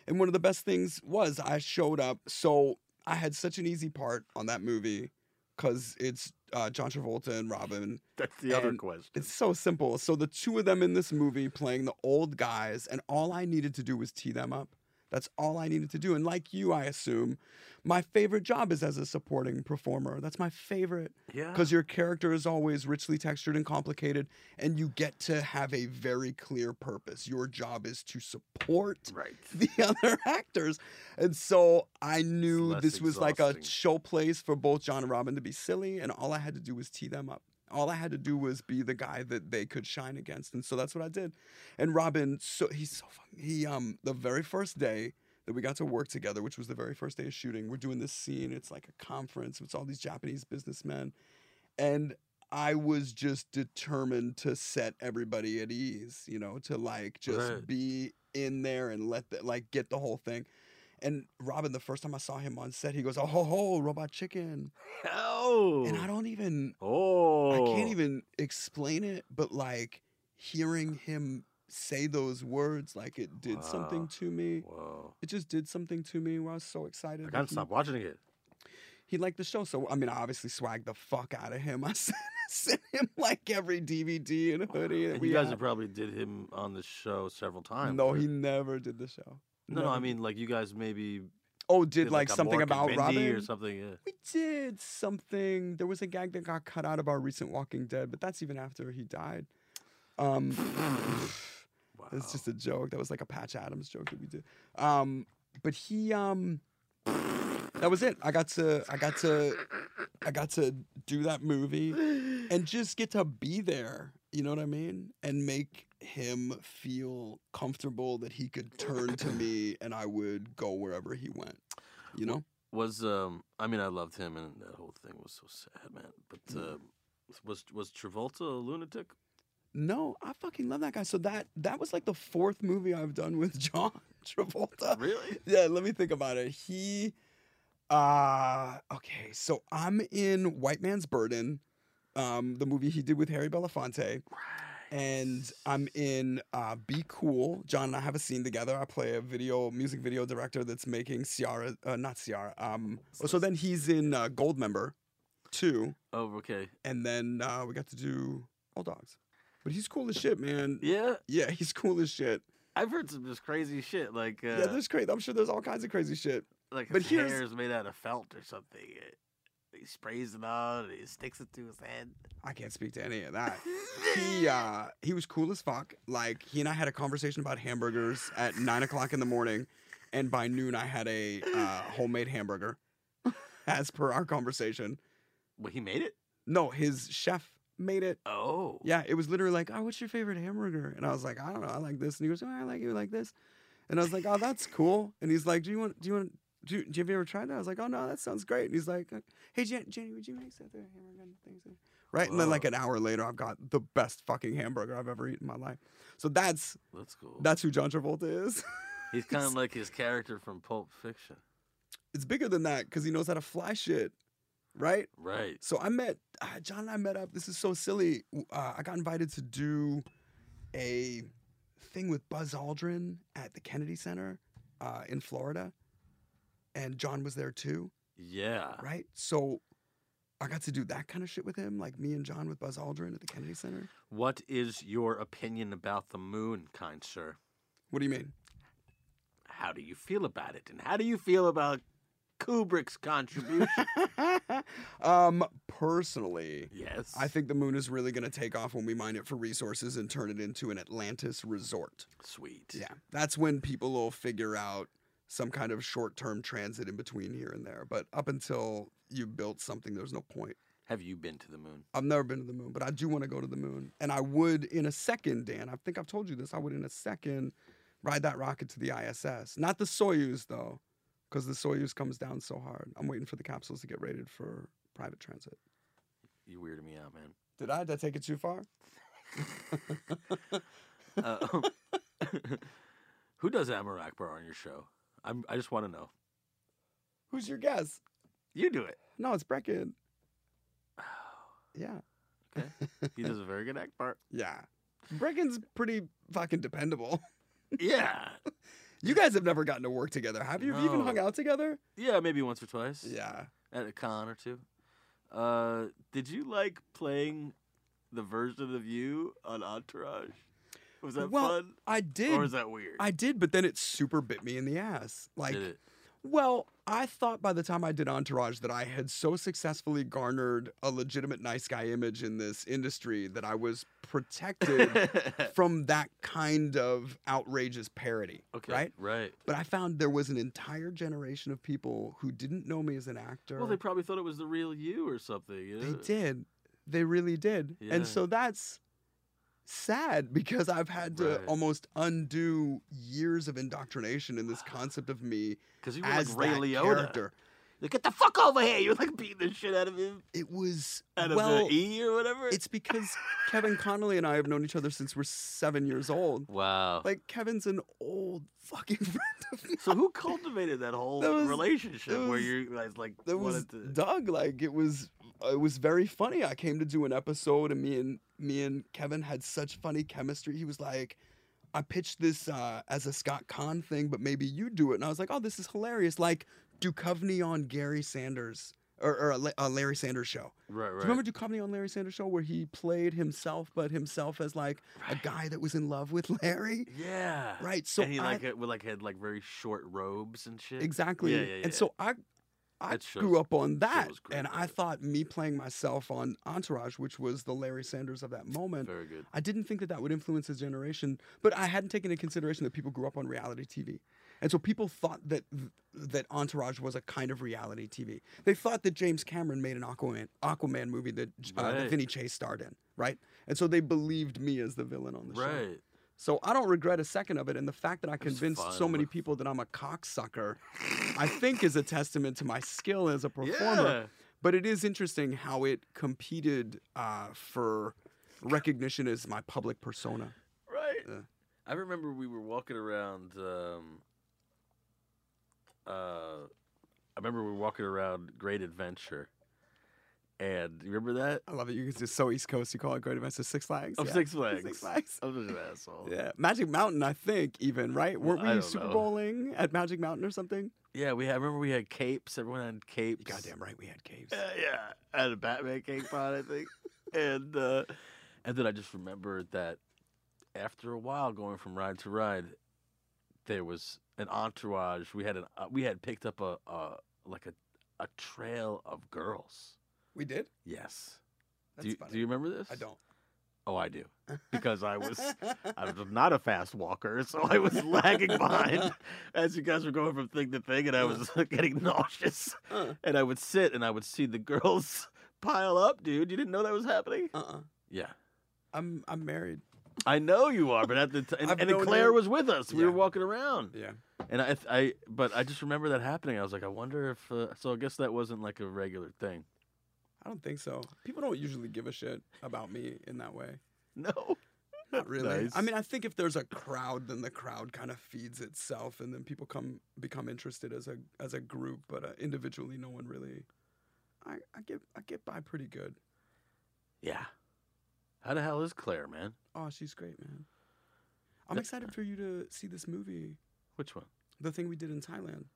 [SPEAKER 5] And one of the best things was I showed up. So I had such an easy part on that movie because it's uh, John Travolta and Robin.
[SPEAKER 4] That's the other
[SPEAKER 5] and
[SPEAKER 4] question.
[SPEAKER 5] It's so simple. So the two of them in this movie playing the old guys, and all I needed to do was tee them up. That's all I needed to do. And like you, I assume, my favorite job is as a supporting performer. That's my favorite
[SPEAKER 4] yeah,
[SPEAKER 5] because your character is always richly textured and complicated, and you get to have a very clear purpose. Your job is to support
[SPEAKER 4] right.
[SPEAKER 5] the other actors. And so I knew
[SPEAKER 4] less
[SPEAKER 5] this was like a
[SPEAKER 4] exhausting.
[SPEAKER 5] showplace for both John and Robin to be silly, and all I had to do was tee them up. All I had to do was be the guy that they could shine against, and so that's what I did. And Robin, so he's so fucking. He um the very first day that we got to work together, which was the very first day of shooting, we're doing this scene. It's like a conference. It's all these Japanese businessmen, and I was just determined to set everybody at ease, you know, to like just
[SPEAKER 4] Right.
[SPEAKER 5] be in there and let the, like get the whole thing. And Robin, the first time I saw him on set, he goes, "Oh ho ho, robot chicken,"
[SPEAKER 4] Oh,
[SPEAKER 5] and I don't even,
[SPEAKER 4] Oh,
[SPEAKER 5] I can't even explain it, but like hearing him say those words, like it did something
[SPEAKER 4] Wow.
[SPEAKER 5] to me.
[SPEAKER 4] Whoa,
[SPEAKER 5] It just did something to me. Where I was so
[SPEAKER 4] I
[SPEAKER 5] excited. that
[SPEAKER 4] gotta
[SPEAKER 5] he-
[SPEAKER 4] stop watching it.
[SPEAKER 5] he liked the show. So I mean, I obviously swagged the fuck out of him. I sent, sent him like every DVD and hoodie. That
[SPEAKER 4] Oh, And
[SPEAKER 5] we
[SPEAKER 4] you guys
[SPEAKER 5] had.
[SPEAKER 4] have probably did him on the show several times.
[SPEAKER 5] no,
[SPEAKER 4] right?
[SPEAKER 5] he never did the show.
[SPEAKER 4] No, no, I
[SPEAKER 5] Never.
[SPEAKER 4] mean like you guys maybe
[SPEAKER 5] oh, did, like,
[SPEAKER 4] a
[SPEAKER 5] something
[SPEAKER 4] Mork and
[SPEAKER 5] about
[SPEAKER 4] Mindy
[SPEAKER 5] Robin
[SPEAKER 4] or something. Yeah.
[SPEAKER 5] We did something. There was a gag that got cut out of our recent Walking Dead, but that's even after he died. Um,
[SPEAKER 4] Wow.
[SPEAKER 5] it's just a joke. That was like a Patch Adams joke that we did. Um, but he, um, that was it. I got to, I got to, I got to do that movie and just get to be there. You know what I mean? And make him feel comfortable that he could turn to me and I would go wherever he went. You know?
[SPEAKER 4] was um I mean I loved him and that whole thing was so sad, man. But
[SPEAKER 5] Mm.
[SPEAKER 4] uh, was was Travolta a lunatic?
[SPEAKER 5] No, I fucking love that guy. So that that was like the fourth movie I've done with John Travolta.
[SPEAKER 4] Really?
[SPEAKER 5] Yeah, let me think about it. He uh okay, so I'm in White Man's Burden, um, the movie he did with Harry Belafonte. And I'm in uh, Be Cool. John and I have a scene together. I play a video music video director that's making Ciara, uh, not Ciara. Um, so then he's in uh, Gold Member, too
[SPEAKER 4] Oh, okay.
[SPEAKER 5] and then uh, we got to do Old Dogs. But he's cool as shit, man.
[SPEAKER 4] Yeah,
[SPEAKER 5] Yeah, he's cool as shit.
[SPEAKER 4] I've heard some just crazy shit like uh,
[SPEAKER 5] Yeah, there's crazy. I'm sure there's all kinds of crazy shit.
[SPEAKER 4] like
[SPEAKER 5] but
[SPEAKER 4] his
[SPEAKER 5] here's-
[SPEAKER 4] hair is made out of felt or something. He sprays it on and he sticks it to his head.
[SPEAKER 5] I can't speak to any of that. He uh, he was cool as fuck. Like he and I had a conversation about hamburgers at nine o'clock in the morning, and by noon I had a uh, homemade hamburger, as per our conversation.
[SPEAKER 4] Well, he made it.
[SPEAKER 5] No, his chef made it.
[SPEAKER 4] Oh,
[SPEAKER 5] Yeah, it was literally like, oh, what's your favorite hamburger? And I was like, I don't know, I like this. And he goes, oh, I like you like this. And I was like, oh, that's cool. And he's like, do you want, do you want, do you, do you- have you ever tried that? I was like, oh no, that sounds great. And he's like, hey Jen, Jenny, would you make that there hamburger and things? there?" Right, and then like
[SPEAKER 4] Whoa.
[SPEAKER 5] an hour later, I've got the best fucking hamburger I've ever eaten in my life. So that's
[SPEAKER 4] that's cool.
[SPEAKER 5] that's who John Travolta is.
[SPEAKER 4] He's kind of like his character from Pulp Fiction,
[SPEAKER 5] it's bigger than that because he knows how to fly shit, right?
[SPEAKER 4] right?
[SPEAKER 5] So I met uh, John and I met up. This is so silly. Uh, I got invited to do a thing with Buzz Aldrin at the Kennedy Center uh, in Florida, and John was there too,
[SPEAKER 4] Yeah.
[SPEAKER 5] right? So I got to do that kind of shit with him, like me and John with Buzz Aldrin at the Kennedy Center.
[SPEAKER 4] What is your opinion about the moon, kind sir?
[SPEAKER 5] What do you mean?
[SPEAKER 4] How do you feel about it, and how do you feel about Kubrick's contribution?
[SPEAKER 5] um, personally,
[SPEAKER 4] yes,
[SPEAKER 5] I think the moon is really going to take off when we mine it for resources and turn it into an Atlantis resort.
[SPEAKER 4] sweet.
[SPEAKER 5] Yeah, that's when people will figure out some kind of short-term transit in between here and there. But up until you built something. There's no point.
[SPEAKER 4] Have you been to the moon?
[SPEAKER 5] I've never been to the moon, but I do want to go to the moon. And I would in a second, Dan. I think I've told you this. I would in a second ride that rocket to the ISS. Not the Soyuz though, because the Soyuz comes down so hard. I'm waiting for the capsules to get rated for private transit.
[SPEAKER 4] You weirded me out, man.
[SPEAKER 5] Did I? Did I take it too far?
[SPEAKER 4] Uh, who does Amar Akbar on your show? I'm, I just want to know.
[SPEAKER 5] Who's your guess?
[SPEAKER 4] You do it.
[SPEAKER 5] No, it's Brecken. Yeah.
[SPEAKER 4] He does a very good Akbar.
[SPEAKER 5] Yeah. Brecken's pretty fucking dependable.
[SPEAKER 4] Yeah.
[SPEAKER 5] You guys have never gotten to work together, have you? Have you even
[SPEAKER 4] No.
[SPEAKER 5] hung out together?
[SPEAKER 4] Yeah, maybe once or twice.
[SPEAKER 5] Yeah.
[SPEAKER 4] At a con or two. Uh, did you like playing the version of you on Entourage? Was that
[SPEAKER 5] well,
[SPEAKER 4] fun?
[SPEAKER 5] I did.
[SPEAKER 4] Or is that weird?
[SPEAKER 5] I did, but then it super bit me in the ass. Like,
[SPEAKER 4] did it.
[SPEAKER 5] well, I thought by the time I did Entourage that I had so successfully garnered a legitimate nice guy image in this industry that I was protected from that kind of outrageous parody.
[SPEAKER 4] okay.
[SPEAKER 5] Right?
[SPEAKER 4] Right.
[SPEAKER 5] But I found there was an entire generation of people who didn't know me as an actor.
[SPEAKER 4] Well, they probably thought it was the real you or something. You
[SPEAKER 5] They
[SPEAKER 4] know?
[SPEAKER 5] did. They really did.
[SPEAKER 4] Yeah.
[SPEAKER 5] And so that's sad because I've had to
[SPEAKER 4] Right.
[SPEAKER 5] almost undo years of indoctrination in this concept of me
[SPEAKER 4] Because you were
[SPEAKER 5] as
[SPEAKER 4] like Ray
[SPEAKER 5] that
[SPEAKER 4] Liotta.
[SPEAKER 5] character.
[SPEAKER 4] Like, get the fuck over here! You're like beating the shit out of him,
[SPEAKER 5] It was
[SPEAKER 4] out of
[SPEAKER 5] well,
[SPEAKER 4] the E or whatever.
[SPEAKER 5] it's because Kevin Connolly and I have known each other since we're seven years old.
[SPEAKER 4] wow.
[SPEAKER 5] Like Kevin's an old fucking friend of mine.
[SPEAKER 4] so who cultivated that whole
[SPEAKER 5] That was-
[SPEAKER 4] relationship
[SPEAKER 5] that
[SPEAKER 4] where
[SPEAKER 5] was-
[SPEAKER 4] you guys like
[SPEAKER 5] That was
[SPEAKER 4] wanted to?
[SPEAKER 5] Doug. Like it was, it was very funny. I came to do an episode, and me and me and Kevin had such funny chemistry. He was like, "I pitched this uh, as a Scott Kahn thing, but maybe you do it." And I was like, "Oh, this is hilarious!" Like Duchovny on Gary Sanders or, or a, La- a Larry Sanders show.
[SPEAKER 4] right, right.
[SPEAKER 5] Do you remember Duchovny on Larry Sanders show where he played himself, but himself as like a guy that was in love with Larry?
[SPEAKER 4] yeah.
[SPEAKER 5] Right. So
[SPEAKER 4] and he
[SPEAKER 5] I-
[SPEAKER 4] like it, with like had like very short robes and shit.
[SPEAKER 5] Exactly.
[SPEAKER 4] Yeah, yeah, yeah.
[SPEAKER 5] And so I I
[SPEAKER 4] That show's-
[SPEAKER 5] grew up on that.
[SPEAKER 4] was great,
[SPEAKER 5] And
[SPEAKER 4] by
[SPEAKER 5] I
[SPEAKER 4] the way.
[SPEAKER 5] thought me playing myself on Entourage, which was the Larry Sanders of that moment,
[SPEAKER 4] very good.
[SPEAKER 5] I didn't think that that would influence his generation, but I hadn't taken into consideration that people grew up on reality TV. And so people thought that that Entourage was a kind of reality TV. They thought that James Cameron made an Aquaman Aquaman movie that, uh,
[SPEAKER 4] Right.
[SPEAKER 5] that Vinny Chase starred in, right? And so they believed me as the villain on the show.
[SPEAKER 4] Right.
[SPEAKER 5] So I don't regret a second of it, and the fact that I
[SPEAKER 4] was
[SPEAKER 5] convinced so
[SPEAKER 4] fun.
[SPEAKER 5] many people that I'm a cocksucker, I think is a testament to my skill as a performer.
[SPEAKER 4] Yeah.
[SPEAKER 5] But it is interesting how it competed uh, for recognition as my public persona.
[SPEAKER 4] Right.
[SPEAKER 5] Yeah.
[SPEAKER 4] I remember we were walking around. Um, uh, I remember we were walking around Great Adventure, and you remember that
[SPEAKER 5] I love it. You guys just so East Coast. You call it Great Events of Six Flags.
[SPEAKER 4] of
[SPEAKER 5] yeah.
[SPEAKER 4] Six Flags.
[SPEAKER 5] Six Flags.
[SPEAKER 4] I'm just an asshole.
[SPEAKER 5] Yeah, Magic Mountain, I think, even, right? Weren't
[SPEAKER 4] I
[SPEAKER 5] we
[SPEAKER 4] don't
[SPEAKER 5] Super
[SPEAKER 4] know.
[SPEAKER 5] Bowling at Magic Mountain or something?
[SPEAKER 4] Yeah, we had, I remember we had capes. Everyone had capes.
[SPEAKER 5] Goddamn right, we had caves.
[SPEAKER 4] Uh, yeah, I had a Batman cake pot, I think, and uh, and then I just remembered that after a while, going from ride to ride, there was an entourage. We had an uh, we had picked up a, a like a a trail of girls.
[SPEAKER 5] We did?
[SPEAKER 4] Yes.
[SPEAKER 5] That's
[SPEAKER 4] Do you,
[SPEAKER 5] funny.
[SPEAKER 4] do you remember this?
[SPEAKER 5] I don't.
[SPEAKER 4] Oh, I do, because I was I was not a fast walker, so I was lagging behind as you guys were going from thing to thing, and I was getting nauseous.
[SPEAKER 5] Uh,
[SPEAKER 4] And I would sit and I would see the girls pile up, dude. You didn't know that was happening?
[SPEAKER 5] uh-uh.
[SPEAKER 4] Yeah.
[SPEAKER 5] I'm, I'm married.
[SPEAKER 4] I know you are, but at the time,
[SPEAKER 5] I've
[SPEAKER 4] and, and
[SPEAKER 5] known
[SPEAKER 4] Claire
[SPEAKER 5] him-
[SPEAKER 4] was with us. We were
[SPEAKER 5] Yeah.
[SPEAKER 4] walking around,
[SPEAKER 5] Yeah.
[SPEAKER 4] and I, I, but I just remember that happening. I was like, I wonder if. Uh, so I guess that wasn't like a regular thing.
[SPEAKER 5] I don't think so. People don't usually give a shit about me in that way.
[SPEAKER 4] No.
[SPEAKER 5] Not really.
[SPEAKER 4] Nice.
[SPEAKER 5] I mean, I think if there's a crowd, then the crowd kind of feeds itself, and then people come become interested as a as a group. But uh, individually, no one really. I, I get I get by pretty good.
[SPEAKER 4] Yeah. How the hell is Claire, man?
[SPEAKER 5] Oh, she's great, man. I'm
[SPEAKER 4] That-
[SPEAKER 5] excited for you to see this movie,
[SPEAKER 4] Which one?
[SPEAKER 5] the thing we did in Thailand.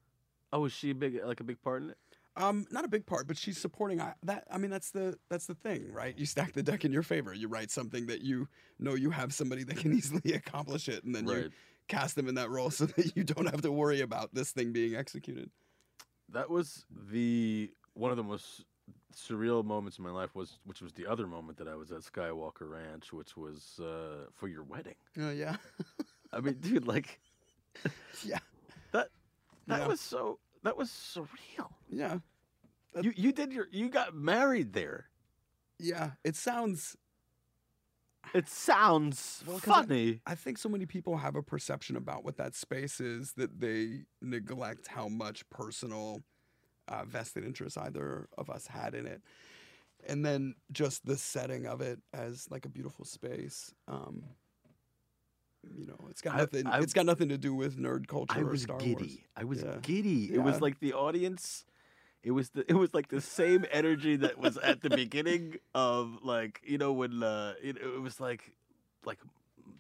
[SPEAKER 4] Oh, is she a big like a big part in it?
[SPEAKER 5] Um, not a big part, but she's supporting. I, that I mean, that's the that's the thing, right? You stack the deck in your favor. You write something that you know you have somebody that can easily accomplish it, and then you cast them in that role so that you don't have to worry about this thing being executed.
[SPEAKER 4] That was the one of the most surreal moments in my life was which was the other moment that I was at Skywalker Ranch, which was uh, for your wedding.
[SPEAKER 5] Oh yeah,
[SPEAKER 4] I mean, dude, like
[SPEAKER 5] yeah,
[SPEAKER 4] that that
[SPEAKER 5] Yeah.
[SPEAKER 4] was so that was surreal.
[SPEAKER 5] yeah.
[SPEAKER 4] You you did your you got married there.
[SPEAKER 5] Yeah, it sounds.
[SPEAKER 4] It sounds
[SPEAKER 5] 'cause I-
[SPEAKER 4] funny.
[SPEAKER 5] I think so many people have a perception about what that space is that they neglect how much personal uh, vested interest either of us had in it. And then just the setting of it as like a beautiful space. Um, you know, it's got
[SPEAKER 4] I-
[SPEAKER 5] nothing.
[SPEAKER 4] I-
[SPEAKER 5] it's got nothing to do with nerd culture.
[SPEAKER 4] I
[SPEAKER 5] or
[SPEAKER 4] was
[SPEAKER 5] Star
[SPEAKER 4] giddy.
[SPEAKER 5] Wars.
[SPEAKER 4] I was
[SPEAKER 5] Yeah.
[SPEAKER 4] giddy. uh, It was
[SPEAKER 5] Yeah.
[SPEAKER 4] like the audience. It was the it was like the same energy that was at the beginning of like you know when uh it, it was like like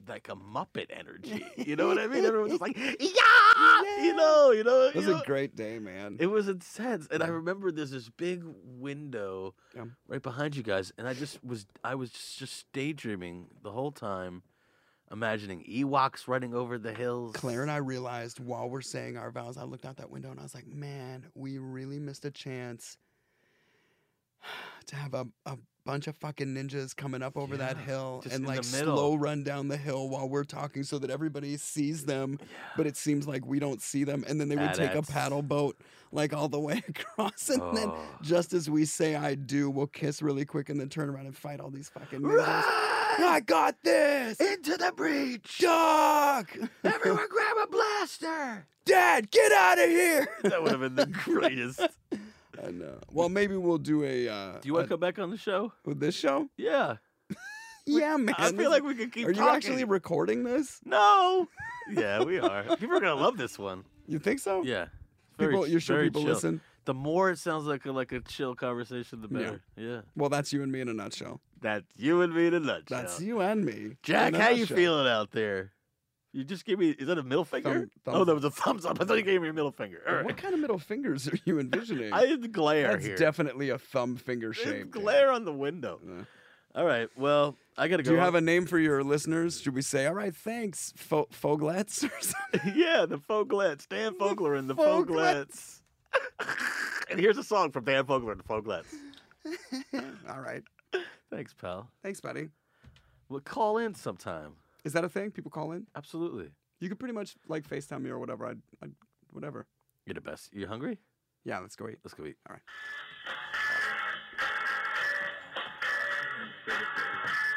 [SPEAKER 4] like a Muppet energy. You know what I mean? Everyone was like yeah, you know, you know.
[SPEAKER 5] It
[SPEAKER 4] you
[SPEAKER 5] was a
[SPEAKER 4] know?
[SPEAKER 5] great day, man.
[SPEAKER 4] It was intense, and I
[SPEAKER 5] Yeah.
[SPEAKER 4] remember there's this big window
[SPEAKER 5] Yeah.
[SPEAKER 4] right behind you guys, and I just was I was just daydreaming the whole time, imagining Ewoks running over the hills.
[SPEAKER 5] Claire and I realized while we're saying our vows, I looked out that window and I was like, man, we really missed a chance to have a, a bunch of fucking ninjas coming up over that
[SPEAKER 4] Yeah,
[SPEAKER 5] hill
[SPEAKER 4] just
[SPEAKER 5] and
[SPEAKER 4] in the
[SPEAKER 5] like
[SPEAKER 4] middle.
[SPEAKER 5] slow run down the hill while we're talking so that everybody sees them, but it seems like we don't see them. And then they would take a
[SPEAKER 4] Badass.
[SPEAKER 5] paddle boat like all the way across. And then
[SPEAKER 4] Oh.
[SPEAKER 5] just as we say, I do, we'll kiss really quick and then turn around and fight all these fucking ninjas. I got this!
[SPEAKER 4] into the breach.
[SPEAKER 5] Duck!
[SPEAKER 4] Everyone grab a blaster.
[SPEAKER 5] Dad, get out of here!
[SPEAKER 4] That would have been the greatest. Do
[SPEAKER 5] I know. Well, maybe we'll do a. Uh,
[SPEAKER 4] you want
[SPEAKER 5] a-
[SPEAKER 4] to come back on the show?
[SPEAKER 5] with this show?
[SPEAKER 4] Yeah,
[SPEAKER 5] Yeah, man.
[SPEAKER 4] I
[SPEAKER 5] this-
[SPEAKER 4] feel like we could keep
[SPEAKER 5] Are
[SPEAKER 4] talking.
[SPEAKER 5] you actually recording this?
[SPEAKER 4] no. yeah, we are. People are gonna love this one.
[SPEAKER 5] You think so?
[SPEAKER 4] Yeah. Very-
[SPEAKER 5] People, you're sure
[SPEAKER 4] very
[SPEAKER 5] people
[SPEAKER 4] chill.
[SPEAKER 5] listen.
[SPEAKER 4] The more it sounds like a, like a chill conversation, the
[SPEAKER 5] Yeah.
[SPEAKER 4] better. Yeah.
[SPEAKER 5] Well, that's you and me in a nutshell.
[SPEAKER 4] That's you and me in a nutshell.
[SPEAKER 5] That's you and me.
[SPEAKER 4] Jack,
[SPEAKER 5] in a
[SPEAKER 4] how you
[SPEAKER 5] nutshell.
[SPEAKER 4] feeling out there? You just gave me. Is that a middle finger?
[SPEAKER 5] Thumb-
[SPEAKER 4] oh,
[SPEAKER 5] thumbs
[SPEAKER 4] that was a thumbs up. I thought you gave me your middle finger. All
[SPEAKER 5] What
[SPEAKER 4] right.
[SPEAKER 5] kind of middle fingers are you envisioning?
[SPEAKER 4] I had the glare
[SPEAKER 5] that's
[SPEAKER 4] here.
[SPEAKER 5] definitely a thumb finger
[SPEAKER 4] There's
[SPEAKER 5] shape. dude.
[SPEAKER 4] glare on the window.
[SPEAKER 5] Yeah.
[SPEAKER 4] All right. Well, I gotta go.
[SPEAKER 5] Do you have a name for your listeners? Should we say, all right, thanks, fo- Foglets or something?
[SPEAKER 4] yeah, the Foglets. Dan Fogler and the Foglets.
[SPEAKER 5] Foglets.
[SPEAKER 4] and here's a song from Dan Fogler and the Foglets.
[SPEAKER 5] all right.
[SPEAKER 4] Thanks, pal.
[SPEAKER 5] Thanks, buddy.
[SPEAKER 4] Well, call in sometime.
[SPEAKER 5] Is that a thing? People call in?
[SPEAKER 4] Absolutely.
[SPEAKER 5] You could pretty much like FaceTime me or whatever. I'd, I'd whatever.
[SPEAKER 4] You're the best. You hungry?
[SPEAKER 5] Yeah, let's go eat.
[SPEAKER 4] Let's go eat.
[SPEAKER 5] All right.
[SPEAKER 2] Thank